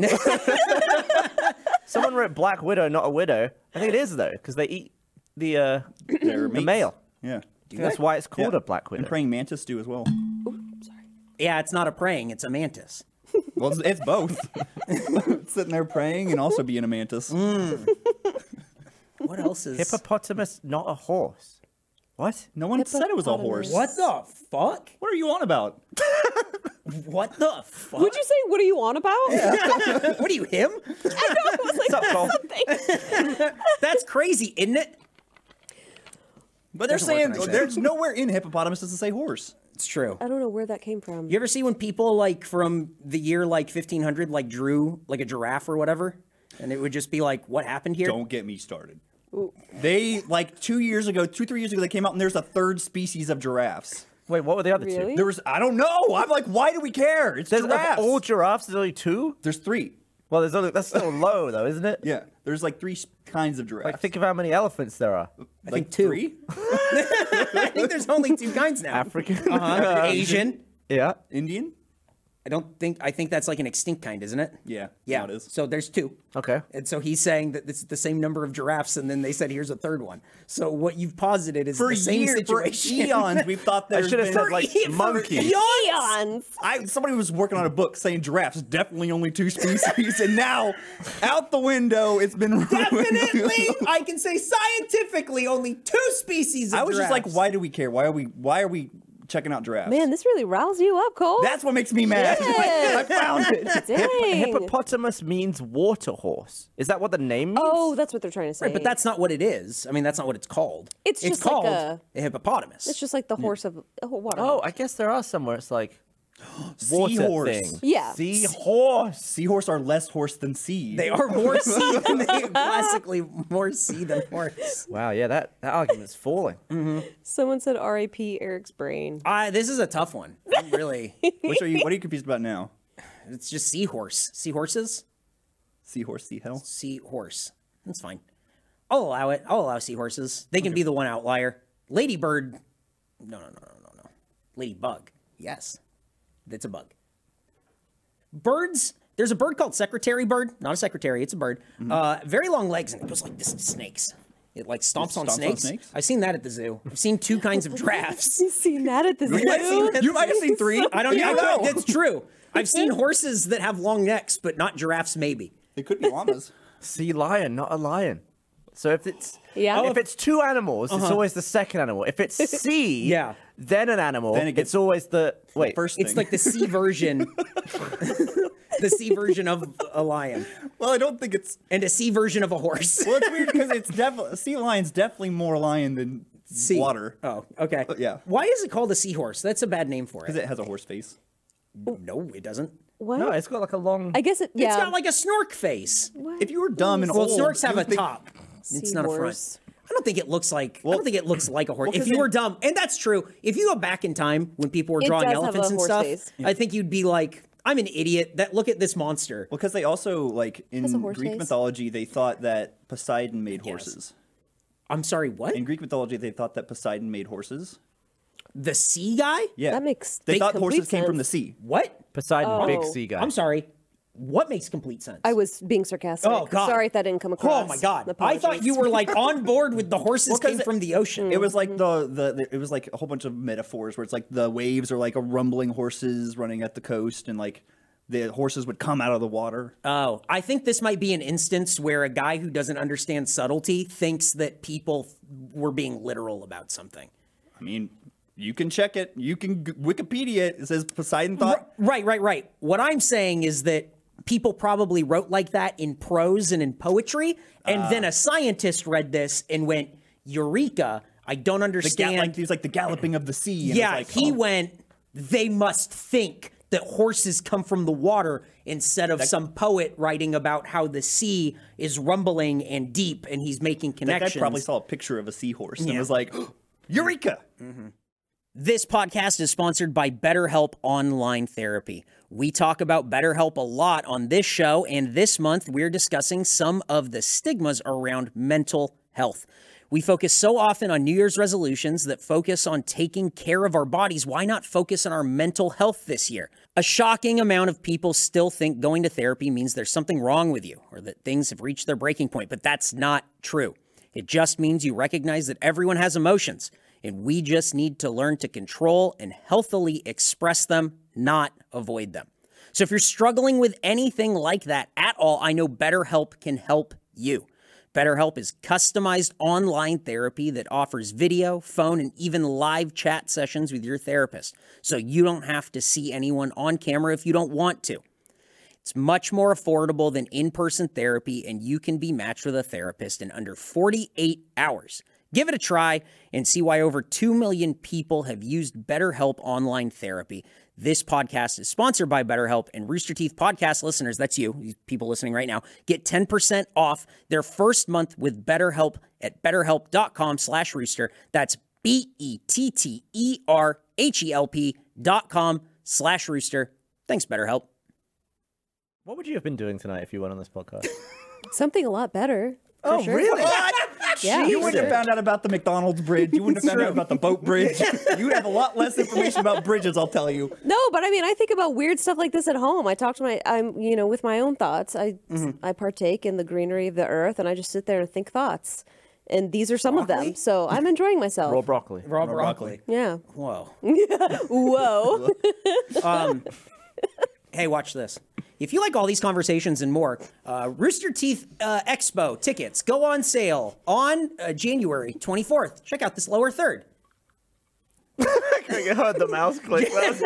[SPEAKER 6] Someone wrote Black Widow, not a widow. I think it is though, because they eat the uh, the male.
[SPEAKER 5] Yeah.
[SPEAKER 6] I think that's why it's called a Black
[SPEAKER 5] And
[SPEAKER 6] Widow.
[SPEAKER 5] praying mantis do as well.
[SPEAKER 3] Yeah, it's not a praying, it's a mantis.
[SPEAKER 5] Well, it's, it's both. Sitting there praying and also being a mantis.
[SPEAKER 3] What else is
[SPEAKER 6] Hippopotamus, not a horse. What?
[SPEAKER 5] No one said it was a horse.
[SPEAKER 3] What the fuck?
[SPEAKER 5] What are you on about?
[SPEAKER 3] What the fuck?
[SPEAKER 2] Would you say what are you on about?
[SPEAKER 3] what are you him?
[SPEAKER 6] What's up, Cole?
[SPEAKER 3] That's crazy, isn't it?
[SPEAKER 5] But they're
[SPEAKER 3] Doesn't work
[SPEAKER 5] saying
[SPEAKER 3] like that.
[SPEAKER 5] there's nowhere in hippopotamus doesn't say horse.
[SPEAKER 3] It's true.
[SPEAKER 2] I don't know where that came from.
[SPEAKER 3] You ever see when people like from the year like 1500 like drew like a giraffe or whatever, and it would just be like, what happened here?
[SPEAKER 5] Don't get me started. They like two years ago, two three years ago, they came out and there's a third species of giraffes.
[SPEAKER 6] Wait, what were the other
[SPEAKER 2] Really?
[SPEAKER 6] two?
[SPEAKER 5] There was I don't know. I'm like, why do we care? It's
[SPEAKER 6] There's of
[SPEAKER 5] giraffes.
[SPEAKER 6] all giraffes. There's only two.
[SPEAKER 5] there's three.
[SPEAKER 6] Well, there's only that's still low though, isn't it?
[SPEAKER 5] Yeah, there's like three s- kinds of giraffes.
[SPEAKER 6] Like think of how many elephants there are.
[SPEAKER 5] I
[SPEAKER 3] think two.
[SPEAKER 5] Three?
[SPEAKER 3] I think there's only two kinds now.
[SPEAKER 6] African.
[SPEAKER 3] Uh-huh. Asian.
[SPEAKER 6] yeah.
[SPEAKER 5] Indian?
[SPEAKER 3] I don't think I think that's like an extinct kind, isn't it?
[SPEAKER 5] Yeah,
[SPEAKER 3] Yeah.
[SPEAKER 5] now it is.
[SPEAKER 3] So there's two.
[SPEAKER 6] Okay.
[SPEAKER 3] And so he's saying that it's the same number of giraffes, and then they said, "Here's a third one." So what you've posited is
[SPEAKER 5] For
[SPEAKER 3] the same
[SPEAKER 5] years, for
[SPEAKER 3] situation.
[SPEAKER 5] eons, we've thought
[SPEAKER 6] I
[SPEAKER 5] there's
[SPEAKER 6] should have
[SPEAKER 5] been
[SPEAKER 6] said like
[SPEAKER 3] For
[SPEAKER 6] monkey.
[SPEAKER 2] Eons.
[SPEAKER 5] I somebody was working on a book saying giraffes definitely only two species, and now out the window it's been ruined.
[SPEAKER 3] Definitely, I can say scientifically only two species. Of
[SPEAKER 5] I was just like,
[SPEAKER 3] giraffes.
[SPEAKER 5] why do we care? Why are we why are we checking out giraffes?
[SPEAKER 2] Man, this really roused you up, Cole.
[SPEAKER 5] That's what makes me mad.
[SPEAKER 2] Yes.
[SPEAKER 5] I found it.
[SPEAKER 2] Dang.
[SPEAKER 6] Hippopotamus means water horse. Is that what the name means?
[SPEAKER 2] Oh, that's what they're trying to say.
[SPEAKER 3] Right, but that's not what it is. I mean, that's not what it's called.
[SPEAKER 2] It's just like
[SPEAKER 3] called
[SPEAKER 2] a-
[SPEAKER 3] hippopotamus.
[SPEAKER 2] it's just like the horse of oh, water.
[SPEAKER 6] Oh, I guess there are somewhere. It's like water
[SPEAKER 5] Seahorse.
[SPEAKER 6] thing.
[SPEAKER 2] Yeah.
[SPEAKER 6] Seahorse.
[SPEAKER 5] Seahorse are less horse than sea.
[SPEAKER 3] they are more sea than they are classically more sea than horse.
[SPEAKER 6] Wow. Yeah. That that argument's falling.
[SPEAKER 2] Someone said R.A.P. Eric's brain.
[SPEAKER 3] Uh, this is a tough one. I'm really,
[SPEAKER 5] Which are you? What are you confused about now?
[SPEAKER 3] it's just seahorse. Seahorses.
[SPEAKER 5] Seahorse, sea hell.
[SPEAKER 3] Seahorse. That's fine. I'll allow it. I'll allow seahorses. They can be the one outlier. Ladybird. No, no, no, no, no, no. Ladybug. Yes. That's a bug. Birds. There's
[SPEAKER 5] Mm-hmm.
[SPEAKER 3] a bird called secretary bird. Not a secretary. It's a bird. Uh, very long legs, and it goes like this to snakes. It like stomps, on,
[SPEAKER 5] stomps on
[SPEAKER 3] snakes.
[SPEAKER 5] snakes?
[SPEAKER 3] I've seen that at the zoo. I've seen two kinds of giraffes.
[SPEAKER 2] You seen that at the zoo?
[SPEAKER 3] might have seen that.
[SPEAKER 5] You might have seen three.
[SPEAKER 3] I don't know. That's true. I've seen horses that have long necks, but not giraffes. Maybe.
[SPEAKER 5] It could be llamas.
[SPEAKER 6] Sea lion, not a lion. So if it's
[SPEAKER 2] Yeah.
[SPEAKER 5] Oh,
[SPEAKER 6] if it's two animals, it's
[SPEAKER 5] Uh-huh.
[SPEAKER 6] always the second animal. If it's sea,
[SPEAKER 3] Yeah.
[SPEAKER 6] then an animal,
[SPEAKER 5] Then it gets-
[SPEAKER 6] it's always the wait.
[SPEAKER 5] First
[SPEAKER 3] It's
[SPEAKER 5] thing.
[SPEAKER 3] like the sea version, the sea version of a lion,
[SPEAKER 5] well, I don't think it's.
[SPEAKER 3] and a sea version of a horse.
[SPEAKER 5] Well, it's weird because it's definitely sea lion's definitely more lion than
[SPEAKER 3] Sea.
[SPEAKER 5] water Uh,
[SPEAKER 3] Oh, okay.
[SPEAKER 5] yeah.
[SPEAKER 3] Why is it called a seahorse? That's a bad name for it. Oh,
[SPEAKER 5] because it has a horse face.
[SPEAKER 3] No, it doesn't.
[SPEAKER 2] What?
[SPEAKER 6] no, it's got like a long.
[SPEAKER 2] I guess it. Yeah.
[SPEAKER 3] It's got like a snork face.
[SPEAKER 5] If you were dumb and
[SPEAKER 3] Well,
[SPEAKER 5] old,
[SPEAKER 3] snorks have a
[SPEAKER 5] you would think-
[SPEAKER 3] top. It's not a front.
[SPEAKER 2] Seahorse.
[SPEAKER 3] I don't think it looks like. I don't think it looks like a horse. if
[SPEAKER 5] 'cause
[SPEAKER 3] you
[SPEAKER 5] it-
[SPEAKER 3] were dumb, and that's true. If you go back in time when people were
[SPEAKER 2] It
[SPEAKER 3] drawing
[SPEAKER 2] does have
[SPEAKER 3] elephants
[SPEAKER 2] a
[SPEAKER 3] and
[SPEAKER 2] horse
[SPEAKER 3] stuff,
[SPEAKER 2] face.
[SPEAKER 3] I think you'd be like, "I'm an idiot." That look at this monster.
[SPEAKER 5] Well, because they also like in
[SPEAKER 2] Has a horse
[SPEAKER 5] Greek
[SPEAKER 2] face.
[SPEAKER 5] mythology, they thought that Poseidon made horses.
[SPEAKER 3] I'm sorry, what?
[SPEAKER 5] In Greek mythology, they thought that Poseidon made horses.
[SPEAKER 3] The sea guy?
[SPEAKER 5] Yeah,
[SPEAKER 2] That makes
[SPEAKER 5] They thought
[SPEAKER 2] complete
[SPEAKER 5] horses came from the
[SPEAKER 2] sense.
[SPEAKER 5] sea.
[SPEAKER 3] What?
[SPEAKER 6] Poseidon, big
[SPEAKER 2] Oh.
[SPEAKER 6] sea guy.
[SPEAKER 3] I'm sorry. What makes complete sense?
[SPEAKER 2] I was being sarcastic.
[SPEAKER 3] Oh God!
[SPEAKER 2] Sorry if that didn't come across.
[SPEAKER 3] Oh my God! I thought you were like on board with the horses came
[SPEAKER 5] 'cause it-
[SPEAKER 3] from the ocean.
[SPEAKER 5] It was like the,
[SPEAKER 3] Mm-hmm.
[SPEAKER 5] the the it was like a whole bunch of metaphors where it's like the waves are like a rumbling horses running at the coast and like the horses would come out of the water.
[SPEAKER 3] Oh, I think this might be an instance where a guy who doesn't understand subtlety thinks that people were being literal about something.
[SPEAKER 5] I mean, you can check it. You can g- Wikipedia it. It says Poseidon thought.
[SPEAKER 3] Right, right, right. What I'm saying is that people probably wrote like that in prose and in poetry, and then a scientist read this and went, "Eureka! I don't
[SPEAKER 5] The ga-
[SPEAKER 3] understand."
[SPEAKER 5] like he's like the galloping of the sea. And it's
[SPEAKER 3] yeah,
[SPEAKER 5] like,
[SPEAKER 3] he
[SPEAKER 5] oh,
[SPEAKER 3] went. They must think that horses come from the water instead of some poet writing about how the sea is rumbling and deep, and he's making
[SPEAKER 5] That guy
[SPEAKER 3] connections.
[SPEAKER 5] probably saw a picture of a seahorse and was like, "Eureka!"
[SPEAKER 3] Mm. This podcast is sponsored by BetterHelp Online Therapy. We talk about BetterHelp a lot on this show, and this month we're discussing some of the stigmas around mental health. We focus so often on New Year's resolutions that focus on taking care of our bodies. Why not focus on our mental health this year? A shocking amount of people still think going to therapy means there's something wrong with you or that things have reached their breaking point, but that's not true. It just means you recognize that everyone has emotions and we just need to learn to control and healthily express them, not avoid them. So if you're struggling with anything like that at all, I know BetterHelp can help you. BetterHelp is customized online therapy that offers video, phone, and even live chat sessions with your therapist. So you don't have to see anyone on camera if you don't want to. It's much more affordable than in person therapy, and you can be matched with a therapist in under 48 hours. Give it a try and see why over 2 million people have used BetterHelp online therapy. This podcast is sponsored by BetterHelp, and Rooster Teeth podcast listeners, that's you, you people listening right now, get 10% off their first month with BetterHelp at betterhelp.com slash rooster. That's E B-E-T-T-E-R-H-E-L-P E dot com slash rooster. Thanks, BetterHelp.
[SPEAKER 6] What would you have been doing tonight if you weren't on this podcast?
[SPEAKER 2] something a lot better. for
[SPEAKER 6] Oh,
[SPEAKER 2] sure.
[SPEAKER 6] really?
[SPEAKER 2] Yeah.
[SPEAKER 5] Ah, You wouldn't have found out about the McDonald's bridge. You wouldn't have found out about the boat bridge. You'd have a lot less information about bridges, I'll tell you.
[SPEAKER 2] No, but I mean, I think about weird stuff like this at home. I talk to my, I'm, you know, with my own thoughts. I, I partake in the greenery of the earth, and I just sit there and think thoughts, and these are some of them. So I'm enjoying myself.
[SPEAKER 6] Raw broccoli.
[SPEAKER 3] Raw broccoli.
[SPEAKER 2] yeah.
[SPEAKER 3] Whoa.
[SPEAKER 2] Whoa.
[SPEAKER 3] Hey, watch this. If you like all these conversations and more, uh, Rooster Teeth uh, Expo tickets go on sale on uh, January 24th. Check out this lower third.
[SPEAKER 6] I heard the mouse click. That was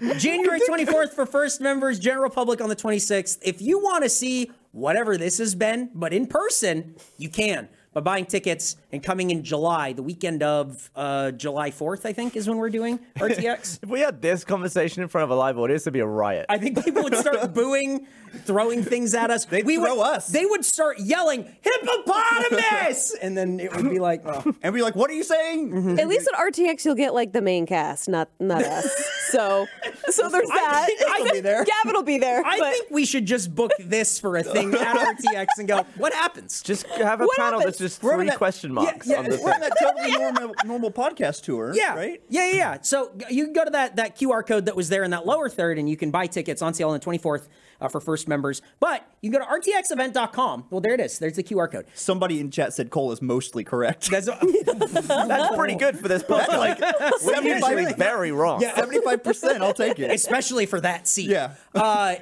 [SPEAKER 6] great.
[SPEAKER 3] January 24th for first members, general public on the 26th. If you want to see whatever this has been, but in person, you can by buying tickets and coming in July, the weekend of uh, July 4th, I think, is when we're doing RTX.
[SPEAKER 6] If we had this conversation in front of a live audience, it'd be a riot.
[SPEAKER 3] I think people would start booing, throwing things at us. They
[SPEAKER 5] throw
[SPEAKER 3] would,
[SPEAKER 5] us.
[SPEAKER 3] They would start yelling hippopotamus, and then it would be like, oh.
[SPEAKER 5] And be like, what are you saying?
[SPEAKER 2] at least at RTX, you'll get like the main cast, not not us. So, so there's that.
[SPEAKER 3] think I'll be there.
[SPEAKER 2] Gavin will be there.
[SPEAKER 3] I
[SPEAKER 2] but
[SPEAKER 3] think we should just book this for a thing at RTX and go, what happens?
[SPEAKER 6] Just have a
[SPEAKER 2] What
[SPEAKER 6] panel
[SPEAKER 2] happens?
[SPEAKER 6] that's just
[SPEAKER 5] We're on
[SPEAKER 6] three
[SPEAKER 5] that-
[SPEAKER 6] question marks
[SPEAKER 5] yeah,
[SPEAKER 6] on the
[SPEAKER 5] we're on
[SPEAKER 6] thing.
[SPEAKER 5] that totally normal, normal podcast tour.
[SPEAKER 3] Yeah.
[SPEAKER 5] Right?
[SPEAKER 3] Yeah, yeah, yeah. So g- you can go to that that QR code that was there in that lower third, and you can buy tickets on sale on the 24th uh, for first members. But you can go to rtxevent.com. Well, there it is. There's the QR code.
[SPEAKER 5] Somebody in chat said Cole is mostly correct.
[SPEAKER 3] That's
[SPEAKER 6] That's pretty good for this podcast. We're usually very wrong.
[SPEAKER 5] Seventy-five percent. I'll take it.
[SPEAKER 3] especially for that seat.
[SPEAKER 5] Yeah.
[SPEAKER 3] uh,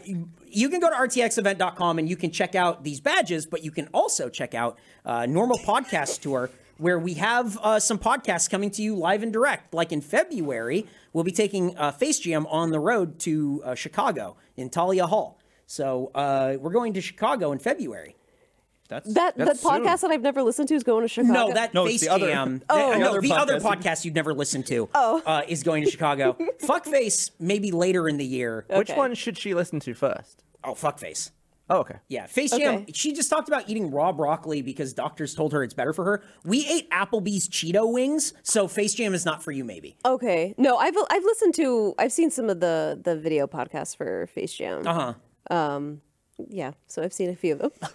[SPEAKER 3] you can go to rtxevent.com and you can check out these badges, but you can also check out uh, normal podcast tour where we have uh, some podcasts coming to you live and direct. Like in February, we'll be taking uh, Face Jam on the road to uh, Chicago in Talia Hall. So uh, we're going to Chicago in February.
[SPEAKER 2] that the
[SPEAKER 6] That's soon.
[SPEAKER 2] podcast that I've never listened to is going to Chicago.
[SPEAKER 3] No, that
[SPEAKER 5] No, it's
[SPEAKER 3] Face
[SPEAKER 5] the other-
[SPEAKER 3] Jam.
[SPEAKER 5] Oh.
[SPEAKER 3] that-
[SPEAKER 5] the
[SPEAKER 3] no,
[SPEAKER 5] other
[SPEAKER 3] the other
[SPEAKER 5] podcast.
[SPEAKER 3] podcast you've never listened to uh, is going to Chicago. Fuckface, maybe later in the year.
[SPEAKER 6] Which
[SPEAKER 2] Okay.
[SPEAKER 6] one should she listen to first?
[SPEAKER 3] Oh, fuckface.
[SPEAKER 6] Oh, okay.
[SPEAKER 3] Yeah, Face Jam.
[SPEAKER 2] Okay.
[SPEAKER 3] She just talked about eating raw broccoli because doctors told her it's better for her. We ate Applebee's Cheeto wings, so Face Jam is not for you, maybe.
[SPEAKER 2] Okay. No, I've I've listened to I've seen some of the the video podcasts for Face Jam. Um,
[SPEAKER 3] Uh huh.
[SPEAKER 2] Yeah, so I've seen a few of them. no,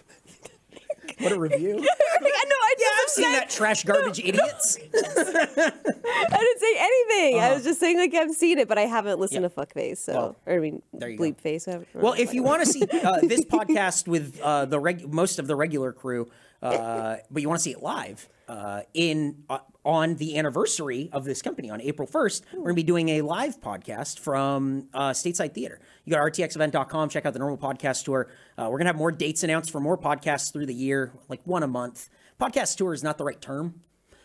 [SPEAKER 3] What a review.
[SPEAKER 2] I
[SPEAKER 3] yeah, I've
[SPEAKER 2] just
[SPEAKER 3] seen that trash garbage idiots.
[SPEAKER 2] I didn't say anything. I was
[SPEAKER 3] Uh-huh.
[SPEAKER 2] just saying like I've seen it, but I haven't listened to Fuckface. So or, I mean
[SPEAKER 3] you go.
[SPEAKER 2] Bleep Face. I haven't-
[SPEAKER 3] Well, if you want to see uh, this podcast with uh, the reg- most of the regular crew, uh, but you want to see it live uh, in uh, on the anniversary of this company on April first, we're going to be doing a live podcast from uh, Stateside Theater. You go to rtxevent.com, check out the normal podcast tour. Uh, we're going to have more dates announced for more podcasts through the year, like one a month. Podcast tour is not the right term.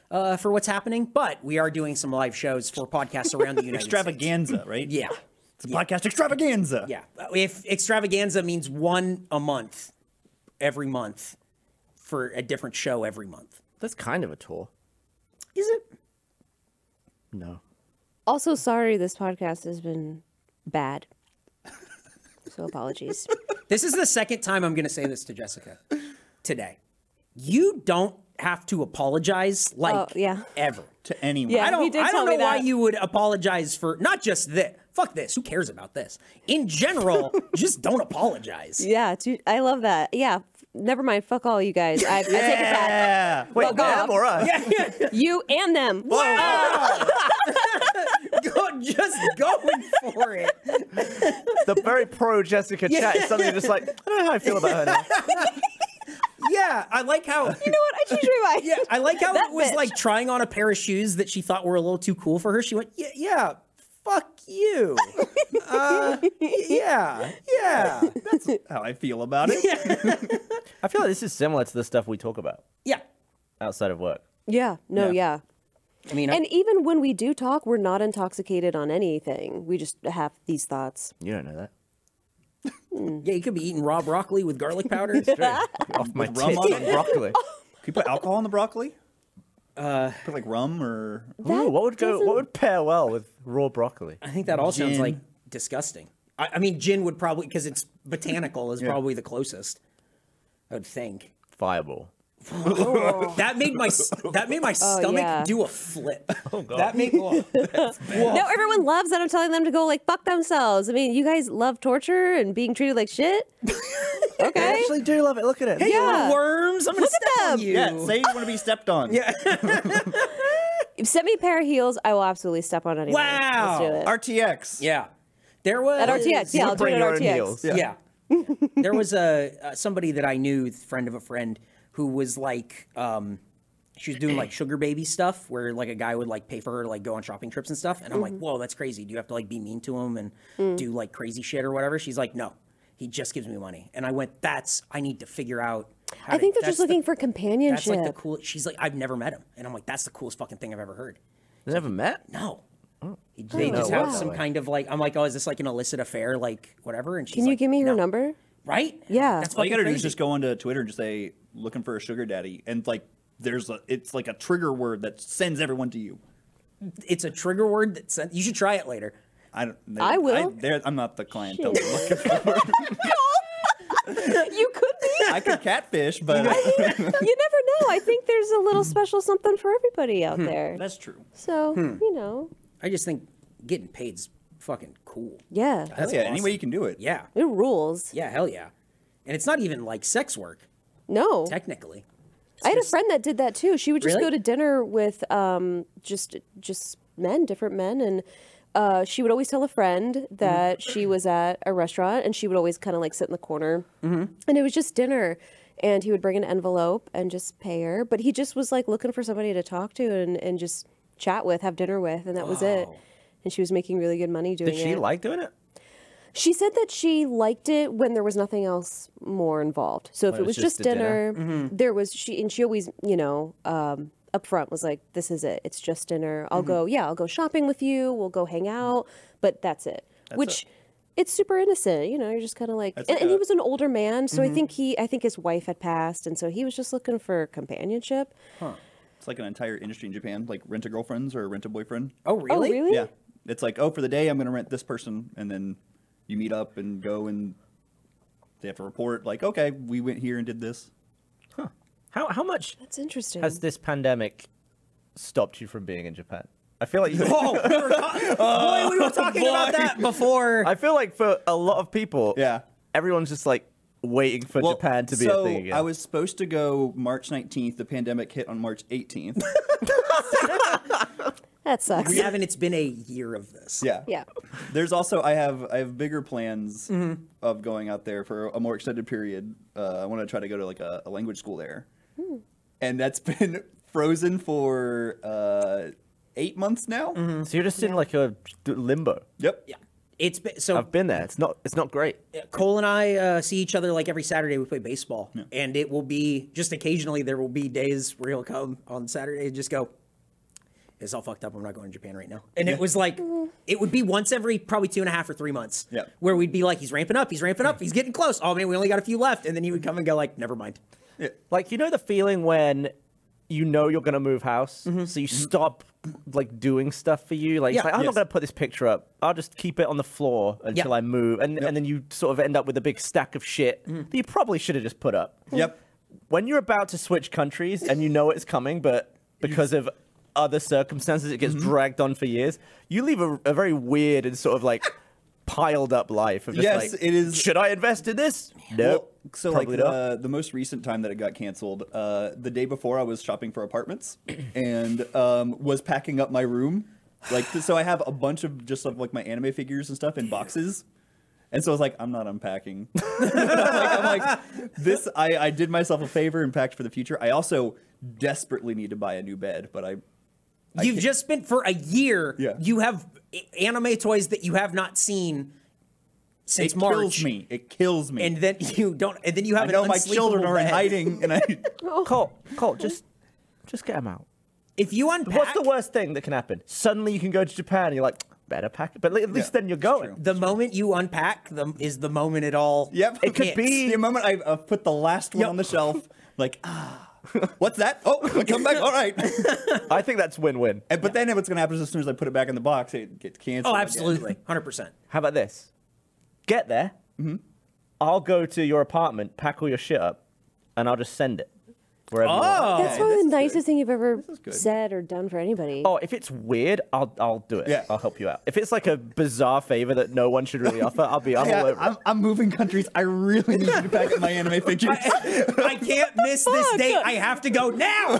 [SPEAKER 3] Uh, for what's happening, but we are doing some live shows for podcasts around the United States.
[SPEAKER 5] extravaganza, right?
[SPEAKER 3] Yeah.
[SPEAKER 5] It's a podcast extravaganza.
[SPEAKER 3] Yeah. If extravaganza means one a month, every month, for a different show every month.
[SPEAKER 6] That's kind of a tour.
[SPEAKER 3] Is it?
[SPEAKER 6] No.
[SPEAKER 2] also sorry, this podcast has been bad. So apologies.
[SPEAKER 3] This is the second time I'm going to say this to Jessica today. You don't have to apologize like
[SPEAKER 2] Oh, yeah.
[SPEAKER 3] ever.
[SPEAKER 5] To anyone.
[SPEAKER 2] Yeah.
[SPEAKER 3] I
[SPEAKER 2] he
[SPEAKER 3] don't
[SPEAKER 2] did
[SPEAKER 3] I
[SPEAKER 2] tell
[SPEAKER 3] don't
[SPEAKER 2] me
[SPEAKER 3] know why
[SPEAKER 2] that.
[SPEAKER 3] you would apologize for not just this. Fuck this. Who cares about this? In general, just don't apologize.
[SPEAKER 2] yeah, too, I love that. Yeah, f- never mind. Fuck all you guys. I, I take it back.
[SPEAKER 5] Yeah.
[SPEAKER 6] Wait,
[SPEAKER 2] Fuck
[SPEAKER 6] them
[SPEAKER 2] off.
[SPEAKER 6] or us?
[SPEAKER 2] You and them.
[SPEAKER 3] Go, just going for it.
[SPEAKER 6] The very pro Jessica chat is suddenly just like, I don't know how I feel about her now.
[SPEAKER 3] Yeah, I like how
[SPEAKER 2] You know what? I changed my mind.
[SPEAKER 3] Yeah, I like how
[SPEAKER 2] That
[SPEAKER 3] it was
[SPEAKER 2] bitch.
[SPEAKER 3] like trying on a pair of shoes that she thought were a little too cool for her. She went, yeah, yeah fuck you. uh, y- yeah, yeah.
[SPEAKER 5] How I feel about it.
[SPEAKER 6] I feel like this is similar to the stuff we talk about
[SPEAKER 3] Yeah.
[SPEAKER 6] outside of work.
[SPEAKER 2] Yeah. No. yeah.
[SPEAKER 3] I mean,
[SPEAKER 2] And even when we do talk, we're not intoxicated on anything. We just have these thoughts.
[SPEAKER 6] You don't know that.
[SPEAKER 3] yeah, you could be eating raw broccoli with garlic powder.
[SPEAKER 6] Off my
[SPEAKER 5] With rum
[SPEAKER 6] tits
[SPEAKER 5] on
[SPEAKER 6] on broccoli.
[SPEAKER 5] Can you put alcohol in the broccoli? Uh, put like rum or
[SPEAKER 6] Ooh, what would go? What would pair well with raw broccoli?
[SPEAKER 3] I think that all sounds
[SPEAKER 5] Gin.
[SPEAKER 3] like disgusting. I, I mean, gin would probably, because it's botanical, is probably the closest, I would think.
[SPEAKER 6] Fireball.
[SPEAKER 3] That made my s- that made my stomach
[SPEAKER 2] Oh, yeah.
[SPEAKER 3] do a flip. Oh god. That made whoa. Whoa.
[SPEAKER 2] No, everyone loves that I'm telling them to go like fuck themselves. I mean, you guys love torture and being treated like shit.
[SPEAKER 6] I
[SPEAKER 2] Okay.
[SPEAKER 6] actually do love it. Look at it.
[SPEAKER 3] Hey, you
[SPEAKER 2] Yeah.
[SPEAKER 3] little worms, I'm gonna step on
[SPEAKER 2] them.
[SPEAKER 3] you.
[SPEAKER 5] yeah. Say you want to be stepped on. Yeah.
[SPEAKER 2] Send me a pair of heels. I will absolutely step on anyone.
[SPEAKER 3] Wow.
[SPEAKER 2] Let's do it.
[SPEAKER 5] RTX.
[SPEAKER 3] Yeah. There was
[SPEAKER 2] At RTX. Yeah, I'll do it
[SPEAKER 6] Bring
[SPEAKER 2] at
[SPEAKER 6] your own
[SPEAKER 2] RTX.
[SPEAKER 6] meals.
[SPEAKER 3] Yeah. there was a uh, somebody that I knew, friend of a friend, who was like, um, she was doing like sugar baby stuff, where like a guy would like pay for her to like go on shopping trips and stuff. And I'm
[SPEAKER 2] Mm-hmm.
[SPEAKER 3] like, whoa, that's crazy. Do you have to like be mean to him and
[SPEAKER 2] Mm.
[SPEAKER 3] do like crazy shit or whatever? She's like, no, he just gives me money. And I went, that's I need to figure out. How
[SPEAKER 2] I
[SPEAKER 3] to-
[SPEAKER 2] think they're just
[SPEAKER 3] that's the-
[SPEAKER 2] looking for companionship.
[SPEAKER 3] That's like the cool. She's like, I've never met him, and I'm like, that's the coolest fucking thing I've ever heard.
[SPEAKER 6] They never met.
[SPEAKER 3] No. He- They
[SPEAKER 6] Oh,
[SPEAKER 3] just
[SPEAKER 6] wow.
[SPEAKER 3] have some kind of like I'm like oh is this like an illicit affair like whatever and she's
[SPEAKER 2] Can you
[SPEAKER 3] like,
[SPEAKER 2] give me her
[SPEAKER 3] no.
[SPEAKER 2] number?
[SPEAKER 3] right
[SPEAKER 2] Yeah.
[SPEAKER 3] that's
[SPEAKER 5] All you
[SPEAKER 3] fucking
[SPEAKER 5] gotta do is
[SPEAKER 3] crazy.
[SPEAKER 5] just go onto Twitter and just say looking for a sugar daddy, and like there's a it's like a trigger word that sends everyone to you.
[SPEAKER 3] it's a trigger word that sent, you should try it later.
[SPEAKER 5] I don't. they-
[SPEAKER 2] I will.
[SPEAKER 5] they're- I'm not the client.
[SPEAKER 2] Shit.
[SPEAKER 5] Don't look at me.
[SPEAKER 2] you could be.
[SPEAKER 5] I could catfish, but
[SPEAKER 2] you never know. I think there's a
[SPEAKER 3] Hmm.
[SPEAKER 2] little special something for everybody out there.
[SPEAKER 3] Hmm.
[SPEAKER 5] that's true.
[SPEAKER 2] So, you know.
[SPEAKER 3] I just think getting paid's fucking cool.
[SPEAKER 2] Yeah.
[SPEAKER 5] That's yeah, any way you can do it.
[SPEAKER 3] Yeah.
[SPEAKER 2] It rules.
[SPEAKER 3] Yeah, hell yeah. And it's not even like sex work,
[SPEAKER 2] No.
[SPEAKER 3] technically.
[SPEAKER 2] I had a friend that did that too. She would just
[SPEAKER 3] Really?
[SPEAKER 2] go to dinner with um, just just men, different men, and uh, she would always tell a friend
[SPEAKER 4] Mm-hmm.
[SPEAKER 2] that she was at a restaurant, and she would always kind of like sit in the corner,
[SPEAKER 4] Mm-hmm.
[SPEAKER 2] and it was just dinner. And he would bring an envelope and just pay her, but he just was like looking for somebody to talk to and, and just chat with, have dinner with, and that was it. And she was making really good money doing
[SPEAKER 4] Did she
[SPEAKER 2] it.
[SPEAKER 4] like doing it?
[SPEAKER 2] She said that she liked it when there was nothing else more involved. So if it was, just,
[SPEAKER 4] a
[SPEAKER 2] dinner,
[SPEAKER 4] dinner.
[SPEAKER 2] there was she and she always, you know, um, up front was like, "This is it. It's just dinner. I'll go. Yeah, I'll go shopping with you. We'll go hang out, but that's it." Which. It's super innocent, you know. You're just kind of like, and, and he was an older man, so I think he, I think his wife had passed, and so he was just looking for companionship. Oh,
[SPEAKER 5] It's like an entire industry in Japan, like rent a girlfriend's or rent a boyfriend.
[SPEAKER 3] Oh, really?
[SPEAKER 2] Oh, really?
[SPEAKER 5] Yeah. It's like, oh, for the day, I'm going to rent this person. And then you meet up and go and they have to report, like, okay, we went here and did this.
[SPEAKER 4] How how much
[SPEAKER 2] That's interesting.
[SPEAKER 4] has this pandemic stopped you from being in Japan? I feel like you.
[SPEAKER 3] we were, ta- boy, we were talking about that before.
[SPEAKER 4] I feel like for a lot of people,
[SPEAKER 5] Yeah.
[SPEAKER 4] everyone's just like waiting for
[SPEAKER 5] Well,
[SPEAKER 4] Japan to be uh,
[SPEAKER 5] so
[SPEAKER 4] a thing again.
[SPEAKER 5] I was supposed to go March 19th. The pandemic hit on March 18th.
[SPEAKER 2] that sucks.
[SPEAKER 3] we haven't. It's been a year of this.
[SPEAKER 5] yeah.
[SPEAKER 2] yeah.
[SPEAKER 5] There's also I have I have bigger plans of going out there for a more extended period. Uh, I want to try to go to like a, a language school there, and that's been frozen for uh, eight months now.
[SPEAKER 4] so you're just in like a limbo.
[SPEAKER 5] Yep.
[SPEAKER 3] Yeah. It's been so.
[SPEAKER 4] I've been there. It's not. It's not great.
[SPEAKER 3] Cole and I uh, see each other like every Saturday. We play baseball, and it will be just occasionally. There will be days where he'll come on Saturday and just go. It's all fucked up. I'm not going to Japan right now. And it was like, it would be once every probably two and a half or three months,
[SPEAKER 5] Yeah.
[SPEAKER 3] where we'd be like, he's ramping up, he's ramping up, he's getting close. Oh man, we only got a few left, and then he would come and go like, never mind.
[SPEAKER 4] Like you know the feeling when you know you're gonna move house,
[SPEAKER 5] Mm-hmm.
[SPEAKER 4] so you stop like doing stuff for you. Like,
[SPEAKER 3] Yeah.
[SPEAKER 4] it's like I'm
[SPEAKER 5] Yes.
[SPEAKER 4] not gonna put this picture up. I'll just keep it on the floor until I move, and and then you sort of end up with a big stack of shit that you probably should have just put up.
[SPEAKER 5] Mm-hmm. Yep.
[SPEAKER 4] When you're about to switch countries and you know it's coming, but because of other circumstances, it
[SPEAKER 5] Mm-hmm.
[SPEAKER 4] gets dragged on for years. You leave a, a very weird and sort of like piled up life. Of just
[SPEAKER 5] Yes,
[SPEAKER 4] like,
[SPEAKER 5] it is-
[SPEAKER 4] Should I invest in this? Nope.
[SPEAKER 5] Well, so
[SPEAKER 4] probably
[SPEAKER 5] like uh,
[SPEAKER 4] not.
[SPEAKER 5] the, the most recent time that it got canceled, uh, the day before I was shopping for apartments and um, was packing up my room. Like so I have a bunch of just of like my anime figures and stuff in boxes. And so I was like, I'm not unpacking. Like, I'm like, this I, I did myself a favor and packed for the future. I also desperately need to buy a new bed, but I
[SPEAKER 3] You've just spent for a year.
[SPEAKER 5] Yeah.
[SPEAKER 3] You have a- anime toys that you have not seen since
[SPEAKER 5] it
[SPEAKER 3] March.
[SPEAKER 5] kills me. It kills me.
[SPEAKER 3] And then you don't. And then you have
[SPEAKER 5] I
[SPEAKER 3] an
[SPEAKER 5] know my
[SPEAKER 3] unsleepable
[SPEAKER 5] children are in
[SPEAKER 3] bed.
[SPEAKER 5] hiding and I
[SPEAKER 4] Colt, Colt, just just get him out.
[SPEAKER 3] If you unpack,
[SPEAKER 4] What's the worst thing that can happen? Suddenly you can go to Japan and you're like, better pack it. But at least then you're going.
[SPEAKER 3] The moment you unpack them is the moment it all.
[SPEAKER 5] Yep.
[SPEAKER 3] It could be.
[SPEAKER 5] the moment I uh, put the last one
[SPEAKER 3] Yep.
[SPEAKER 5] on the shelf. Like, ah, what's that? Oh, come back. All right.
[SPEAKER 4] I think that's win win.
[SPEAKER 5] And, but then what's going to happen is as soon as I put it back in the box, it gets canceled.
[SPEAKER 3] Oh,
[SPEAKER 5] again.
[SPEAKER 3] absolutely, hundred percent.
[SPEAKER 4] How about this? Get there.
[SPEAKER 5] Mm-hmm.
[SPEAKER 4] I'll go to your apartment, pack all your shit up, and I'll just send it wherever you want.
[SPEAKER 3] Oh,
[SPEAKER 2] That's probably
[SPEAKER 5] this
[SPEAKER 2] the
[SPEAKER 5] is good.
[SPEAKER 2] nicest thing you've ever
[SPEAKER 5] good.
[SPEAKER 2] said or done for anybody.
[SPEAKER 4] Oh, if it's weird, I'll I'll do it.
[SPEAKER 5] Yeah.
[SPEAKER 4] I'll help you out. If it's like a bizarre favor that no one should really offer, I'll be I'm all
[SPEAKER 5] Yeah,
[SPEAKER 4] over.
[SPEAKER 5] I'm,
[SPEAKER 4] it.
[SPEAKER 5] I'm moving countries. I really need to pack up my anime figures.
[SPEAKER 3] I can't miss this date. I have to go now.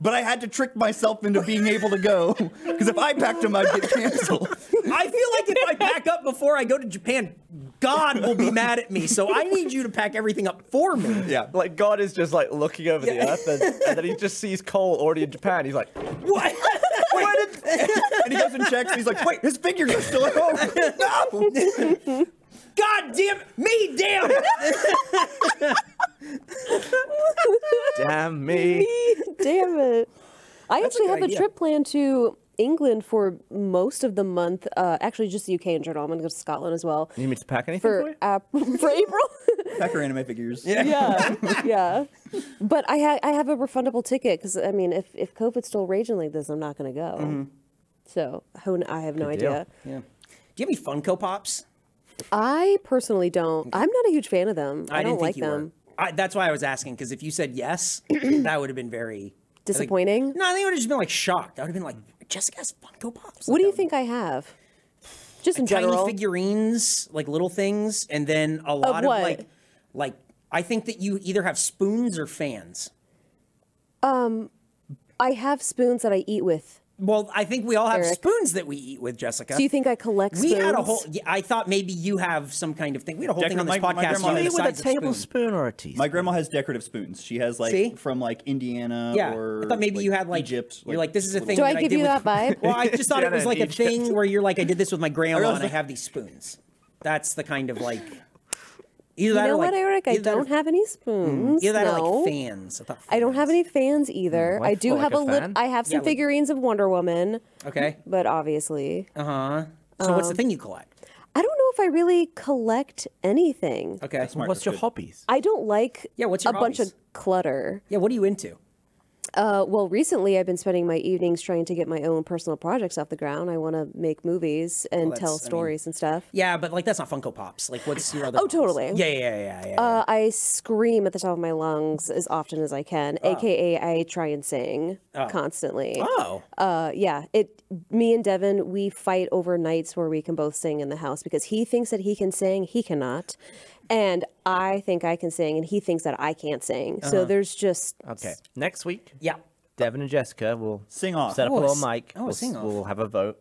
[SPEAKER 5] but I had to trick myself into being able to go because if I packed them, I'd get canceled.
[SPEAKER 3] I feel like if I pack up before I go to Japan, God will be mad at me. So I need you to pack everything up for me.
[SPEAKER 5] Yeah.
[SPEAKER 4] Like God is just like looking over the
[SPEAKER 3] Yeah.
[SPEAKER 4] earth, and, and then he just sees Cole already in Japan. He's like,
[SPEAKER 3] What?
[SPEAKER 5] Why did- and he goes and checks. And he's like, wait, his figures are still at home. No.
[SPEAKER 3] God damn me, damn.
[SPEAKER 4] "Damn me!"
[SPEAKER 2] Damn it. I actually
[SPEAKER 3] good
[SPEAKER 2] have
[SPEAKER 3] idea.
[SPEAKER 2] a trip planned to England for most of the month. Uh, actually, just the UK in general. I'm going to go to Scotland as well.
[SPEAKER 4] You mean to pack anything for
[SPEAKER 2] For,
[SPEAKER 4] you?
[SPEAKER 2] uh, for April?
[SPEAKER 5] Pack her anime figures.
[SPEAKER 2] yeah. Yeah. But I, ha- I have a refundable ticket because, I mean, if, if COVID's still raging like this, I'm not going to go. So who kn- I have no
[SPEAKER 4] deal.
[SPEAKER 2] idea.
[SPEAKER 3] Do you have any Funko Pops?
[SPEAKER 2] I personally don't. I'm not a huge fan of them. I, don't
[SPEAKER 3] didn't think
[SPEAKER 2] like
[SPEAKER 3] you were.
[SPEAKER 2] them.
[SPEAKER 3] I, that's why I was asking because if you said yes, that would have been very I think-
[SPEAKER 2] Disappointing?
[SPEAKER 3] no, I think I would have just been like shocked. I would have been like, Jessica has Funko Pops.
[SPEAKER 2] What do you
[SPEAKER 3] Like,
[SPEAKER 2] think I have? Just in
[SPEAKER 3] tiny
[SPEAKER 2] general.
[SPEAKER 3] figurines, like little things, and then a lot of,
[SPEAKER 2] what?
[SPEAKER 3] like like I think that you either have spoons or fans.
[SPEAKER 2] I have spoons that I eat with.
[SPEAKER 3] Well, I think we all have
[SPEAKER 2] Eric.
[SPEAKER 3] spoons that we eat with Jessica.
[SPEAKER 2] Do you think I collect
[SPEAKER 3] we
[SPEAKER 2] spoons?
[SPEAKER 3] had a whole? yeah, I thought maybe you have some kind of thing. We had a whole thing on this
[SPEAKER 5] Decorate- my- my
[SPEAKER 3] podcast.
[SPEAKER 5] grandma
[SPEAKER 3] on
[SPEAKER 5] had
[SPEAKER 3] the
[SPEAKER 5] a-
[SPEAKER 3] size of spoon.
[SPEAKER 6] or a teaspoon?
[SPEAKER 5] My grandma has decorative spoons. She has like
[SPEAKER 3] See?
[SPEAKER 5] from like Indiana
[SPEAKER 3] Yeah,
[SPEAKER 5] or
[SPEAKER 3] I thought maybe you had like
[SPEAKER 5] Egypt.
[SPEAKER 3] You're like, this is a thing.
[SPEAKER 2] Do I
[SPEAKER 3] that
[SPEAKER 2] give
[SPEAKER 3] did
[SPEAKER 2] you that
[SPEAKER 3] with-
[SPEAKER 2] vibe?
[SPEAKER 3] Well, I just thought it was
[SPEAKER 6] Jenna
[SPEAKER 3] like
[SPEAKER 6] in
[SPEAKER 3] a thing where you're like, I did this with my grandma and I
[SPEAKER 5] like-
[SPEAKER 3] have these spoons. That's the kind of like. Either
[SPEAKER 2] You
[SPEAKER 3] that
[SPEAKER 2] know
[SPEAKER 3] or like,
[SPEAKER 2] what, Eric? I
[SPEAKER 3] either that or-
[SPEAKER 2] don't have any spoons.
[SPEAKER 3] Either that
[SPEAKER 2] no.
[SPEAKER 3] or like fans. I, thought
[SPEAKER 2] I don't have
[SPEAKER 3] fans.
[SPEAKER 2] any fans either.
[SPEAKER 6] Mm, I
[SPEAKER 2] I do
[SPEAKER 6] feel like
[SPEAKER 2] have
[SPEAKER 6] a
[SPEAKER 2] a lit.
[SPEAKER 6] fan.
[SPEAKER 2] I have
[SPEAKER 3] Yeah,
[SPEAKER 2] some
[SPEAKER 3] like-
[SPEAKER 2] figurines of Wonder Woman,
[SPEAKER 3] Okay.
[SPEAKER 2] but obviously,
[SPEAKER 3] Uh huh. So what's
[SPEAKER 2] Um,
[SPEAKER 3] the thing you collect?
[SPEAKER 2] I don't know if I really collect anything.
[SPEAKER 3] Okay.
[SPEAKER 5] smart.
[SPEAKER 6] What's your hobbies?
[SPEAKER 2] I don't like
[SPEAKER 3] Yeah, what's
[SPEAKER 2] a
[SPEAKER 3] your
[SPEAKER 2] bunch
[SPEAKER 3] hobbies?
[SPEAKER 2] of clutter.
[SPEAKER 3] Yeah. What are you into?
[SPEAKER 2] Uh, well, recently I've been spending my evenings trying to get my own personal projects off the ground. I want to make movies and
[SPEAKER 3] that's- I
[SPEAKER 2] tell
[SPEAKER 3] mean-
[SPEAKER 2] stories and stuff.
[SPEAKER 3] Yeah, but like that's not Funko Pops. Like, what's your other?
[SPEAKER 2] Oh,
[SPEAKER 3] hobbies?
[SPEAKER 2] totally.
[SPEAKER 3] Yeah, yeah, yeah, yeah. yeah.
[SPEAKER 2] Uh, I scream at the top of my lungs as often as I can, aka I try and sing constantly.
[SPEAKER 3] oh,
[SPEAKER 2] Uh, yeah, it. Me and Devin, we fight over nights where we can both sing in the house because he thinks that he can sing, he cannot, and I think I can sing, and he thinks that I can't sing.
[SPEAKER 3] Uh-huh.
[SPEAKER 2] So there's just
[SPEAKER 6] Okay. Next week,
[SPEAKER 3] yeah.
[SPEAKER 6] Devin and Jessica will
[SPEAKER 5] Sing off.
[SPEAKER 6] set up
[SPEAKER 3] Oh,
[SPEAKER 6] a little
[SPEAKER 3] s-
[SPEAKER 6] mic.
[SPEAKER 3] oh,
[SPEAKER 6] we'll,
[SPEAKER 3] sing off.
[SPEAKER 6] we'll have a vote.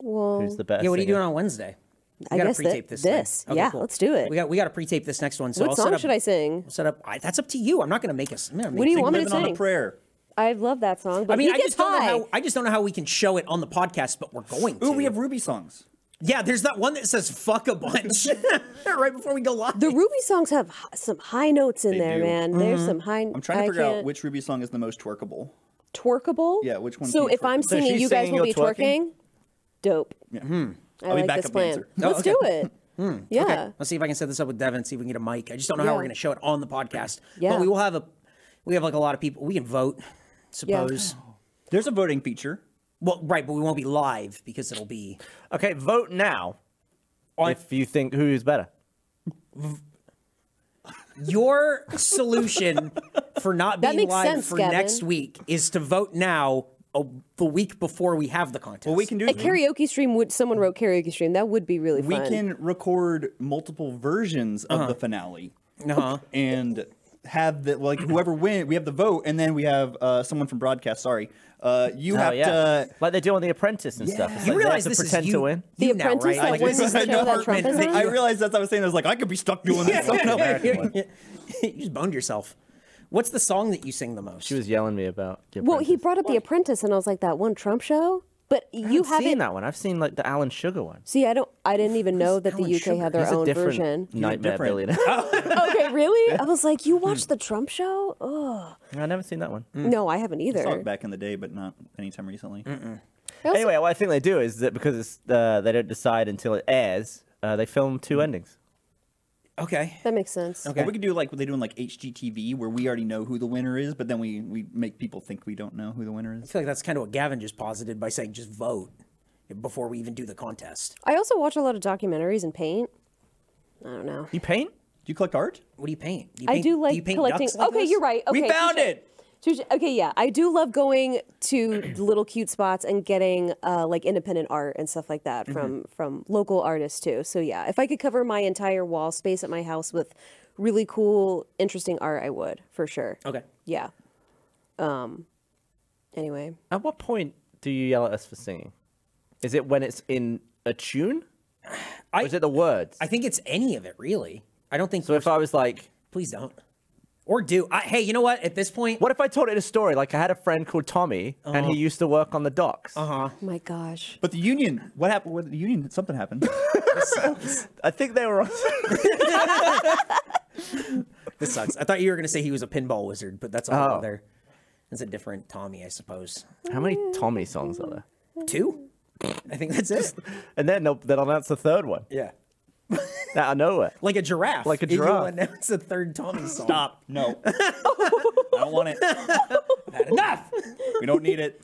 [SPEAKER 2] well,
[SPEAKER 6] Who's the best?
[SPEAKER 3] Yeah. What are you
[SPEAKER 6] singer.
[SPEAKER 3] doing on Wednesday? We
[SPEAKER 2] I
[SPEAKER 3] gotta
[SPEAKER 2] guess that-
[SPEAKER 3] pre-tape this. thing.
[SPEAKER 2] this. Yeah, let's do it.
[SPEAKER 3] We got we got to pre-tape this next one. So
[SPEAKER 2] what
[SPEAKER 3] I'll
[SPEAKER 2] song
[SPEAKER 3] set up,
[SPEAKER 2] should I sing?
[SPEAKER 3] Set up. I, that's up to you. I'm not gonna make us.
[SPEAKER 2] What do you want me to
[SPEAKER 5] Living on a
[SPEAKER 2] sing?
[SPEAKER 5] prayer.
[SPEAKER 2] I love that song, but
[SPEAKER 3] I mean,
[SPEAKER 2] he
[SPEAKER 3] I
[SPEAKER 2] gets
[SPEAKER 3] just don't know
[SPEAKER 2] high.
[SPEAKER 3] how. I just don't know how we can show it on the podcast, but we're going to.
[SPEAKER 5] Ooh, we have Ruby songs.
[SPEAKER 3] Yeah, there's that one that says "fuck a bunch" right before we go live.
[SPEAKER 2] The Ruby songs have h- some high notes in
[SPEAKER 5] They
[SPEAKER 2] there,
[SPEAKER 5] do.
[SPEAKER 2] man. There's
[SPEAKER 3] Mm-hmm.
[SPEAKER 2] some high.
[SPEAKER 5] I'm trying to figure out
[SPEAKER 2] can't-
[SPEAKER 5] which Ruby song is the most twerkable.
[SPEAKER 2] twerkable.
[SPEAKER 5] Yeah, which one
[SPEAKER 2] So
[SPEAKER 5] can you
[SPEAKER 2] if I'm
[SPEAKER 5] twerk?
[SPEAKER 6] So
[SPEAKER 2] singing,
[SPEAKER 6] she's
[SPEAKER 2] you guys
[SPEAKER 6] singing,
[SPEAKER 2] will be
[SPEAKER 6] you're twerking?
[SPEAKER 2] twerking. Dope. I
[SPEAKER 5] I'll be
[SPEAKER 2] like this
[SPEAKER 5] backup
[SPEAKER 2] plan.
[SPEAKER 5] dancer.
[SPEAKER 3] Oh,
[SPEAKER 2] Let's
[SPEAKER 3] okay.
[SPEAKER 2] do it. Yeah.
[SPEAKER 3] Okay, let's see if I can set this up with Devin and see if we can get a mic. I just don't know how
[SPEAKER 2] Yeah.
[SPEAKER 3] we're going to show it on the podcast.
[SPEAKER 2] Yeah.
[SPEAKER 3] But we will have a, we have like a lot of people. We can vote, suppose.
[SPEAKER 5] There's a voting feature.
[SPEAKER 3] Well, right, but we won't be live because it'll be.
[SPEAKER 6] Okay, vote now if you think who's better.
[SPEAKER 3] Your solution for not
[SPEAKER 2] That
[SPEAKER 3] being
[SPEAKER 2] makes
[SPEAKER 3] live
[SPEAKER 2] sense,
[SPEAKER 3] for
[SPEAKER 2] Gavin.
[SPEAKER 3] next week is to vote now a, the week before we have the contest.
[SPEAKER 5] Well, we can do.
[SPEAKER 2] A karaoke stream would someone wrote karaoke stream. That would be really
[SPEAKER 5] we
[SPEAKER 2] fun.
[SPEAKER 5] can record multiple versions of the finale
[SPEAKER 3] Uh-huh.
[SPEAKER 5] and have the like whoever win we have the vote and then we have uh, someone from broadcast sorry uh, you
[SPEAKER 6] Oh
[SPEAKER 5] have
[SPEAKER 6] yeah,
[SPEAKER 5] to
[SPEAKER 6] like they do on The Apprentice and stuff. It's
[SPEAKER 3] You
[SPEAKER 6] like they have
[SPEAKER 3] realize
[SPEAKER 6] to
[SPEAKER 3] this
[SPEAKER 6] pretend
[SPEAKER 3] is you,
[SPEAKER 6] to win.
[SPEAKER 2] The
[SPEAKER 3] you now,
[SPEAKER 2] apprentice
[SPEAKER 3] right?
[SPEAKER 2] that
[SPEAKER 3] Like,
[SPEAKER 2] wins
[SPEAKER 3] this
[SPEAKER 2] the
[SPEAKER 3] is
[SPEAKER 2] show that
[SPEAKER 3] apartment
[SPEAKER 2] Trump is
[SPEAKER 3] that
[SPEAKER 2] on?
[SPEAKER 5] I
[SPEAKER 3] you-
[SPEAKER 5] realized that's what I was saying. I was like, I could be stuck doing this.
[SPEAKER 3] you just boned yourself. What's the song that you sing the most?
[SPEAKER 6] She was yelling me about. The
[SPEAKER 2] well, he
[SPEAKER 6] Apprentice.
[SPEAKER 2] brought up The Apprentice, and I was like, that one Trump show. But you
[SPEAKER 6] I've seen
[SPEAKER 2] haven't.
[SPEAKER 6] that one. I've seen like the Alan Sugar one.
[SPEAKER 2] See, I don't. I didn't even know that the
[SPEAKER 3] Alan
[SPEAKER 2] UK had their
[SPEAKER 6] He's a
[SPEAKER 2] own
[SPEAKER 6] different
[SPEAKER 2] version.
[SPEAKER 6] nightmare
[SPEAKER 5] different.
[SPEAKER 6] billionaire.
[SPEAKER 2] okay, really? I was like, you watched the Trump show? Oh
[SPEAKER 6] I've never seen that one.
[SPEAKER 2] no, I haven't either.
[SPEAKER 5] Saw it back in the day, but not anytime recently.
[SPEAKER 2] Also-
[SPEAKER 6] Anyway, what I think they do is that because it's, uh, they don't decide until it airs, uh, they film two endings.
[SPEAKER 3] okay.
[SPEAKER 2] That makes sense.
[SPEAKER 5] Or we could do like what they do in like HGTV, where we already know who the winner is, but then we we make people think we don't know who the winner
[SPEAKER 3] I
[SPEAKER 5] is.
[SPEAKER 3] feel like that's kind of what Gavin just posited by saying just vote before we even do the contest.
[SPEAKER 2] I also watch a lot of documentaries and paint. I don't know.
[SPEAKER 6] You paint?
[SPEAKER 5] Do you collect art?
[SPEAKER 3] What do you paint? Do you
[SPEAKER 2] I
[SPEAKER 3] paint-
[SPEAKER 2] do like
[SPEAKER 3] you paint
[SPEAKER 2] collecting.
[SPEAKER 3] ducks like
[SPEAKER 2] okay,
[SPEAKER 3] this?
[SPEAKER 2] you're right. Okay,
[SPEAKER 3] We found
[SPEAKER 2] touche.
[SPEAKER 3] it.
[SPEAKER 2] Touche. Okay, yeah, I do love going to little cute spots and getting uh, like independent art and stuff like that from from local artists too. So yeah, if I could cover my entire wall space at my house with really cool, interesting art, I would for sure.
[SPEAKER 3] Okay.
[SPEAKER 2] Yeah. Um. Anyway,
[SPEAKER 6] At what point do you yell at us for singing? Is it when it's in a tune?
[SPEAKER 3] I-
[SPEAKER 6] or is it the words?
[SPEAKER 3] I think it's any of it really. I don't think
[SPEAKER 6] so if I was like,
[SPEAKER 3] please don't. Or do. I, hey, you know what? At this point,
[SPEAKER 6] what if I told it a story? Like I had a friend called Tommy, and
[SPEAKER 4] Uh-huh.
[SPEAKER 6] he used to work on the docks.
[SPEAKER 2] my gosh,
[SPEAKER 5] But the union, what happened with the union? Something happened.
[SPEAKER 6] I think they were on.
[SPEAKER 3] this sucks. I thought you were going to say he was a pinball wizard, but that's a whole
[SPEAKER 6] Oh.
[SPEAKER 3] other. That's a different Tommy, I suppose.
[SPEAKER 6] How many Tommy songs are there?
[SPEAKER 3] Two? I think that's it.
[SPEAKER 6] And then they'll, they'll announce the third one
[SPEAKER 3] Yeah.
[SPEAKER 6] out of nowhere.
[SPEAKER 3] Like a giraffe.
[SPEAKER 6] Like a
[SPEAKER 3] If you
[SPEAKER 6] giraffe.
[SPEAKER 3] announce a third Tommy song. Stop.
[SPEAKER 5] no, I don't want it.
[SPEAKER 3] Enough.
[SPEAKER 5] We don't need it.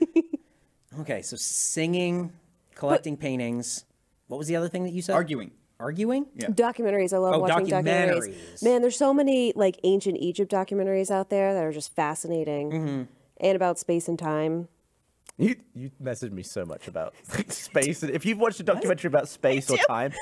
[SPEAKER 3] Okay, so singing, collecting paintings. What was the other thing that you said?
[SPEAKER 5] Arguing.
[SPEAKER 3] Arguing? Yeah.
[SPEAKER 2] documentaries! I love
[SPEAKER 3] Oh,
[SPEAKER 2] watching
[SPEAKER 3] documentaries.
[SPEAKER 2] documentaries. Man, there's so many like ancient Egypt documentaries out there that are just fascinating, and about space and time.
[SPEAKER 4] You you messaged me so much about space. and If you've watched a documentary about space or time,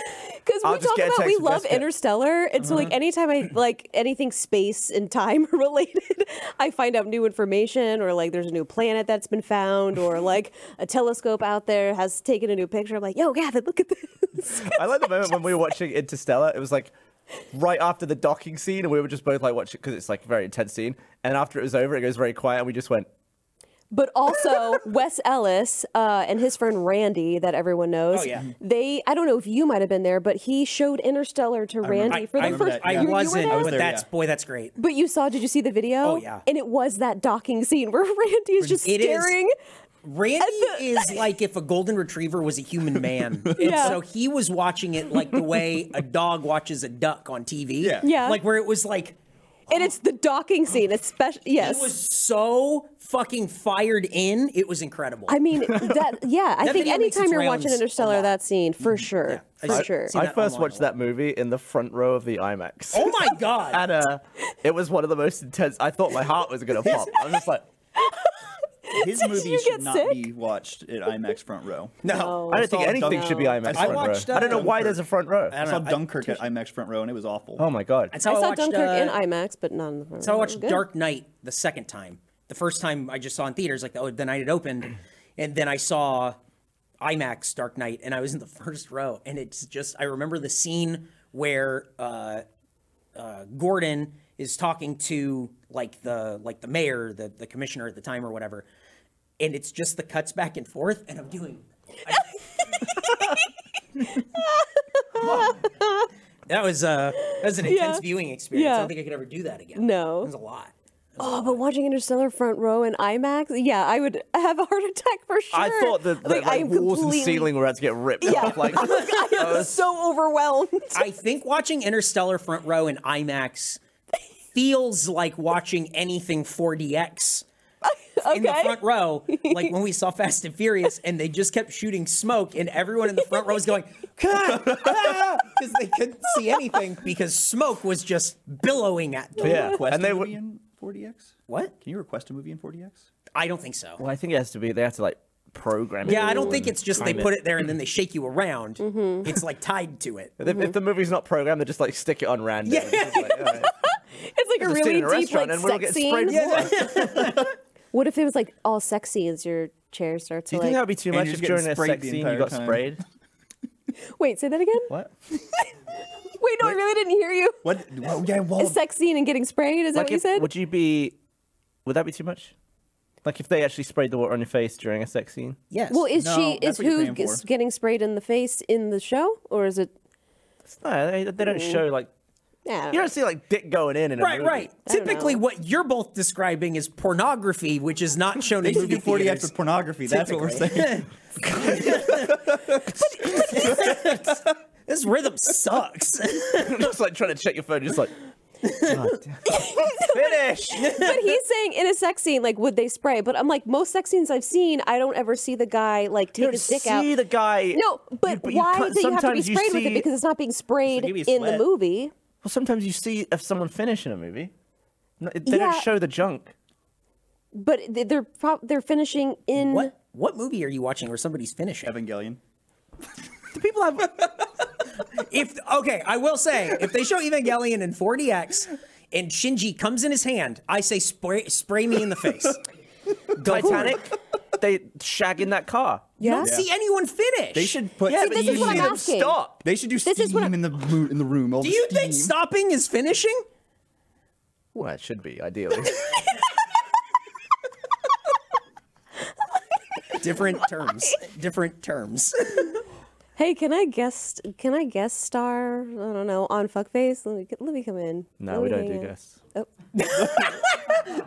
[SPEAKER 2] Because
[SPEAKER 4] I'll
[SPEAKER 2] we
[SPEAKER 4] just
[SPEAKER 2] talk
[SPEAKER 4] get a
[SPEAKER 2] about we
[SPEAKER 4] text from
[SPEAKER 2] love
[SPEAKER 4] Jessica.
[SPEAKER 2] Interstellar, and so like anytime I like anything space and time related, I find out new information, or like there's a new planet that's been found, or like a telescope out there has taken a new picture. I'm like, yo, Gavin, look at this.
[SPEAKER 4] I like the moment when we were watching Interstellar. It was like right after the docking scene, and we were just both like watching because it's like a very intense scene. And after it was over, it goes very quiet, and we just went.
[SPEAKER 2] but also Wes Ellis uh, and his friend Randy, that everyone knows.
[SPEAKER 3] Oh, yeah.
[SPEAKER 2] They, I don't know if you might have been there, but he showed Interstellar to Randy for the
[SPEAKER 5] remember
[SPEAKER 2] first.
[SPEAKER 5] that, yeah.
[SPEAKER 3] I
[SPEAKER 2] You- you were
[SPEAKER 3] wasn't,
[SPEAKER 2] there?
[SPEAKER 3] but
[SPEAKER 5] there,
[SPEAKER 3] that's
[SPEAKER 5] yeah.
[SPEAKER 3] boy, that's great.
[SPEAKER 2] But you saw, did you see the video?
[SPEAKER 3] Oh, yeah.
[SPEAKER 2] And it was that docking scene where Randy is just
[SPEAKER 3] It is-
[SPEAKER 2] staring.
[SPEAKER 3] Randy is like if a golden retriever was a human man. And
[SPEAKER 2] Yeah.
[SPEAKER 3] so he was watching it like the way a dog watches a duck on TV.
[SPEAKER 5] Yeah.
[SPEAKER 2] Yeah.
[SPEAKER 3] Like where it was like
[SPEAKER 2] And it's the docking scene, especially. Yes.
[SPEAKER 3] it was so fucking fired in. It was incredible.
[SPEAKER 2] I mean, that, yeah, I
[SPEAKER 3] That
[SPEAKER 2] think
[SPEAKER 3] video makes
[SPEAKER 2] anytime
[SPEAKER 3] its
[SPEAKER 2] you're
[SPEAKER 3] rounds
[SPEAKER 2] watching
[SPEAKER 3] a
[SPEAKER 2] Interstellar,
[SPEAKER 3] lot.
[SPEAKER 2] that scene, for sure.
[SPEAKER 3] I
[SPEAKER 2] For
[SPEAKER 3] see-
[SPEAKER 2] sure.
[SPEAKER 3] see
[SPEAKER 4] Mm-hmm. I
[SPEAKER 3] that
[SPEAKER 4] first
[SPEAKER 3] online
[SPEAKER 4] watched
[SPEAKER 3] a lot.
[SPEAKER 4] that movie in the front row of the IMAX.
[SPEAKER 3] oh my god.
[SPEAKER 4] and uh, it was one of the most intense. I thought my heart was gonna pop. I was just like,
[SPEAKER 5] His movie
[SPEAKER 2] you
[SPEAKER 5] should
[SPEAKER 2] get
[SPEAKER 5] not
[SPEAKER 2] sick?
[SPEAKER 5] be watched at IMAX front row.
[SPEAKER 3] no.
[SPEAKER 4] I don't think
[SPEAKER 5] saw
[SPEAKER 4] anything
[SPEAKER 5] Dunkirk.
[SPEAKER 4] should be IMAX
[SPEAKER 5] I
[SPEAKER 4] front
[SPEAKER 3] watched,
[SPEAKER 4] row. I don't know
[SPEAKER 3] uh,
[SPEAKER 4] why there's a front row.
[SPEAKER 5] I, saw Dunkirk at IMAX front row and it was awful.
[SPEAKER 4] Oh my god!
[SPEAKER 3] That's
[SPEAKER 2] I
[SPEAKER 3] how I,
[SPEAKER 2] saw
[SPEAKER 3] watched
[SPEAKER 2] Dunkirk
[SPEAKER 3] uh,
[SPEAKER 2] in IMAX, but not in the front.
[SPEAKER 3] So I
[SPEAKER 2] row.
[SPEAKER 3] watched
[SPEAKER 2] Mm, Good.
[SPEAKER 3] Dark Knight the second time. The first time I just saw in theaters, like the, the night it opened, and then I saw IMAX Dark Knight, and I was in the first row, and it's just I remember the scene where uh, uh, Gordon is talking to like the like the mayor, the the commissioner at the time or whatever, and it's just the cuts back and forth, and I'm doing. I- That was uh, that was an intense viewing experience. I
[SPEAKER 2] Yeah.
[SPEAKER 3] don't think I could ever do that again.
[SPEAKER 2] No.
[SPEAKER 3] It was a lot.
[SPEAKER 2] Oh, but watching Interstellar front row in IMAX, yeah, I would have a heart attack for sure.
[SPEAKER 4] I thought that the like,
[SPEAKER 2] I am
[SPEAKER 4] walls
[SPEAKER 2] completely-
[SPEAKER 4] and ceiling were about to get ripped
[SPEAKER 2] Yeah.
[SPEAKER 4] off. Like, uh,
[SPEAKER 2] I am so overwhelmed.
[SPEAKER 3] I think watching Interstellar front row in IMAX feels like watching anything 4DX in the
[SPEAKER 2] Okay.
[SPEAKER 3] front row. Like when we saw Fast and Furious, and they just kept shooting smoke, and everyone in the front row was going because they couldn't see anything because smoke was just billowing at them.
[SPEAKER 4] yeah,
[SPEAKER 5] Request
[SPEAKER 4] and they
[SPEAKER 5] a
[SPEAKER 4] were.
[SPEAKER 5] movie in 40x.
[SPEAKER 3] What?
[SPEAKER 5] Can you request a movie in 40x?
[SPEAKER 3] I don't think so.
[SPEAKER 4] Well, I think it has to be. They have to like program. it
[SPEAKER 3] Yeah, I
[SPEAKER 4] all
[SPEAKER 3] don't think
[SPEAKER 4] and
[SPEAKER 3] it's just they
[SPEAKER 4] time
[SPEAKER 3] put it there and then they shake you around.
[SPEAKER 2] Mm-hmm.
[SPEAKER 3] It's like tied to it.
[SPEAKER 4] If, if the movie's not programmed, they just like stick it on random. It's just like, all right.
[SPEAKER 2] It's like a
[SPEAKER 4] Just sit
[SPEAKER 2] really
[SPEAKER 4] in a
[SPEAKER 2] deep, like,
[SPEAKER 4] restaurant and we'll
[SPEAKER 2] sex
[SPEAKER 4] get sprayed
[SPEAKER 2] scene.
[SPEAKER 4] with water.
[SPEAKER 2] What if it was like all sex scenes? Your chair starts
[SPEAKER 4] Do
[SPEAKER 2] to
[SPEAKER 4] you think
[SPEAKER 2] like.
[SPEAKER 4] that would be too
[SPEAKER 5] And
[SPEAKER 4] much
[SPEAKER 5] you're
[SPEAKER 4] if
[SPEAKER 5] just
[SPEAKER 4] during
[SPEAKER 5] getting
[SPEAKER 4] a sex
[SPEAKER 5] sprayed the
[SPEAKER 4] scene you
[SPEAKER 5] entire
[SPEAKER 4] got
[SPEAKER 5] time.
[SPEAKER 4] sprayed?
[SPEAKER 2] Wait, say that again.
[SPEAKER 4] What?
[SPEAKER 2] Wait, no, I really didn't hear you.
[SPEAKER 5] What? Well, yeah, well,
[SPEAKER 2] A sex scene and getting sprayed? Is that
[SPEAKER 4] Like,
[SPEAKER 2] what you
[SPEAKER 4] if,
[SPEAKER 2] said?
[SPEAKER 4] would you be? Would that be too much? Like if they actually sprayed the water on your face during a sex scene?
[SPEAKER 3] Yes.
[SPEAKER 2] well, is
[SPEAKER 5] No,
[SPEAKER 2] she is
[SPEAKER 5] that's what you're
[SPEAKER 2] who
[SPEAKER 5] paying
[SPEAKER 2] is
[SPEAKER 5] for.
[SPEAKER 2] getting sprayed in the face in the show, or is it?
[SPEAKER 4] No, they, they don't show like.
[SPEAKER 2] Yeah,
[SPEAKER 4] You don't see like dick going in in a
[SPEAKER 3] Right,
[SPEAKER 4] movie.
[SPEAKER 3] right.
[SPEAKER 2] I don't
[SPEAKER 3] Typically,
[SPEAKER 2] know.
[SPEAKER 3] what you're both describing is pornography, which is not shown
[SPEAKER 5] they
[SPEAKER 3] in
[SPEAKER 5] should
[SPEAKER 3] movie
[SPEAKER 5] do 40x
[SPEAKER 3] theaters.
[SPEAKER 5] with pornography. That's what we're saying.
[SPEAKER 3] This rhythm sucks.
[SPEAKER 4] just like trying to check your phone, just like. God damn. Finish.
[SPEAKER 2] but he's saying in a sex scene, like, would they spray? But I'm like, most sex scenes I've seen, I don't ever see the guy like take
[SPEAKER 4] You
[SPEAKER 2] his dick
[SPEAKER 4] see
[SPEAKER 2] out.
[SPEAKER 4] the guy.
[SPEAKER 2] No, but,
[SPEAKER 4] but you
[SPEAKER 2] why
[SPEAKER 4] cut-
[SPEAKER 2] do you have to be
[SPEAKER 4] sometimes you
[SPEAKER 2] sprayed with it?
[SPEAKER 4] see-
[SPEAKER 2] Because it's not being sprayed
[SPEAKER 5] give you
[SPEAKER 2] in the
[SPEAKER 5] sweat.
[SPEAKER 2] movie.
[SPEAKER 4] Well, sometimes you see if someone finish in a movie. No, it- they
[SPEAKER 2] Yeah.
[SPEAKER 4] don't show the junk.
[SPEAKER 2] But th- they're pro- they're finishing in.
[SPEAKER 3] what what movie are you watching where somebody's finishing?
[SPEAKER 5] Evangelion.
[SPEAKER 4] Do people have?
[SPEAKER 3] If okay, I will say if they show Evangelion in 40x and Shinji comes in his hand, I say spray spray me in the face. Go for it.
[SPEAKER 4] Titanic. they shag in that car.
[SPEAKER 3] You don't see anyone finish.
[SPEAKER 5] They should put.
[SPEAKER 4] Yeah,
[SPEAKER 2] but this
[SPEAKER 5] you
[SPEAKER 2] is what
[SPEAKER 5] should-
[SPEAKER 2] I'm asking.
[SPEAKER 4] Stop.
[SPEAKER 5] They should do
[SPEAKER 2] This
[SPEAKER 5] steam
[SPEAKER 2] is what I-
[SPEAKER 5] in the mo- in the room. All
[SPEAKER 3] Do
[SPEAKER 5] the
[SPEAKER 3] you think
[SPEAKER 5] steam.
[SPEAKER 3] stopping is finishing?
[SPEAKER 4] Well, it should be ideally.
[SPEAKER 3] Different terms. Different terms.
[SPEAKER 2] Hey, can I guest? Can I guest star? I don't know on fuckface. Let me let me come in.
[SPEAKER 4] no,
[SPEAKER 2] Let
[SPEAKER 4] we
[SPEAKER 2] me
[SPEAKER 4] don't do
[SPEAKER 2] hang out.
[SPEAKER 4] guests.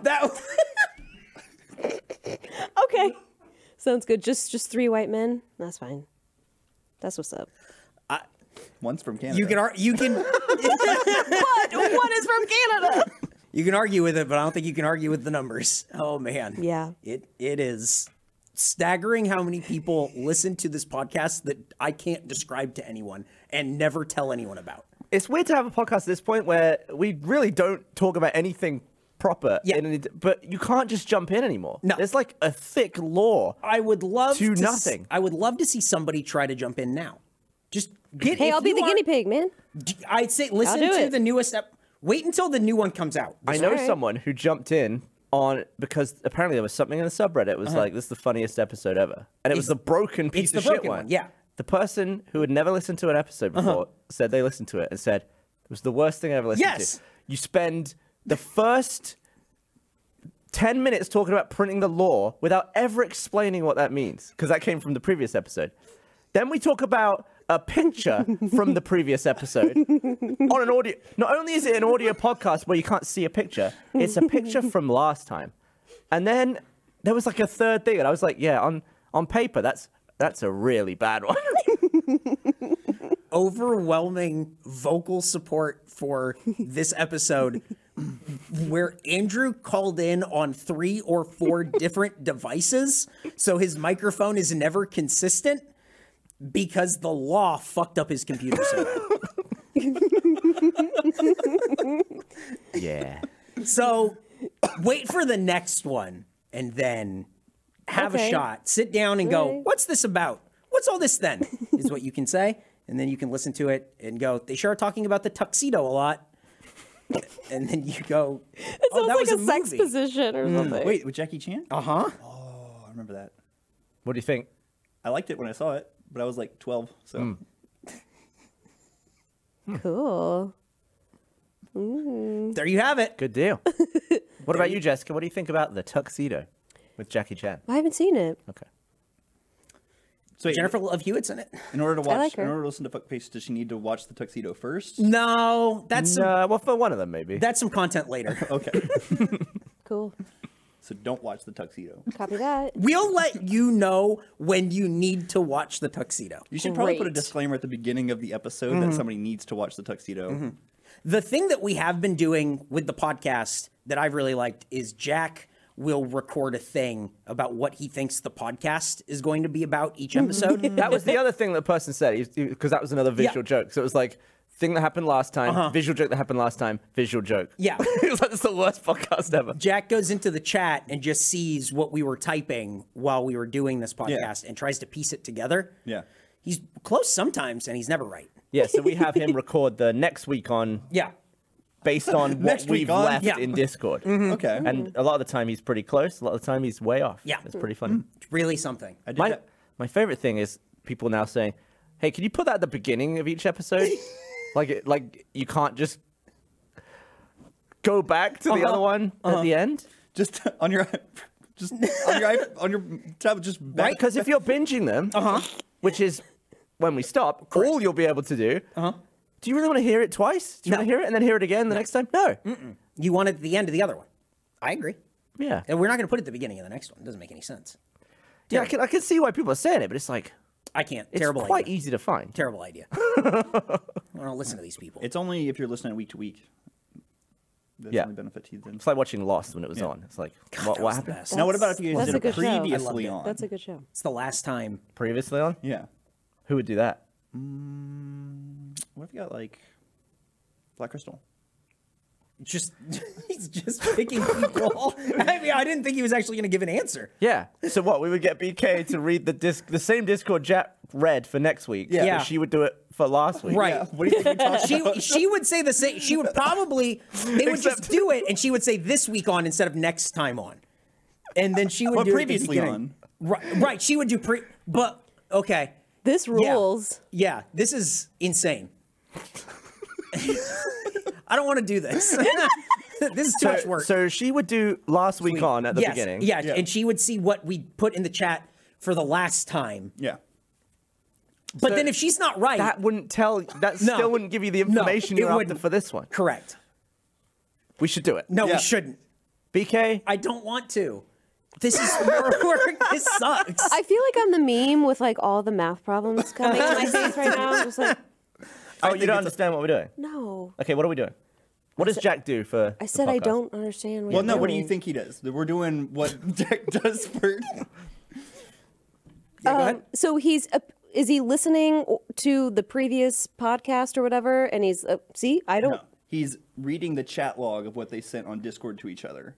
[SPEAKER 3] That was-
[SPEAKER 2] Okay, sounds good. Just just three white men. That's fine. That's what's up.
[SPEAKER 5] One's from Canada.
[SPEAKER 3] you can ar- you can
[SPEAKER 2] One is from Canada.
[SPEAKER 3] you can argue with it, but I don't think you can argue with the numbers. Oh man.
[SPEAKER 2] Yeah.
[SPEAKER 3] It it is staggering how many people listen to this podcast that I can't describe to anyone and never tell anyone about.
[SPEAKER 4] It's weird to have a podcast at this point where we really don't talk about anything proper.
[SPEAKER 3] Yeah.
[SPEAKER 4] and it- but you can't just jump in anymore.
[SPEAKER 3] No.
[SPEAKER 4] There's like a thick law.
[SPEAKER 3] I would love
[SPEAKER 4] To
[SPEAKER 3] s-
[SPEAKER 4] nothing.
[SPEAKER 3] I would love to see somebody try to jump in now. Just get.
[SPEAKER 2] Hey,
[SPEAKER 3] if
[SPEAKER 2] I'll be
[SPEAKER 3] you
[SPEAKER 2] the
[SPEAKER 3] are-
[SPEAKER 2] guinea pig, man.
[SPEAKER 3] d- I'd say listen
[SPEAKER 2] do
[SPEAKER 3] to
[SPEAKER 2] it.
[SPEAKER 3] the newest. Ep- wait until the new one comes out.
[SPEAKER 4] I know
[SPEAKER 2] Alright.
[SPEAKER 4] someone who jumped in on because apparently there was something in the subreddit. It was like this is the funniest episode ever, and it was the broken piece
[SPEAKER 3] Uh-huh. the
[SPEAKER 4] of shit
[SPEAKER 3] broken one, yeah. Uh-huh.
[SPEAKER 4] the person who had never listened to an episode before said they listened to it and said it was the worst thing I ever listened
[SPEAKER 3] Yes!
[SPEAKER 4] to. You spend the first ten minutes talking about printing the law without ever explaining what that means because that came from the previous episode. Then we talk about. A picture from the previous episode on an audio. Not only is it an audio podcast where you can't see a picture, it's a picture from last time. And then there was like a third thing, and I was like, yeah, on on paper, that's that's a really bad one.
[SPEAKER 3] overwhelming vocal support for this episode where Andrew called in on three or four different devices. So his microphone is never consistent because the law fucked up his computer. So, bad.
[SPEAKER 4] yeah.
[SPEAKER 3] so wait for the next one and then have a
[SPEAKER 2] Okay.
[SPEAKER 3] shot. Sit down and go,
[SPEAKER 2] Alright.
[SPEAKER 3] what's this about? What's all this then? Is what you can say. And then you can listen to it and go, they sure are talking about the tuxedo a lot. And then you go, oh,
[SPEAKER 2] Sounds
[SPEAKER 3] that
[SPEAKER 2] like
[SPEAKER 3] was
[SPEAKER 2] a, sex
[SPEAKER 3] movie.
[SPEAKER 2] position or something.
[SPEAKER 5] Wait, with Jackie Chan? Uh
[SPEAKER 3] Uh-huh.
[SPEAKER 5] huh. Oh, I remember that.
[SPEAKER 4] What do you think?
[SPEAKER 5] I liked it when I saw it, but I was like 12, so
[SPEAKER 3] Hmm.
[SPEAKER 2] Cool.
[SPEAKER 3] There you have it.
[SPEAKER 4] Good deal. what about you, Jessica? What do you think about the tuxedo with Jackie Chan?
[SPEAKER 2] I haven't seen it.
[SPEAKER 4] Okay.
[SPEAKER 5] so wait,
[SPEAKER 3] Jennifer Love Hewitt's in it.
[SPEAKER 5] In order to watch,
[SPEAKER 2] like her.
[SPEAKER 5] in order to listen to Fuckface, does she need to watch the tuxedo first?
[SPEAKER 3] No, that's some,
[SPEAKER 4] No, Uh, well, for one of them maybe.
[SPEAKER 3] that's some content later.
[SPEAKER 5] Okay,
[SPEAKER 2] Cool.
[SPEAKER 5] so don't watch the tuxedo.
[SPEAKER 2] Copy that.
[SPEAKER 3] We'll let you know when you need to watch the tuxedo.
[SPEAKER 5] You should probably put a
[SPEAKER 2] Great.
[SPEAKER 5] disclaimer at the beginning of the episode
[SPEAKER 3] Mm-hmm.
[SPEAKER 5] that somebody needs to watch the tuxedo.
[SPEAKER 3] The thing that we have been doing with the podcast that I've really liked is Jack will record a thing about what he thinks the podcast is going to be about each episode.
[SPEAKER 4] that was the other thing that person said because that was another visual joke. So it was like thing that happened last time, visual joke that happened last time, visual joke.
[SPEAKER 3] Yeah.
[SPEAKER 4] it was like it's the worst podcast ever.
[SPEAKER 3] Jack goes into the chat and just sees what we were typing while we were doing this podcast and tries to piece it together.
[SPEAKER 5] Yeah.
[SPEAKER 3] He's close sometimes and he's never right.
[SPEAKER 4] Yeah, so we have him record the next week on
[SPEAKER 3] Yeah.
[SPEAKER 4] based on what
[SPEAKER 5] Next week
[SPEAKER 4] we've
[SPEAKER 5] on?
[SPEAKER 4] left
[SPEAKER 3] Yeah.
[SPEAKER 4] in Discord.
[SPEAKER 5] Okay,
[SPEAKER 4] And a lot of the time he's pretty close, a lot of the time he's way off.
[SPEAKER 3] Yeah.
[SPEAKER 4] It's pretty funny.
[SPEAKER 3] Really something.
[SPEAKER 5] I did
[SPEAKER 4] My,
[SPEAKER 5] that.
[SPEAKER 4] my favorite thing is people now saying, "Hey, can you put that at the beginning of each episode? like, it- like you can't just go back to the other one at the end,
[SPEAKER 5] just on your, just on your iP- on your tab, just back.
[SPEAKER 4] Because if you're binging them, uh-huh. which is when we stop, all you'll be able to do. Uh-huh. Do you really want to hear it twice? Do you
[SPEAKER 3] No.
[SPEAKER 4] want to hear it and then hear it again the next time? No.
[SPEAKER 3] You want it at the end of the other one. I agree.
[SPEAKER 4] Yeah.
[SPEAKER 3] And we're not going to put it at the beginning of the next one. It doesn't make any sense.
[SPEAKER 4] Yeah, I can, I can see why people are saying it, but it's like
[SPEAKER 3] I can't.
[SPEAKER 4] it's
[SPEAKER 3] Terrible
[SPEAKER 4] quite
[SPEAKER 3] idea.
[SPEAKER 4] easy to find.
[SPEAKER 3] Terrible idea. I don't listen to these people.
[SPEAKER 5] it's only if you're listening week to week. That's
[SPEAKER 4] Yeah.
[SPEAKER 5] only benefit to you then.
[SPEAKER 4] It's like watching Lost when it was on. It's like what,
[SPEAKER 3] that
[SPEAKER 4] what
[SPEAKER 3] was the
[SPEAKER 4] happened
[SPEAKER 3] best.
[SPEAKER 5] now, what about if you guys
[SPEAKER 2] That's
[SPEAKER 5] did
[SPEAKER 2] a
[SPEAKER 5] it
[SPEAKER 2] good show. I loved
[SPEAKER 5] previously
[SPEAKER 3] it.
[SPEAKER 5] on?
[SPEAKER 2] That's a good show.
[SPEAKER 3] It's the last time.
[SPEAKER 4] previously on?
[SPEAKER 5] yeah.
[SPEAKER 4] Who would do that?
[SPEAKER 5] What if you got like Black Crystal?
[SPEAKER 3] Just he's just picking people. I mean, I didn't think he was actually going to give an answer.
[SPEAKER 4] Yeah. So what? We would get BK to read the disc, the same Discord chat read for next week.
[SPEAKER 5] Yeah.
[SPEAKER 4] but
[SPEAKER 3] Yeah.
[SPEAKER 4] She would do it for last week.
[SPEAKER 3] Right.
[SPEAKER 5] Yeah. What do you think we talked
[SPEAKER 3] She she would say the same. She would probably they would just do it, and she would say this week on instead of next time on, and then she would
[SPEAKER 5] Or
[SPEAKER 3] do it at the
[SPEAKER 5] previously
[SPEAKER 3] beginning.
[SPEAKER 5] on.
[SPEAKER 3] Right, right. She would do pre, but okay,
[SPEAKER 2] This rules.
[SPEAKER 3] yeah. This is insane. I don't want to do this. this is too much
[SPEAKER 4] So,
[SPEAKER 3] work.
[SPEAKER 4] so she would do last week on at the
[SPEAKER 3] yes,
[SPEAKER 4] beginning.
[SPEAKER 3] Yeah, and she would see what we put in the chat for the last time.
[SPEAKER 5] Yeah.
[SPEAKER 3] But then if she's not right,
[SPEAKER 4] That wouldn't tell. That
[SPEAKER 3] No.
[SPEAKER 4] still wouldn't give you the
[SPEAKER 3] No,
[SPEAKER 4] information
[SPEAKER 3] it
[SPEAKER 4] you're after
[SPEAKER 3] wouldn't.
[SPEAKER 4] for this one.
[SPEAKER 3] correct.
[SPEAKER 4] We should do it.
[SPEAKER 3] No,
[SPEAKER 5] Yeah.
[SPEAKER 3] we shouldn't.
[SPEAKER 4] BK.
[SPEAKER 3] I don't want to. This is more work. This sucks.
[SPEAKER 2] I feel like I'm the meme with like all the math problems coming in my face right now. I'm just like,
[SPEAKER 4] oh, you don't understand what we're doing.
[SPEAKER 2] no.
[SPEAKER 4] Okay, what are we doing? What does Jack do for?
[SPEAKER 2] I said I don't understand. What
[SPEAKER 5] Well,
[SPEAKER 2] you're
[SPEAKER 5] no. What do
[SPEAKER 2] doing.
[SPEAKER 5] you think he does? That We're doing what Jack does for.
[SPEAKER 3] Yeah, go ahead.
[SPEAKER 2] So he's uh, is he listening to the previous podcast or whatever? And he's uh, oh, see, I don't.
[SPEAKER 5] He's reading the chat log of what they sent on Discord to each other.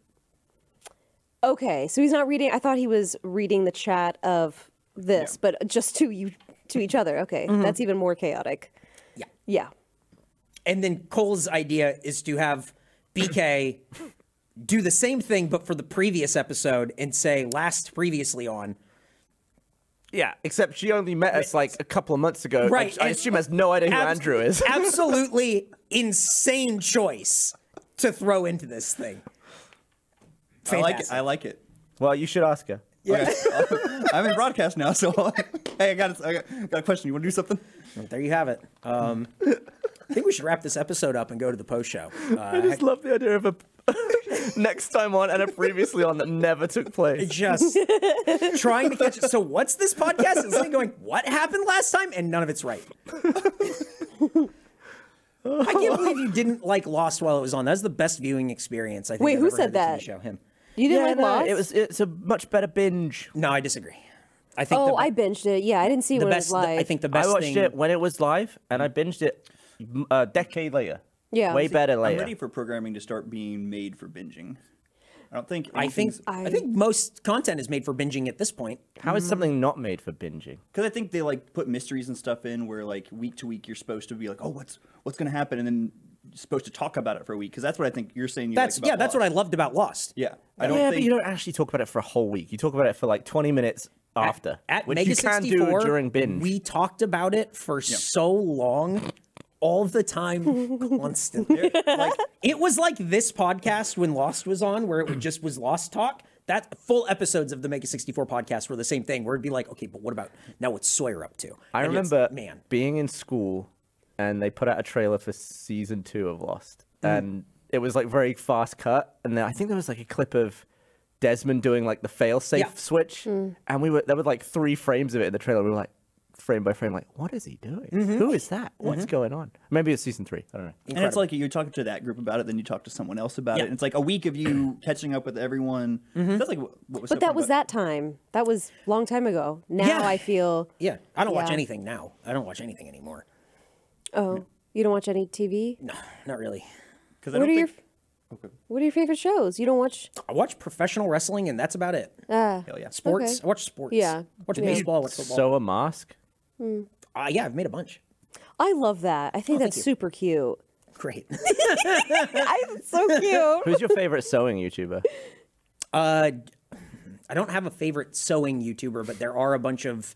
[SPEAKER 2] Okay, so he's not reading. I thought he was reading the chat of this, but just to you, to each other. Okay, that's even more chaotic.
[SPEAKER 3] Yeah.
[SPEAKER 2] Yeah.
[SPEAKER 3] And then Cole's idea is to have BK do the same thing, but for the previous episode and say last previously on.
[SPEAKER 4] Yeah, except she only met us like a couple of months ago.
[SPEAKER 3] Right,
[SPEAKER 4] I, I
[SPEAKER 3] and-
[SPEAKER 4] assume has no idea who
[SPEAKER 3] Abs-
[SPEAKER 4] Andrew is.
[SPEAKER 3] absolutely insane choice to throw into this thing.
[SPEAKER 5] I like it.
[SPEAKER 3] Fantastic.
[SPEAKER 5] I like it.
[SPEAKER 4] well, you should ask her.
[SPEAKER 5] Yeah. I'm in broadcast now, so hey, I got, I got got a question. You want to do something?
[SPEAKER 3] Well, there you have it. Um, I think we should wrap this episode up and go to the post show.
[SPEAKER 4] I
[SPEAKER 3] Uh,
[SPEAKER 4] just love the idea of a next time on and a previously on that never took place.
[SPEAKER 3] just trying to catch it. So, what's this podcast? It's like going, what happened last time? And none of it's right. I can't believe you didn't like Lost while it was on. That was the best viewing experience I think.
[SPEAKER 2] Wait,
[SPEAKER 3] I've
[SPEAKER 2] who
[SPEAKER 3] ever
[SPEAKER 2] said
[SPEAKER 3] had the
[SPEAKER 2] that?
[SPEAKER 3] TV show him.
[SPEAKER 2] You didn't
[SPEAKER 4] yeah,
[SPEAKER 2] like
[SPEAKER 4] no,
[SPEAKER 2] Lost?
[SPEAKER 4] it was. It's a much better binge.
[SPEAKER 3] No, I disagree. I think
[SPEAKER 2] Oh,
[SPEAKER 3] the,
[SPEAKER 2] I binged it. Yeah, I didn't see
[SPEAKER 3] the
[SPEAKER 2] what
[SPEAKER 3] best.
[SPEAKER 2] it was like.
[SPEAKER 3] I think the best
[SPEAKER 4] I watched
[SPEAKER 3] thing.
[SPEAKER 4] it when it was live, and I binged it mm, a decade later.
[SPEAKER 2] Yeah.
[SPEAKER 4] way
[SPEAKER 2] See,
[SPEAKER 4] better
[SPEAKER 5] I'm
[SPEAKER 4] later.
[SPEAKER 5] ready for programming to start being made for binging. I don't think.
[SPEAKER 3] I think
[SPEAKER 5] anything's-
[SPEAKER 3] I, think most content is made for binging at this point.
[SPEAKER 4] How is something not made for binging?
[SPEAKER 5] Because I think they like put mysteries and stuff in where like week to week you're supposed to be like, oh, what's what's gonna happen, and then you're supposed to talk about it for a week. Because that's what I think you're saying. You
[SPEAKER 3] That's
[SPEAKER 5] like about
[SPEAKER 3] yeah, that's what I
[SPEAKER 5] Lost.
[SPEAKER 3] loved about Lost.
[SPEAKER 5] Yeah, I don't
[SPEAKER 4] yeah,
[SPEAKER 5] think
[SPEAKER 4] but you don't actually talk about it for a whole week. You talk about it for like 20 minutes after,
[SPEAKER 3] At
[SPEAKER 4] which
[SPEAKER 3] Mega
[SPEAKER 4] you can
[SPEAKER 3] 64,
[SPEAKER 4] do during binge.
[SPEAKER 3] We talked about it for so long, all the time, constantly. like it was like this podcast when Lost was on, where it would just was Lost talk. That full episodes of the Mega 64 podcast were the same thing, where it'd be like, okay, but what about now? What's Sawyer up to?
[SPEAKER 4] I
[SPEAKER 3] And it's-
[SPEAKER 4] remember
[SPEAKER 3] man,
[SPEAKER 4] being in school and they put out a trailer for season two of Lost.
[SPEAKER 3] Mm.
[SPEAKER 4] And it was like very fast cut. And then I think there was like a clip of Desmond doing like the fail safe
[SPEAKER 3] Yeah. Mm.
[SPEAKER 4] switch. And we were, there were like three frames of it in the trailer. We were like, frame by frame, like, what is he doing?
[SPEAKER 3] Mm-hmm.
[SPEAKER 4] Who is that? What's going on? Maybe it's season three. I don't know.
[SPEAKER 5] And it's like you're talking to that group about it, then you talk to someone else about
[SPEAKER 3] Yeah. Mm-hmm.
[SPEAKER 5] it. And it's like a week of you catching up with everyone. That's like what what was.
[SPEAKER 2] but that was that
[SPEAKER 5] that.
[SPEAKER 2] time. That was long time ago. Now
[SPEAKER 3] Yeah.
[SPEAKER 2] I feel.
[SPEAKER 3] yeah, I don't watch
[SPEAKER 2] Yeah.
[SPEAKER 3] anything now. I don't watch anything anymore.
[SPEAKER 2] Oh, you don't watch any TV?
[SPEAKER 3] No, not really.
[SPEAKER 5] Because I
[SPEAKER 2] What
[SPEAKER 5] don't
[SPEAKER 2] are your
[SPEAKER 5] think
[SPEAKER 2] What are your favorite shows? You don't watch?
[SPEAKER 3] I watch professional wrestling, and that's about it.
[SPEAKER 5] hell yeah.
[SPEAKER 3] Sports.
[SPEAKER 2] okay.
[SPEAKER 3] I watch sports.
[SPEAKER 2] Yeah.
[SPEAKER 3] I watch baseball. I watch football.
[SPEAKER 4] So a mask?
[SPEAKER 3] Uh, yeah, I've made a bunch.
[SPEAKER 2] I love that. I
[SPEAKER 3] Oh,
[SPEAKER 2] think that's super cute.
[SPEAKER 3] Great.
[SPEAKER 2] I, it's so cute.
[SPEAKER 4] Who's your favorite sewing YouTuber?
[SPEAKER 3] Uh, I don't have a favorite sewing YouTuber, but there are a bunch of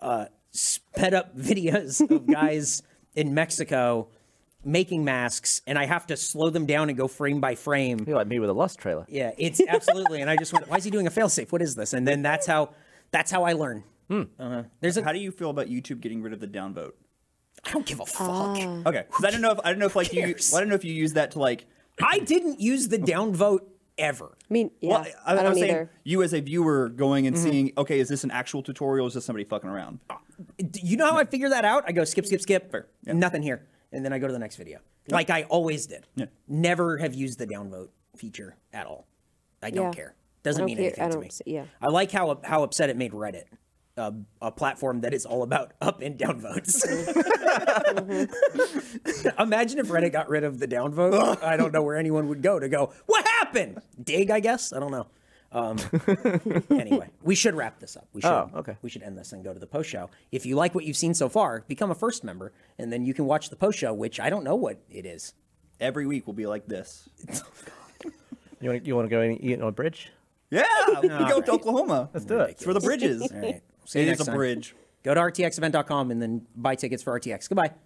[SPEAKER 3] uh, sped up videos of guys in Mexico making masks, and I have to slow them down and go frame by frame.
[SPEAKER 4] You're like me with a Lost trailer.
[SPEAKER 3] Yeah, it's absolutely. and I just went, why is he doing a failsafe? What is this? And then that's how that's how I learn. Uh-huh. There's a
[SPEAKER 5] How do you feel about YouTube getting rid of the downvote?
[SPEAKER 3] I don't give a fuck.
[SPEAKER 2] Uh,
[SPEAKER 5] Okay, because I don't know if I don't know if like you well,
[SPEAKER 3] cares?
[SPEAKER 5] I don't know if you use that to like.
[SPEAKER 3] I didn't use the downvote ever.
[SPEAKER 2] I mean, yeah,
[SPEAKER 5] well,
[SPEAKER 2] I,
[SPEAKER 5] was
[SPEAKER 2] don't
[SPEAKER 5] saying
[SPEAKER 2] either.
[SPEAKER 5] you as a viewer going
[SPEAKER 3] Mm-hmm.
[SPEAKER 5] and seeing, okay, is this an actual tutorial? Or is this somebody fucking around?
[SPEAKER 3] D- you know how I figure that out? I go skip, skip, skip, nothing here, and then I go to the next video, like I always did. Never have used the downvote feature at all. I don't
[SPEAKER 2] Yeah.
[SPEAKER 3] care. Doesn't
[SPEAKER 2] don't
[SPEAKER 3] mean
[SPEAKER 2] care-
[SPEAKER 3] anything
[SPEAKER 2] I
[SPEAKER 3] to
[SPEAKER 2] don't
[SPEAKER 3] me.
[SPEAKER 2] s- yeah.
[SPEAKER 3] I like how how upset it made Reddit, a, a platform that is all about up and down votes.
[SPEAKER 2] Mm-hmm.
[SPEAKER 3] Imagine if Reddit got rid of the downvote. I don't know where anyone would go to go. What happened? Dig, I guess. I don't know. Um, anyway, we should wrap this up. We should.
[SPEAKER 4] Oh, okay.
[SPEAKER 3] We should end this and go to the post show. If you like what you've seen so far, become a first member, and then you can watch the post show, which I don't know what it is.
[SPEAKER 5] Every week will be like this.
[SPEAKER 4] You want, you want to go and eat on a bridge?
[SPEAKER 5] Yeah, we go to Oklahoma. Let's do
[SPEAKER 4] it.
[SPEAKER 5] It's for the bridges.
[SPEAKER 3] All right. See you
[SPEAKER 5] It is
[SPEAKER 3] next
[SPEAKER 5] a
[SPEAKER 3] time.
[SPEAKER 5] bridge.
[SPEAKER 3] Go to rtxevent.com and then buy tickets for RTX. Goodbye.